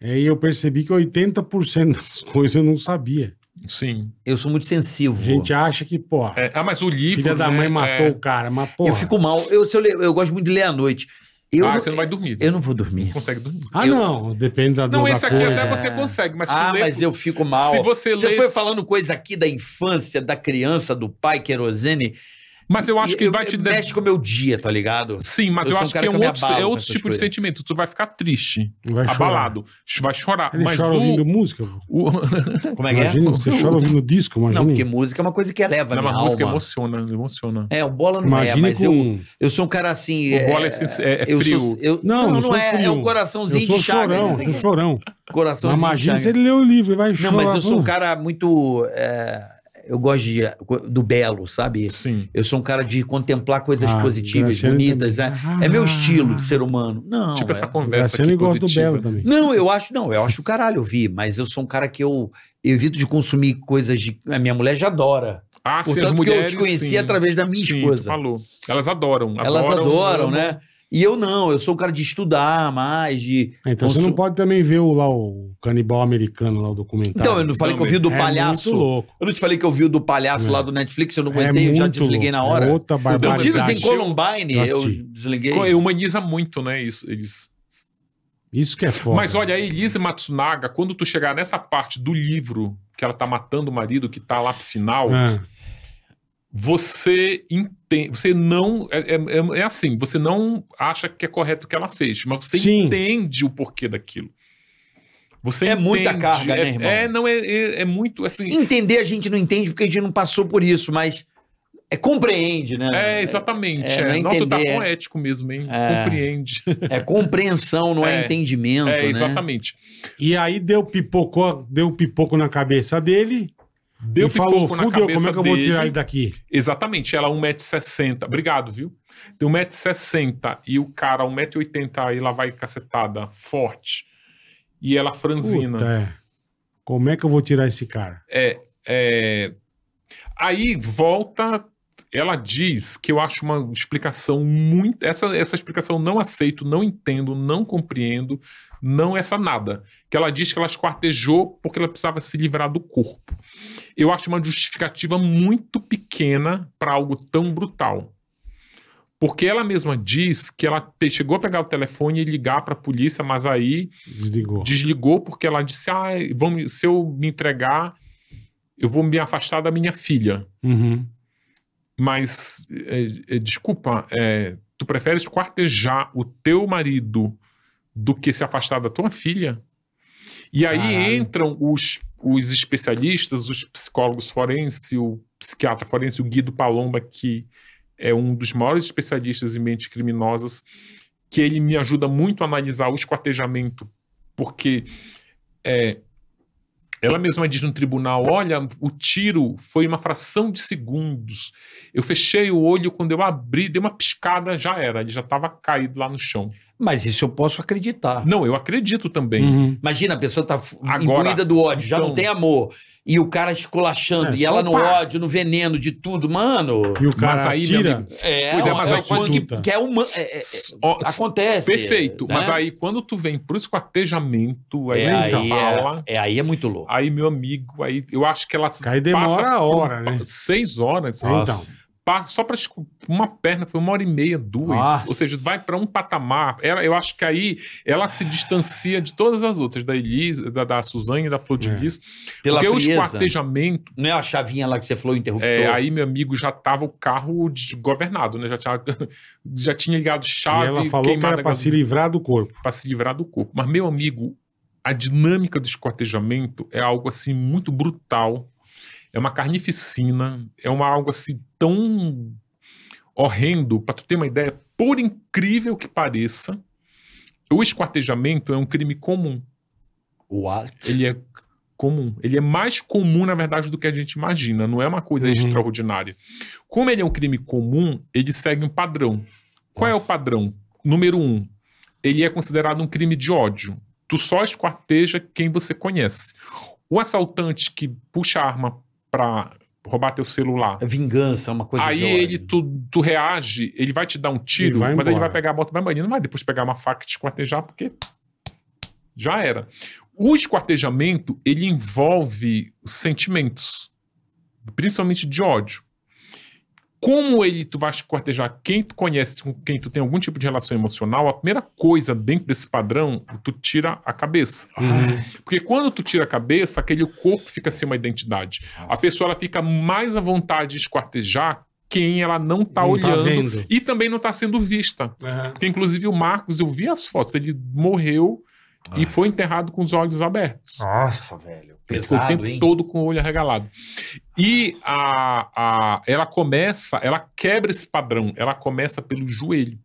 É, e eu percebi que 80% das coisas eu não sabia. Sim. Eu sou muito sensível. A gente acha que, pô, É, ah, mas o livro. filha da né, mãe matou é- o cara, mas, pô. eu fico mal. Eu, se eu, le- eu gosto muito de ler à noite. Eu, ah, não, você não vai dormir. eu não vou dormir. Não consegue dormir. Ah, eu- não, depende da Não, da esse aqui é coisa. até você consegue, mas se ah, tu ler- mas eu fico mal. Se você Você lê. foi falando coisa aqui da infância, da criança, do pai, querosene. Mas eu acho que eu- vai te. dar. Mexe com o meu dia, tá ligado? Sim, mas Eu eu, sou um acho cara que é que eu um me outro, abalo é com outro essas tipo coisas. de sentimento. Tu vai ficar triste, Vai chorar. abalado, vai chorar. Ele mas chora o- ouvindo música. pô. o- [laughs] Como é que é? Imagina, você chora ouvindo disco, imagina. Não, porque música é uma coisa que eleva Não, a minha mas a música é alma. emociona, emociona. É, o bola não é, Imagine mas eu, com... eu sou um cara assim. O bola é sens- é- é eu frio. sou- eu- Não, não, não, não sou é. É frio. um coraçãozinho Eu sou de chaga. chorão, né? eu sou chorão. Mas Coraçãozinho imagina de se chaga. ele lê o livro, ele vai Não, chorar. mas eu sou um pô. cara muito. é, eu gosto de, do belo, sabe? Sim. Eu sou um cara de contemplar coisas Ah, positivas, Graciane bonitas. também. né? Ah. É meu estilo de ser humano. Não. tipo é- essa conversa Graciane aqui gosta do positiva. Belo também. Não, eu acho, não, eu acho o caralho ouvir, mas eu sou um cara que eu evito de consumir coisas de. A minha mulher já adora. Ah, sim, as Portanto, que eu mulheres. te conheci sim. através da minha Sim, tu esposa. falou. Elas adoram. Elas adoram, amam. né? E eu não, eu sou um cara de estudar mais, de. Ah, Então você Consu- não pode também ver o, lá o canibal americano lá o documentário. Então, eu não falei que eu vi o do Tá, É palhaço. muito louco. eu não te falei que eu vi o do palhaço É. lá do Netflix, eu não É aguentei, eu já muito desliguei na louco. É hora. outra Eu barbaridade. tiro Tiros sem em Columbine, Eu eu assisti. desliguei. Co- Humaniza muito, né? Isso, eles. Isso que é foda. Mas olha, a Elise Matsunaga, quando tu chegar nessa parte do livro que ela tá matando o marido, que tá lá pro final, Ah, você entende. Você não. É, é- é assim, você não acha que é correto o que ela fez, mas você Sim. entende o porquê daquilo. Você É muita entende, carga, é, né, irmão? É, não, é, é, é muito assim. Entender a gente não entende porque a gente não passou por isso, mas é compreende, né? É, exatamente. é, É, não Nossa, tu tá entender. poético mesmo, hein? É. [laughs] Compreende. É compreensão, não é, É. entendimento, É, né? exatamente. E aí deu pipoco, deu pipoco na cabeça dele. Deu e falou, pipoco na fudeu, como é cabeça que eu vou dele." tirar ele daqui? Exatamente, ela é 1,60m. Obrigado, viu? Tem 1,60m e o cara 1,80m e lá vai cacetada, forte. E ela franzina. Puta, é. Como é que eu vou tirar esse cara? É, é... Aí volta. Ela diz que eu acho uma explicação muito. Essa, essa explicação eu não aceito, não entendo, não compreendo, não essa nada. Que ela diz que ela esquartejou porque ela precisava se livrar do corpo. Eu acho uma justificativa muito pequena para algo tão brutal. Porque ela mesma diz que ela te- chegou a pegar o telefone e ligar para a polícia, mas aí Desligou. desligou porque ela disse: ah, vamos, se eu me entregar, eu vou me afastar da minha filha. Uhum. Mas, é, é, desculpa, é, tu preferes quartejar o teu marido do que se afastar da tua filha? E aí Caralho. entram os, os especialistas, os psicólogos forenses, o psiquiatra forense, o Guido Palomba, que é um dos maiores especialistas em mentes criminosas, que ele me ajuda muito a analisar o esquartejamento, porque é, ela mesma diz no tribunal: olha, o tiro foi uma fração de segundos. Eu fechei o olho, quando eu abri, dei uma piscada, já era, ele já estava caído lá no chão. Mas isso eu posso acreditar. Não, eu acredito também. Uhum. Imagina, a pessoa tá f- Agora, imbuída do ódio, já não então- tem amor. E o cara esculachando, É, e ela só no pá. ódio, no veneno, de tudo. Mano, E o cara Mas aí, meu tira. amigo, é, Pois é, uma- mas é aí uma coisa quando- que, que é uma... é- é- Ó, acontece. perfeito. né? Mas aí, quando tu vem pro esquartejamento, aí, É, entra aí, bala, é, é, aí é muito louco. aí, meu amigo, aí eu acho que ela Aí demora passa a hora, por né? seis horas. Nossa. Então, passa só para uma perna foi uma hora e meia, duas. Nossa. Ou seja, vai para um patamar. Ela, eu acho que aí ela se distancia de todas as outras, da Elise, da, da Suzane, da Flor de É. Lis. Pela Porque o frieza. esquartejamento, Não é a chavinha lá que você falou, o interruptor? é, aí, meu amigo, já tava o carro desgovernado, né? Já tinha, [laughs] já tinha ligado E chave, ela falou que era pra se gasolina livrar do corpo. para se livrar do corpo. Mas, meu amigo, a dinâmica do esquartejamento é algo assim muito brutal. É uma carnificina, é uma algo assim tão horrendo, para tu ter uma ideia, por incrível que pareça, o esquartejamento é um crime comum. What? Ele é comum. Ele é mais comum, na verdade, do que a gente imagina. Não é uma coisa Uhum. extraordinária. Como ele é um crime comum, ele segue um padrão. Qual é o padrão? Número um, ele é considerado um crime de ódio. Tu só esquarteja quem você conhece. O assaltante que puxa a arma pra roubar teu celular, É vingança, é uma coisa aí de ódio. ele, tu, tu reage, ele vai te dar um tiro, E vai mas aí ele embora. vai pegar a moto e vai embora. Ele não vai depois pegar uma faca e te esquartejar, porque já era. O esquartejamento, ele envolve sentimentos, principalmente de ódio. Como ele, tu vai esquartejar quem tu conhece, com quem tu tem algum tipo de relação emocional, a primeira coisa dentro desse padrão, tu tira a cabeça. Uhum. Porque quando tu tira a cabeça, aquele corpo fica sem uma identidade. A pessoa ela fica mais à vontade de esquartejar quem ela não tá Não tá olhando vendo. e também não tá sendo vista. Aham. Porque, inclusive, o Marcos, eu vi as fotos, ele morreu Ah. e foi enterrado com os olhos abertos. Ah, Nossa, velho. Ele ficou o Pesado, tempo hein? todo com o olho arregalado. E a, a, ela começa, ela quebra esse padrão, ela começa pelo joelho.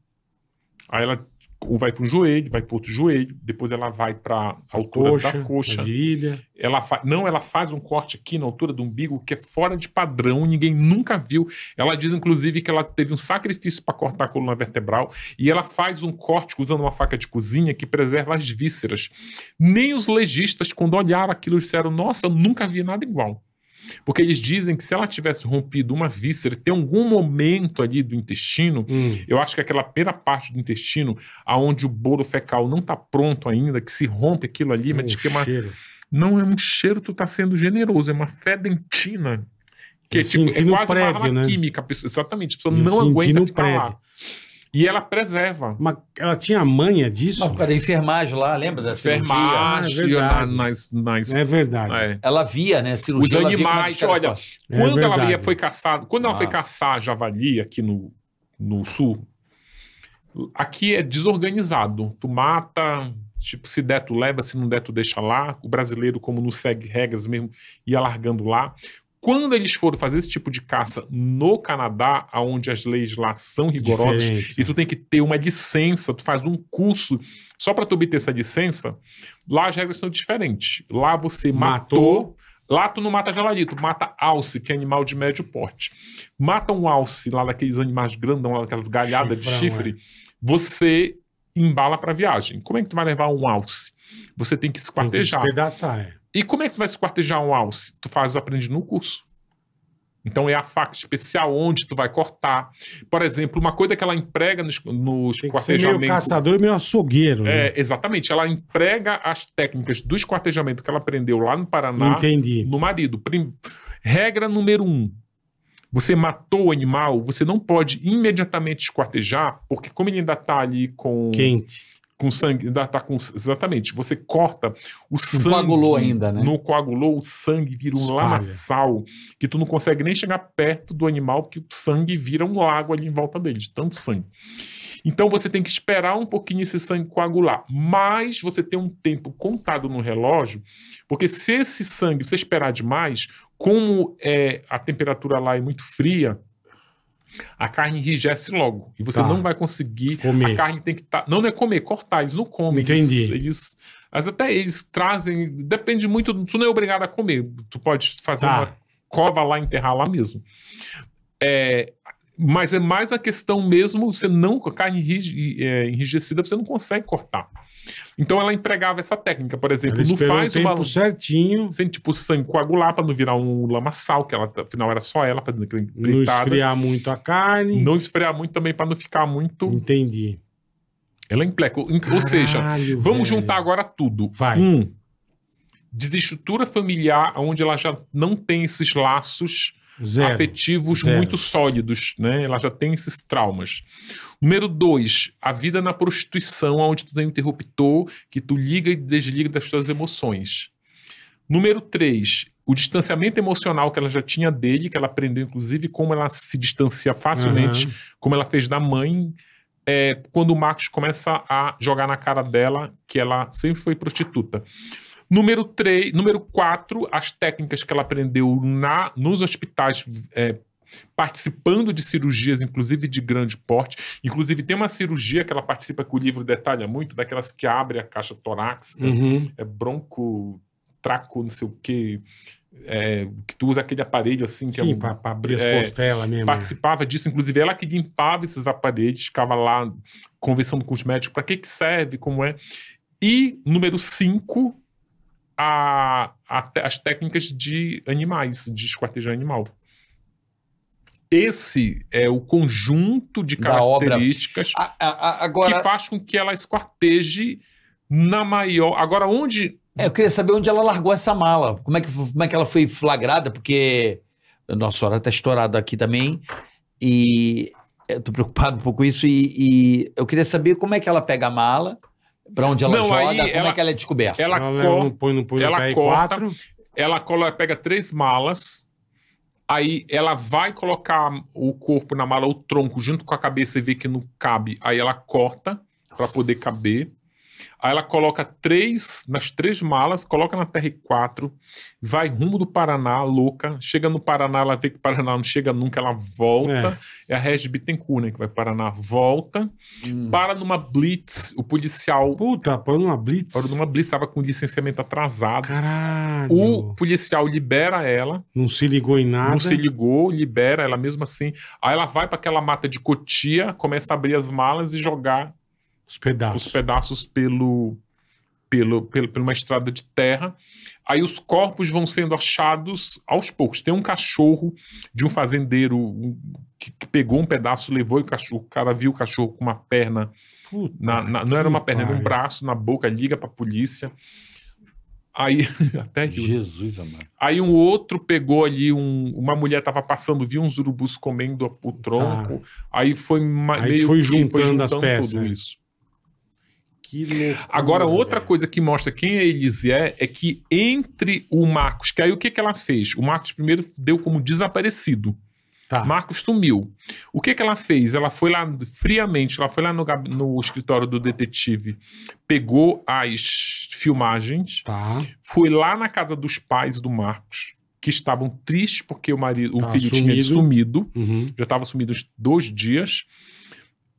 Aí ela ou vai para um joelho, vai para outro joelho, depois ela vai para a altura Coxa, tá da coxa. virilha. Ela fa- Não, ela faz um corte aqui na altura do umbigo que é fora de padrão, ninguém nunca viu. Ela diz, inclusive, que ela teve um sacrifício para cortar a coluna vertebral e ela faz um corte usando uma faca de cozinha que preserva as vísceras. Nem os legistas, quando olharam aquilo, disseram: Nossa, nunca vi nada igual. Porque eles dizem que se ela tivesse rompido uma víscera, tem algum momento ali do intestino Hum. eu acho que é aquela primeira parte do intestino, aonde o bolo fecal não está pronto ainda, que se rompe aquilo ali, mas diz que é uma- cheiro. não é um cheiro, tu tá sendo generoso, é uma fedentina. Que é, Eu tipo, é senti no quase uma prédio, arma né? química. a pessoa- Exatamente, a pessoa Eu não senti aguenta no ficar prédio. lá. E ela preserva. Mas ela tinha manha disso? Não, por causa da enfermagem lá, lembra da cirurgia? Ah, é Enfermagem, na- verdade. nas... nas É verdade. é. Ela via, né? Cirurgia. Os ela via como animais, os caras olha, fazem. É Quando ela verdade. ia, foi caçada. Quando ela foi Nossa. caçar javali aqui no, no sul, aqui é desorganizado. Tu mata, tipo, se der, tu leva, se não der, tu deixa lá. O brasileiro, como não segue regras mesmo, ia largando lá. Quando eles foram fazer esse tipo de caça no Canadá, onde as leis lá são rigorosas, Diferente. e tu tem que ter uma licença, tu faz um curso só para tu obter essa licença. Lá as regras são diferentes. Lá você Matou. matou. Lá tu não mata javali, tu mata alce, que é animal de médio porte. Mata um alce lá daqueles animais grandão, lá daquelas galhadas Chifrão, de chifre, você embala pra viagem. Como é que tu vai levar um alce? Você tem que Tem se que quartejar. Despedaçar, é. E como é que tu vai se quartejar um alce? Tu faz, aprende no curso. Então é a faca especial onde tu vai cortar. Por exemplo, uma coisa que ela emprega nos, nos Tem que ser meio quartejamentos- caçador e meio açougueiro, né? É, exatamente. Ela emprega as técnicas do esquartejamento que ela aprendeu lá no Não Paraná entendi. no marido. Prim- Regra número um. Você matou o animal, você não pode imediatamente esquartejar, porque como ele ainda está ali com, Quente. com sangue, ainda tá com. Exatamente. Você corta o sangue. coagulou ainda, né? Não coagulou, o sangue vira um Espalha. lamaçal que tu não consegue nem chegar perto do animal, porque o sangue vira um lago ali em volta dele, de tanto sangue. Então você tem que esperar um pouquinho esse sangue coagular. Mas você tem um tempo contado no relógio, porque se esse sangue, se você esperar demais, como é, a temperatura lá é muito fria, a carne enrijece logo. E você Tá. não vai conseguir a Comer. carne tem que estar. Não, não é comer, cortar. Eles não comem. Entendi. Eles, eles- mas até eles trazem. Depende muito. Tu não é obrigado a comer. Tu pode fazer Tá. uma cova lá, enterrar lá mesmo. É, mas é mais a questão mesmo. Você não. com a Carne enrige- é, enrijecida, você não consegue cortar. Então ela empregava essa técnica. Por exemplo, Ela não esperou o faz tempo uma. certinho, Sem, tipo, sangue coagular para não virar um lamaçal, que ela, afinal era só ela fazendo aquele não fritada. esfriar muito a carne. Não esfriar muito também para não ficar muito. Hum. Entendi. Ela empleca. Ou ou seja, Caralho, Vamos velho. Hum. juntar agora tudo. Vai. Um, desestrutura familiar, onde ela já não tem esses laços Zero. afetivos Zero. muito sólidos, né? Ela já tem esses traumas. Número dois, a vida na prostituição, onde tu tem um interruptor que tu liga e desliga das tuas emoções. Número três, o distanciamento emocional que ela já tinha dele, que ela aprendeu, inclusive, como ela se distancia facilmente Aham. como ela fez da mãe, é, quando o Marcos começa a jogar na cara dela que ela sempre foi prostituta. Número 3, número 4, as técnicas que ela aprendeu na, nos hospitais é, participando de cirurgias, inclusive de grande porte. Inclusive, tem uma cirurgia que ela participa, que o livro detalha muito, daquelas que abre a caixa torácica, Uhum. é bronco, traco, não sei o quê, é, que tu usa aquele aparelho assim, que é Sim, um- pra, pra abrir as É, costelas mesmo. participava disso, inclusive ela que limpava esses aparelhos, ficava lá conversando com os médicos, para que que serve, como é. E, número 5, a, a te- as técnicas de animais, de esquartejar animal. Esse é o conjunto de Da obra. características A- a- a- que agora, faz com que ela esquarteje na maior... Agora, onde... é, eu queria saber onde ela largou essa mala. Como é que, como é que ela foi flagrada? Porque nossa hora tá estourada aqui também. E eu tô preocupado um pouco com isso. E, e eu queria saber como é que ela pega a mala, pra onde ela Não, joga, aí como ela- é que ela é descoberta. Ela, Ela corta- não põe, não põe ela no pé corta. quatro. ela colo- pega três malas, aí ela vai colocar o corpo na mala, o tronco, junto com a cabeça e vê que não cabe, aí ela corta para poder caber. Aí ela coloca três nas três malas, coloca na TR4, vai rumo do Paraná, louca. Chega no Paraná, ela vê que o Paraná não chega nunca, ela volta. É, a Regis Bittencourt, né, que vai para Paraná, volta. Hum. Para numa blitz, o policial, Puta, põe numa blitz. para numa blitz, estava com licenciamento atrasado. Caralho. O policial libera ela, Não se ligou em nada. não se ligou, libera ela mesmo assim. Aí ela vai para aquela mata de cotia, começa a abrir as malas e jogar Os pedaços. os pedaços pelo, pelo, pelo, por uma estrada de terra. Aí os corpos vão sendo achados aos poucos. Tem um cachorro de um fazendeiro um, que, que pegou um pedaço, levou e o, cachorro, o cara viu o cachorro com uma perna. Puta na- na- que não era uma perna, era um pariu. braço na boca, liga pra polícia. Aí, [laughs] até riu, Jesus amado. Aí um outro pegou ali, um- uma mulher tava passando, viu uns urubus comendo a- o tronco. Aí foi ma- Tá. Aí meio foi que juntando as peças, tudo né? isso. Que loucura, Agora, outra velho. coisa que mostra quem a Elise é, é que entre o Marcos, que aí o que, que ela fez? O Marcos primeiro deu como desaparecido. Tá. Marcos sumiu. O que, que ela fez? Ela foi lá friamente, ela foi lá no, gab- no escritório do detetive, pegou as filmagens, Tá. Fui lá na casa dos pais do Marcos, que estavam tristes porque o marido, o Tava filho tinha sumido. sumido, Uhum. já estava sumido uns dois dias.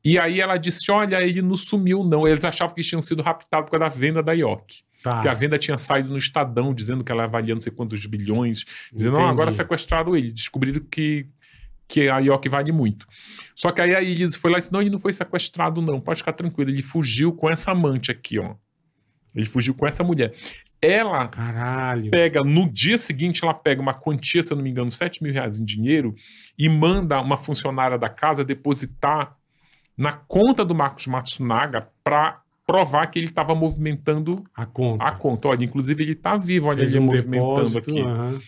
E aí ela disse: Olha, ele não sumiu, não. Eles achavam que tinham sido raptados por causa da venda da IOC. Tá. Que a venda tinha saído no Estadão, dizendo que ela valia não sei quantos bilhões. Dizendo, não, Entendi. agora sequestraram ele. Descobriram que, que a IOC vale muito. Só que aí a Elise foi lá e disse, não, ele não foi sequestrado não, pode ficar tranquilo. Ele fugiu com essa amante aqui, ó. Ele fugiu com essa mulher. Ela Caralho. pega, no dia seguinte, ela pega uma quantia, se eu não me engano, 7 mil reais em dinheiro e manda uma funcionária da casa depositar na conta do Marcos Matsunaga para provar que ele estava movimentando A conta. a conta. Olha, inclusive ele está vivo, olha Fez ele um movimentando depósito, aqui. aham.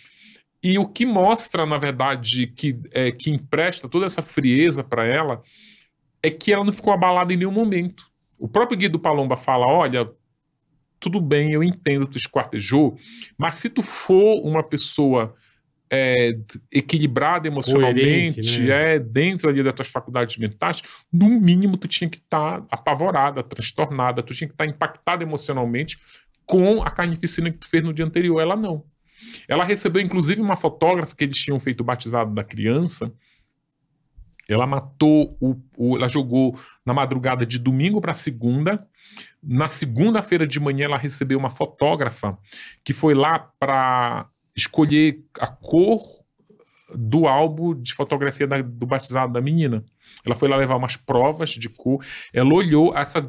E o que mostra, na verdade, que, é, que empresta toda essa frieza para ela é que ela não ficou abalada em nenhum momento. O próprio Guido Palomba fala: olha, tudo bem, eu entendo, tu esquartejou, mas se tu for uma pessoa é, d- equilibrada emocionalmente, Coerente, né? é dentro ali das tuas faculdades mentais, no mínimo tu tinha que estar apavorada, transtornada, tu tinha que estar impactada emocionalmente com a carnificina que tu fez no dia anterior. Ela não. Ela recebeu, inclusive, uma fotógrafa que eles tinham feito o batizado da criança. Ela matou, o, o- ela jogou na madrugada de domingo para segunda. Na segunda-feira de manhã, ela recebeu uma fotógrafa que foi lá para escolher a cor do álbum de fotografia da- do batizado da menina. Ela foi lá levar umas provas de cor. Ela olhou essa,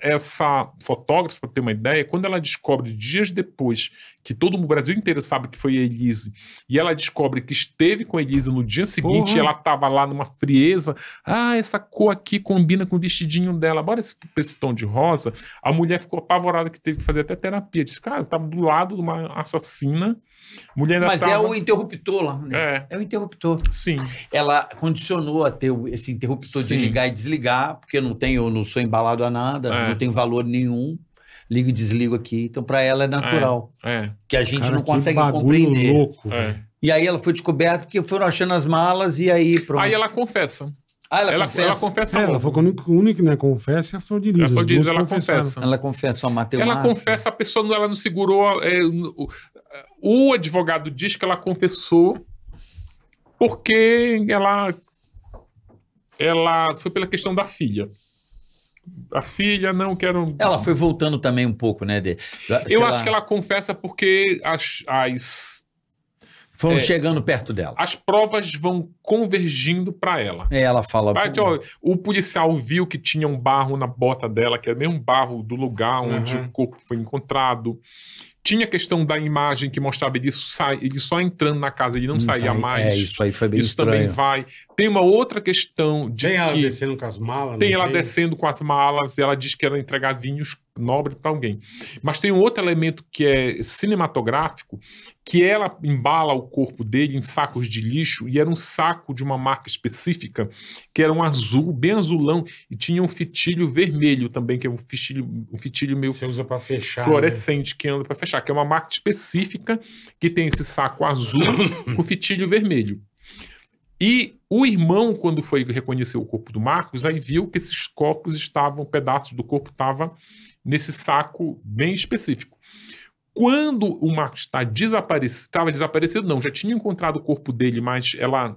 essa fotógrafa, para ter uma ideia, quando ela descobre dias depois que todo o Brasil inteiro sabe que foi a Elise, e ela descobre que esteve com a Elise no dia seguinte, Porra. e ela tava lá numa frieza. Ah, essa cor aqui combina com o vestidinho dela. Bora esse, pra esse tom de rosa. A mulher ficou apavorada que teve que fazer até terapia. Disse, cara, eu tava do lado de uma assassina. Mulher ainda Mas tava... é o interruptor lá, né? É, É o interruptor. sim. Ela condicionou a ter o- esse interruptor Sim. de ligar e desligar, porque eu não tenho, eu não sou embalado a nada, É. não tem valor nenhum. Ligo e desligo aqui. Então, para ela é natural, É, que a gente Cara, não que consegue bagulho compreender. louco, é. velho. E aí ela foi descoberta porque foram achando as malas e aí pronto. Aí ela confessa. Ah, ela, Ela, confessa. ela confessa É, logo. ela falou que o único, o único que não é confessa é a Flor de Lis. Ela As pode duas dizer, ela confessaram. confessa. Ela um confessa uma matemática. Ela confessa, a pessoa não- ela não segurou. é, o, o advogado diz que ela confessou porque ela, ela foi pela questão da filha. A filha não quero. Ela foi voltando também um pouco, né, Dê? Eu acho que ela confessa porque as, as, Foram é. chegando perto dela. as provas vão convergindo para ela. É, ela fala. Vai, ó, o policial viu que tinha um barro na bota dela, que era o mesmo um barro do lugar onde Uhum. o corpo foi encontrado. Tinha a questão da imagem que mostrava ele, sai, ele só entrando na casa, ele não, saía sai- mais. É, isso aí foi bem Isso também estranho. vai. Tem uma outra questão de Tem ela que descendo com as malas. não tem ela descendo com as malas e ela diz que era entregar vinhos nobres para alguém. Mas tem um outro elemento que é cinematográfico, que ela embala o corpo dele em sacos de lixo e era um saco de uma marca específica que era um azul, bem azulão e tinha um fitilho vermelho também, que é um fitilho, um fitilho meio Você usa pra fechar. né? fluorescente que anda para fechar, que é uma marca específica que tem esse saco azul com fitilho vermelho. E o irmão, quando foi reconhecer o corpo do Marcos, aí viu que esses corpos estavam, pedaços do corpo estava nesse saco bem específico. Quando o Marcos está desaparecido, estava desaparecido, não, já tinha encontrado o corpo dele, mas ela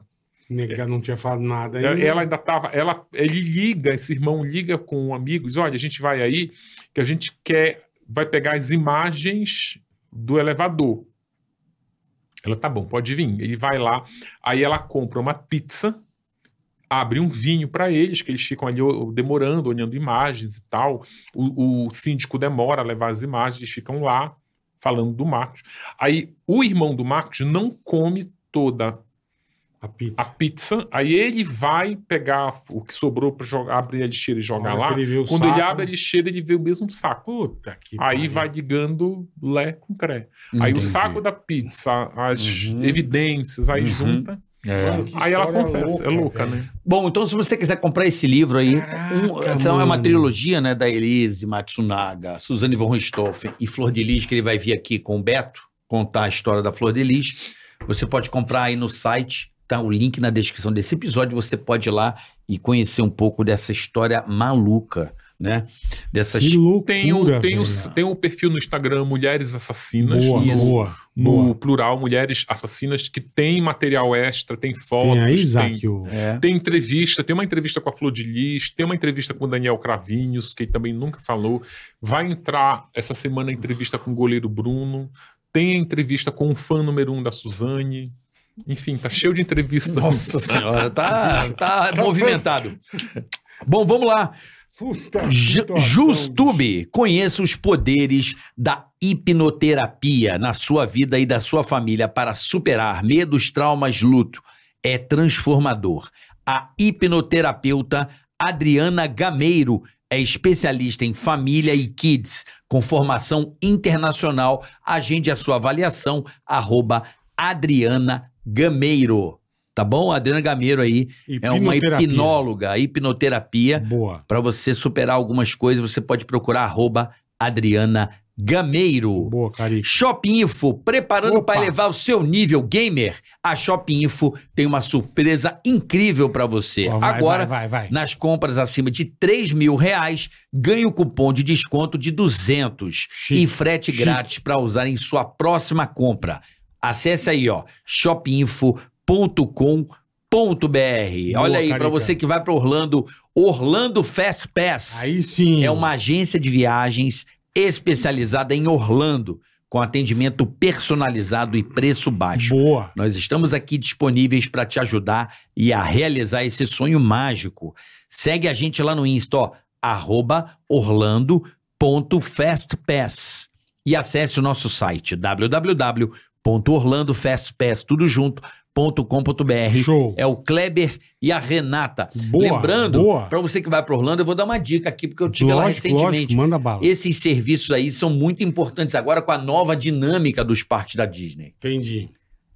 Né? Nega não tinha falado nada ainda. É. ela ela ainda tava. Ela, ele liga, esse irmão liga com um amigo, diz: olha, a gente vai aí, que a gente quer. Vai pegar as imagens do elevador. Ela tá bom, pode vir. Ele vai lá, aí ela compra uma pizza, abre um vinho para eles, que eles ficam ali ó, demorando, olhando imagens e tal. O, o síndico demora a levar as imagens, eles ficam lá falando do Marcos. Aí o irmão do Marcos não come toda A a pizza. pizza, aí ele vai pegar o que sobrou para jogar, abrir a lixeira e jogar hora lá. que ele vê o Quando saco- ele abre a lixeira, ele vê o mesmo saco. Puta que Aí pariu. vai ligando lé com cré. Aí o Entendi. saco da pizza, as Uhum. evidências, aí Uhum. junta. É. Mano, que Aí ela história confessa. é louca, velho. né? Bom, então se você quiser comprar esse livro aí, um, Caraca, senão é uma mano. trilogia, né, da Elise Matsunaga, Suzane von Richthofen e Flor de Lis, que ele vai vir aqui com o Beto contar a história da Flor de Lis. Você pode comprar aí no site, tá o link na descrição desse episódio, você pode ir lá e conhecer um pouco dessa história maluca, né? Dessas Que loucura, Tem o, tem, velho. o, tem o perfil no Instagram Mulheres Assassinas. Boa, isso, boa, No boa. plural, Mulheres Assassinas, que tem material extra, tem fotos, Tem aí, tem Isaac, o... é. Tem entrevista, tem uma entrevista com a Flor de Lis, tem uma entrevista com o Daniel Cravinhos, que ele também nunca falou. Vai entrar essa semana a entrevista com o goleiro Bruno. Tem a entrevista com o fã número um da Suzane. Enfim, tá cheio de [laughs] entrevista. Nossa senhora, tá, tá movimentado. Bom, vamos lá. Puta que Ju- situação, Justube, conheça os poderes da hipnoterapia na sua vida e da sua família para superar medos, traumas, luto. É transformador. A hipnoterapeuta Adriana Gameiro é especialista em família e kids, com formação internacional. Agende a sua avaliação, arroba Adriana Gameiro. Tá bom? Adriana Gameiro aí bicho. é uma Hipnoterapia. hipnóloga, hipnoterapia. Boa. Para você superar algumas coisas, você pode procurar arroba Adriana Gameiro. Boa, Carica. Shopping Info, preparando Opa. para elevar o seu nível gamer. A Shopping Info tem uma surpresa incrível para você. Ó, vai, Agora, Vai, vai, vai. nas compras acima de 3 mil reais, ganhe o cupom de desconto de 200 Chique. e frete Chique. grátis para usar em sua próxima compra. Acesse aí, ó, shopinfo.com.br. Boa, Olha aí, para Carica. você que vai para Orlando, Orlando Fast Pass Aí sim. é uma agência de viagens especializada em Orlando, com atendimento personalizado e preço baixo. Boa. Nós estamos aqui disponíveis para te ajudar e a realizar esse sonho mágico. Segue a gente lá no Insta, ó, arroba orlando.fastpass e acesse o nosso site www.orlandofastpass, tudo junto, ponto com ponto BR. Show. É o Kleber e a Renata. Boa, Lembrando, boa. para você que vai para Orlando, eu vou dar uma dica aqui porque eu tive lá Lógico, recentemente. lógico, manda bala. Esses serviços aí são muito importantes agora com a nova dinâmica dos parques da Disney. Entendi.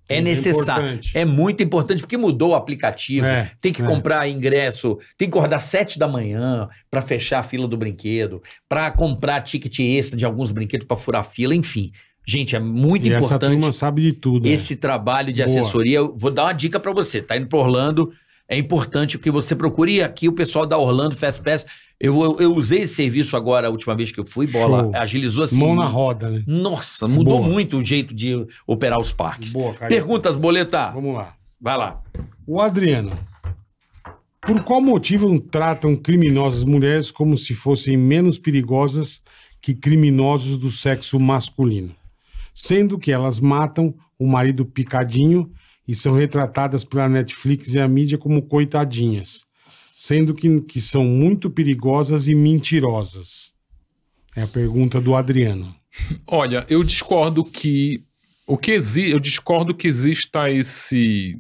É necessário. importante. É muito importante, porque mudou o aplicativo. É, tem que é. comprar ingresso, tem que acordar sete da manhã para fechar a fila do brinquedo, para comprar ticket extra de alguns brinquedos para furar a fila, enfim. Gente, é muito E essa importante turma sabe de tudo. é. esse trabalho de Boa. assessoria. Eu vou dar uma dica para você. Tá indo para Orlando, é importante que você procure. E aqui o pessoal da Orlando Fast Pass, eu, eu, eu usei esse serviço agora, a última vez que eu fui, bola, Show. agilizou assim. Mão na roda, né? Nossa, mudou Boa. muito o jeito de operar os parques. Boa, cara. Perguntas, boleta. Vamos lá. Vai lá. O Adriano. Por qual motivo tratam criminosas mulheres como se fossem menos perigosas que criminosos do sexo masculino? Sendo que elas matam o marido picadinho e são retratadas pela Netflix e a mídia como coitadinhas. Sendo que, que são muito perigosas e mentirosas. É a pergunta do Adriano. Olha, eu discordo que o que exi... eu discordo que exista esse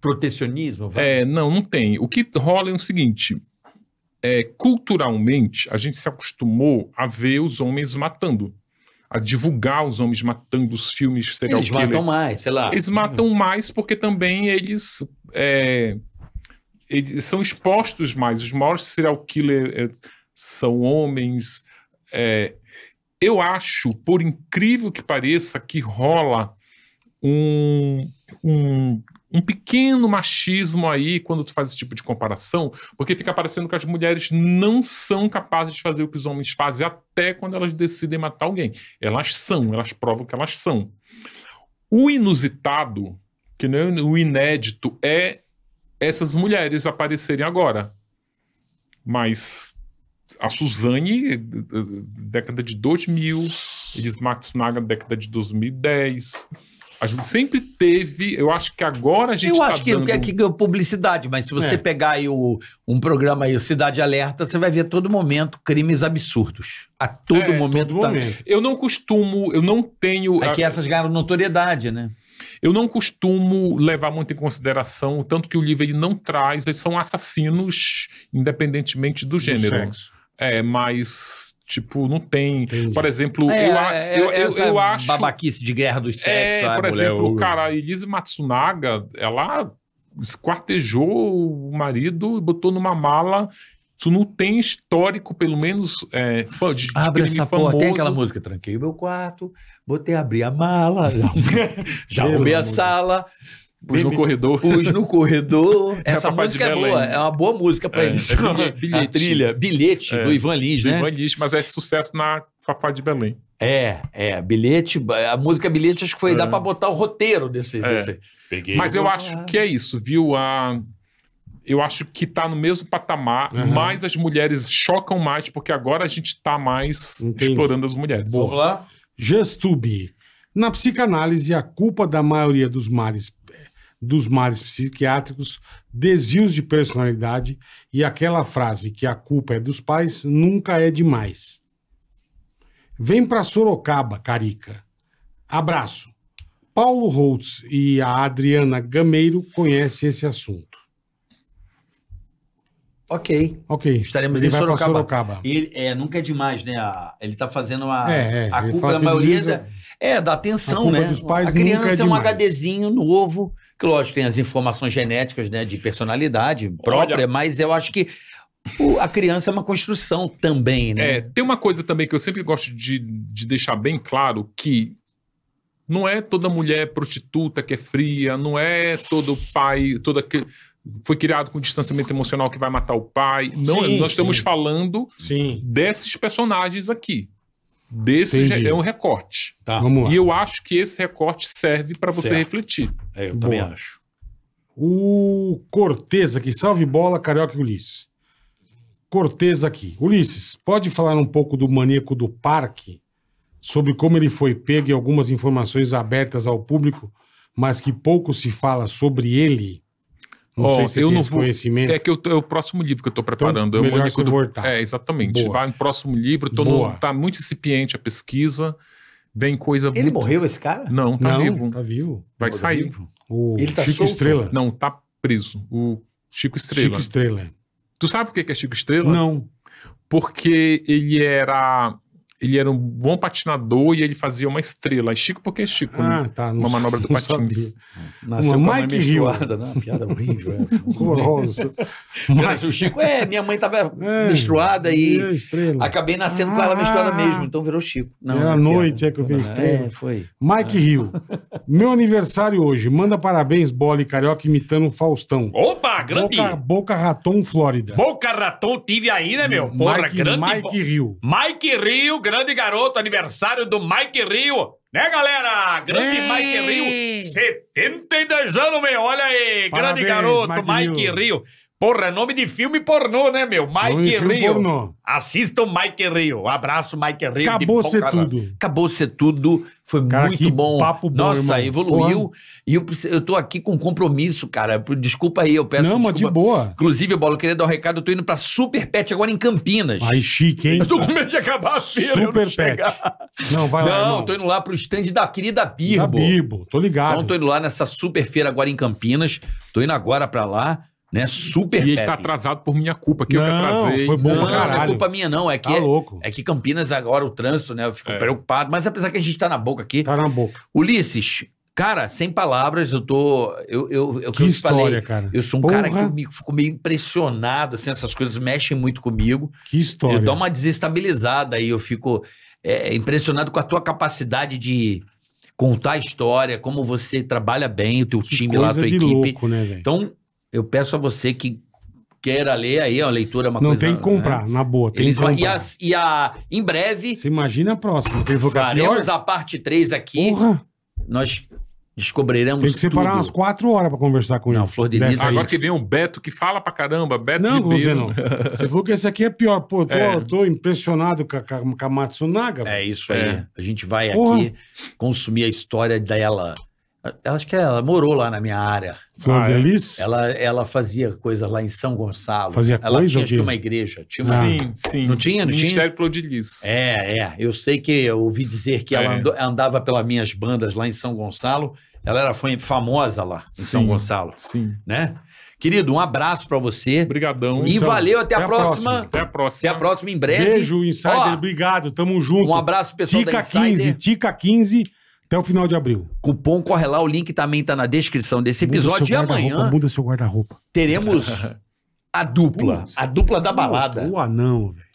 Protecionismo, vai. É, não, não tem. O que rola é o seguinte: é, culturalmente, a gente se acostumou a ver os homens matando, a divulgar os homens matando os filmes serial É, Eles killer. matam mais, sei lá. Eles matam mais porque também eles, é, eles são expostos mais. Os maiores serial killer é, são homens. é. eu acho, por incrível que pareça, que rola um, um, um pequeno machismo aí quando tu faz esse tipo de comparação, porque fica parecendo que as mulheres não são capazes de fazer o que os homens fazem até quando elas decidem matar alguém. Elas são, elas provam que elas são. O inusitado, que nem o inédito, é essas mulheres aparecerem agora. Mas a Suzane, eh, eh, década de 2000, eles Matsunaga, década de 2010. A gente sempre teve, eu acho que agora a gente eu tá acho que, é dando... que, que ganhou publicidade, mas se você É. pegar aí o- um programa aí, o Cidade Alerta, você vai ver a todo momento crimes absurdos. A todo É, momento. Todo tá- momento. Eu não costumo, eu não tenho... É que essas ganharam notoriedade, né? Eu não costumo levar muito em consideração o tanto que o livro ele não traz, eles são assassinos independentemente do Do gênero. sexo. É, mas tipo, não tem, Entendi. por exemplo, É, eu, a- é, eu, eu- essa eu acho Babaquice de guerra dos é, sexos. ah, por mulher, exemplo, eu- cara, a Elise Matsunaga, ela esquartejou o marido e botou numa mala. Tu não tem histórico, pelo menos, é, fã de, de Abre crime essa porra. Tem aquela música, tranquei o meu quarto, botei abrir a mala, [laughs] já arrumei- já Pelo arrumei a amor de sala, Pus no corredor. pus no corredor. Essa Rapaz de música é Belém. boa, é uma boa música pra É, eles. é bilhete. [laughs] a trilha, bilhete É, do Ivan Lins, né? Ivan Lins, mas é sucesso na Fafá de Belém. É, é, bilhete, a música bilhete acho que foi, É. dá pra botar o roteiro desse. É. desse. Peguei. Mas eu meu acho carro. que é isso, viu? A... Eu acho que tá no mesmo patamar, Aham. mas as mulheres chocam mais, porque agora a gente tá mais Entendi. explorando as mulheres. Vamos lá? Justube. Na psicanálise, a culpa da maioria dos males, dos males psiquiátricos, desvios de personalidade e aquela frase que a culpa é dos pais nunca é demais. Vem pra Sorocaba, Carica. Abraço. Paulo Holtz e a Adriana Gameiro conhecem esse assunto. Ok. Ok. Estaremos Ele em vai pra Sorocaba. Sorocaba. E ele- é, nunca é demais, né? A- ele tá fazendo a, É, é, a ele culpa fala da que eles maioria dizem- da, é, da atenção, a culpa né? dos pais a criança nunca é é, um demais. HDzinho novo, que lógico, tem as informações genéticas, né? De personalidade própria, Olha- mas eu acho que o- a criança é uma construção também, né? É, tem uma coisa também que eu sempre gosto de, de deixar bem claro que não é toda mulher prostituta que é fria, não é todo pai, toda que foi criado com distanciamento emocional que vai matar o pai. Não, Sim, nós estamos sim. falando Sim. desses personagens aqui. Desse Entendi. é um recorte. Tá. Vamos lá. E eu acho que esse recorte serve para você Certo. refletir. É, eu também Boa. acho. O Cortez aqui, salve bola, Carioca e Ulisses. Cortez aqui. Ulisses, pode falar um pouco do maníaco do parque? Sobre como ele foi pego e algumas informações abertas ao público, mas que pouco se fala sobre ele? Não Ó, sei se eu eu tem não esse vou- conhecimento. É que eu tô- é o próximo livro que eu estou preparando. é o Então, melhor Maníaco você do- voltar. É, exatamente. Boa. Vai no próximo livro. Tô Boa. no... Tá muito incipiente a pesquisa. Vem coisa Ele muito- morreu, esse cara? Não, tá não, vivo. tá vivo. Vai Morreu sair. vivo? O Ele tá Chico solto? Estrela. Não, tá preso. O Chico Estrela. Chico Estrela. Tu sabe por que que é Chico Estrela? Não. Porque ele era... Ele era um bom patinador e ele fazia uma estrela. É Chico porque é Chico, né? Ah, tá. não Uma sei, manobra do [laughs] não patins. sabia. Nasceu Uma com a mãe Mike Hill. menstruada, [laughs] né? Uma Piada horrível essa. Horroroso. Mas o Chico, é, minha mãe tava É. menstruada É, e Estrela. acabei nascendo com ela Ah. menstruada mesmo, então virou Chico. Era é à noite, piada. é que eu vi a estrela. É, foi. Mike Hill. Meu aniversário hoje. Manda parabéns, Bola e Carioca imitando o Faustão. Opa, grande. Boca, Boca Raton, Flórida. Boca Raton tive aí, né, meu? Porra, Mike, grande. bo- Mike Rio. Mike Rio, grande garoto, aniversário do Mike Rio. Né, galera? Grande Ei! Mike Rio, 72 anos, meu. Olha aí, grande Parabéns, garoto, Mike, Mike Rio. Rio. Porra, é nome de filme pornô, né, meu? Mike Mike Rio. Pornô. Assista o Mike Rio. Um abraço, Mike Rio. de Acabou bom ser caralho. tudo. Acabou ser tudo, foi Cara, muito que bom. papo bom, Nossa, irmão. evoluiu. E eu, preciso- eu tô aqui com compromisso, cara. Desculpa aí, eu peço Não, mas de desculpa. boa. Inclusive, Bola, eu queria dar um recado, eu tô indo pra Super Pet agora em Campinas. Aí [laughs] chique, hein? Eu tô com medo de acabar a feira. eu não Super chegar. pet. Não, vai Não, lá. eu tô indo lá pro stand da querida Da Birbo. Bibo, tô ligado. Então tô indo lá nessa super feira agora em Campinas. Tô indo agora pra lá, né? Super E ele tá Pet. atrasado por minha culpa, que eu que Não, atrasei. foi bom Não, pra não é caralho. culpa minha não, é que Tá louco. é que Campinas agora o trânsito, né? Eu fico É. preocupado, mas apesar que a gente tá na boca aqui. Tá na boca. Ulisses, cara, sem palavras, eu tô eu eu, é eu, Que eu te história, cara. Eu sou um cara que Porra. eu me- fico meio impressionado, assim, essas coisas mexem muito comigo. Que Eu história. dou uma desestabilizada aí, eu fico é, impressionado com a tua capacidade de contar a história, como você trabalha bem o teu Que time lá, a tua de equipe. louco, né, velho? Então, eu peço a você que queira ler aí, ó, a leitura é uma Não coisa... tem que comprar, na boa. Tem Eles que vão- comprar. e, assim, a, e a- em breve, Você imagina a próxima. Tem que ficar pior? faremos a parte 3 aqui. Porra, Nós descobriremos tem que separar tudo. umas quatro horas pra conversar com ele. Não, Flor de Lis- é Dessa aí. Agora que vem o Beto que fala pra caramba, Beto Não, vou dizer Ribeiro. [laughs] não. Você falou que esse aqui é pior. Pô, eu tô, É. tô impressionado com a, com a Matsunaga. velho. É isso aí. É. A gente vai Porra. aqui consumir a história dela. Eu acho que ela morou lá na minha área. Flor Ah, de é. Lis? Ela, ela fazia coisas lá em São Gonçalo. Fazia ela coisa, tinha acho que Gui? uma igreja. Tinha uma... Sim, sim. Ah. Não tinha, não tinha? Ministério Clodilis. É, é. Eu sei que eu ouvi dizer que ela É. andou- andava pelas minhas bandas lá em São Gonçalo. Ela era fam- famosa lá em São Sim. Gonçalo, Sim. né? Querido, um abraço pra você. Obrigadão. E Então, valeu, até, a próxima. Até a Até próxima. a próxima em é breve. Beijo, Insider. Ó, obrigado. Tamo junto. Um abraço, pessoal da Tica Insider. 15, Tica 15, até o final de abril. Cupom corre lá, o link também tá na descrição desse Muda episódio. seu E guarda-roupa, amanhã Muda seu guarda-roupa. teremos [laughs] a dupla, Putz. a dupla da balada. O anão, velho.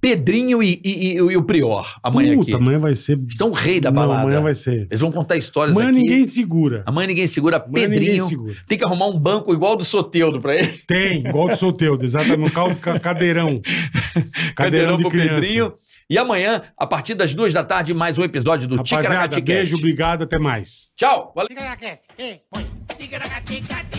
Pedrinho e, e- e- e o Prior, amanhã Puta, aqui. amanhã vai ser. São o rei da Não, balada. amanhã vai ser. Eles vão contar histórias Amanhã aqui. ninguém segura. Amanhã ninguém segura. Amanhã Pedrinho ninguém segura. tem que arrumar um banco igual do Soteudo pra ele. Tem, igual do Soteudo, exatamente. Um caldo ca- [laughs] cadeirão. [laughs] Cadeirão, de pro criança. Pedrinho. E amanhã, a partir das duas da tarde, mais um episódio do Rapaziada, Ticaracatiquete. beijo, obrigado, até mais. Tchau. Valeu. Ticaracati, eh, põe. Ticaracati, cati,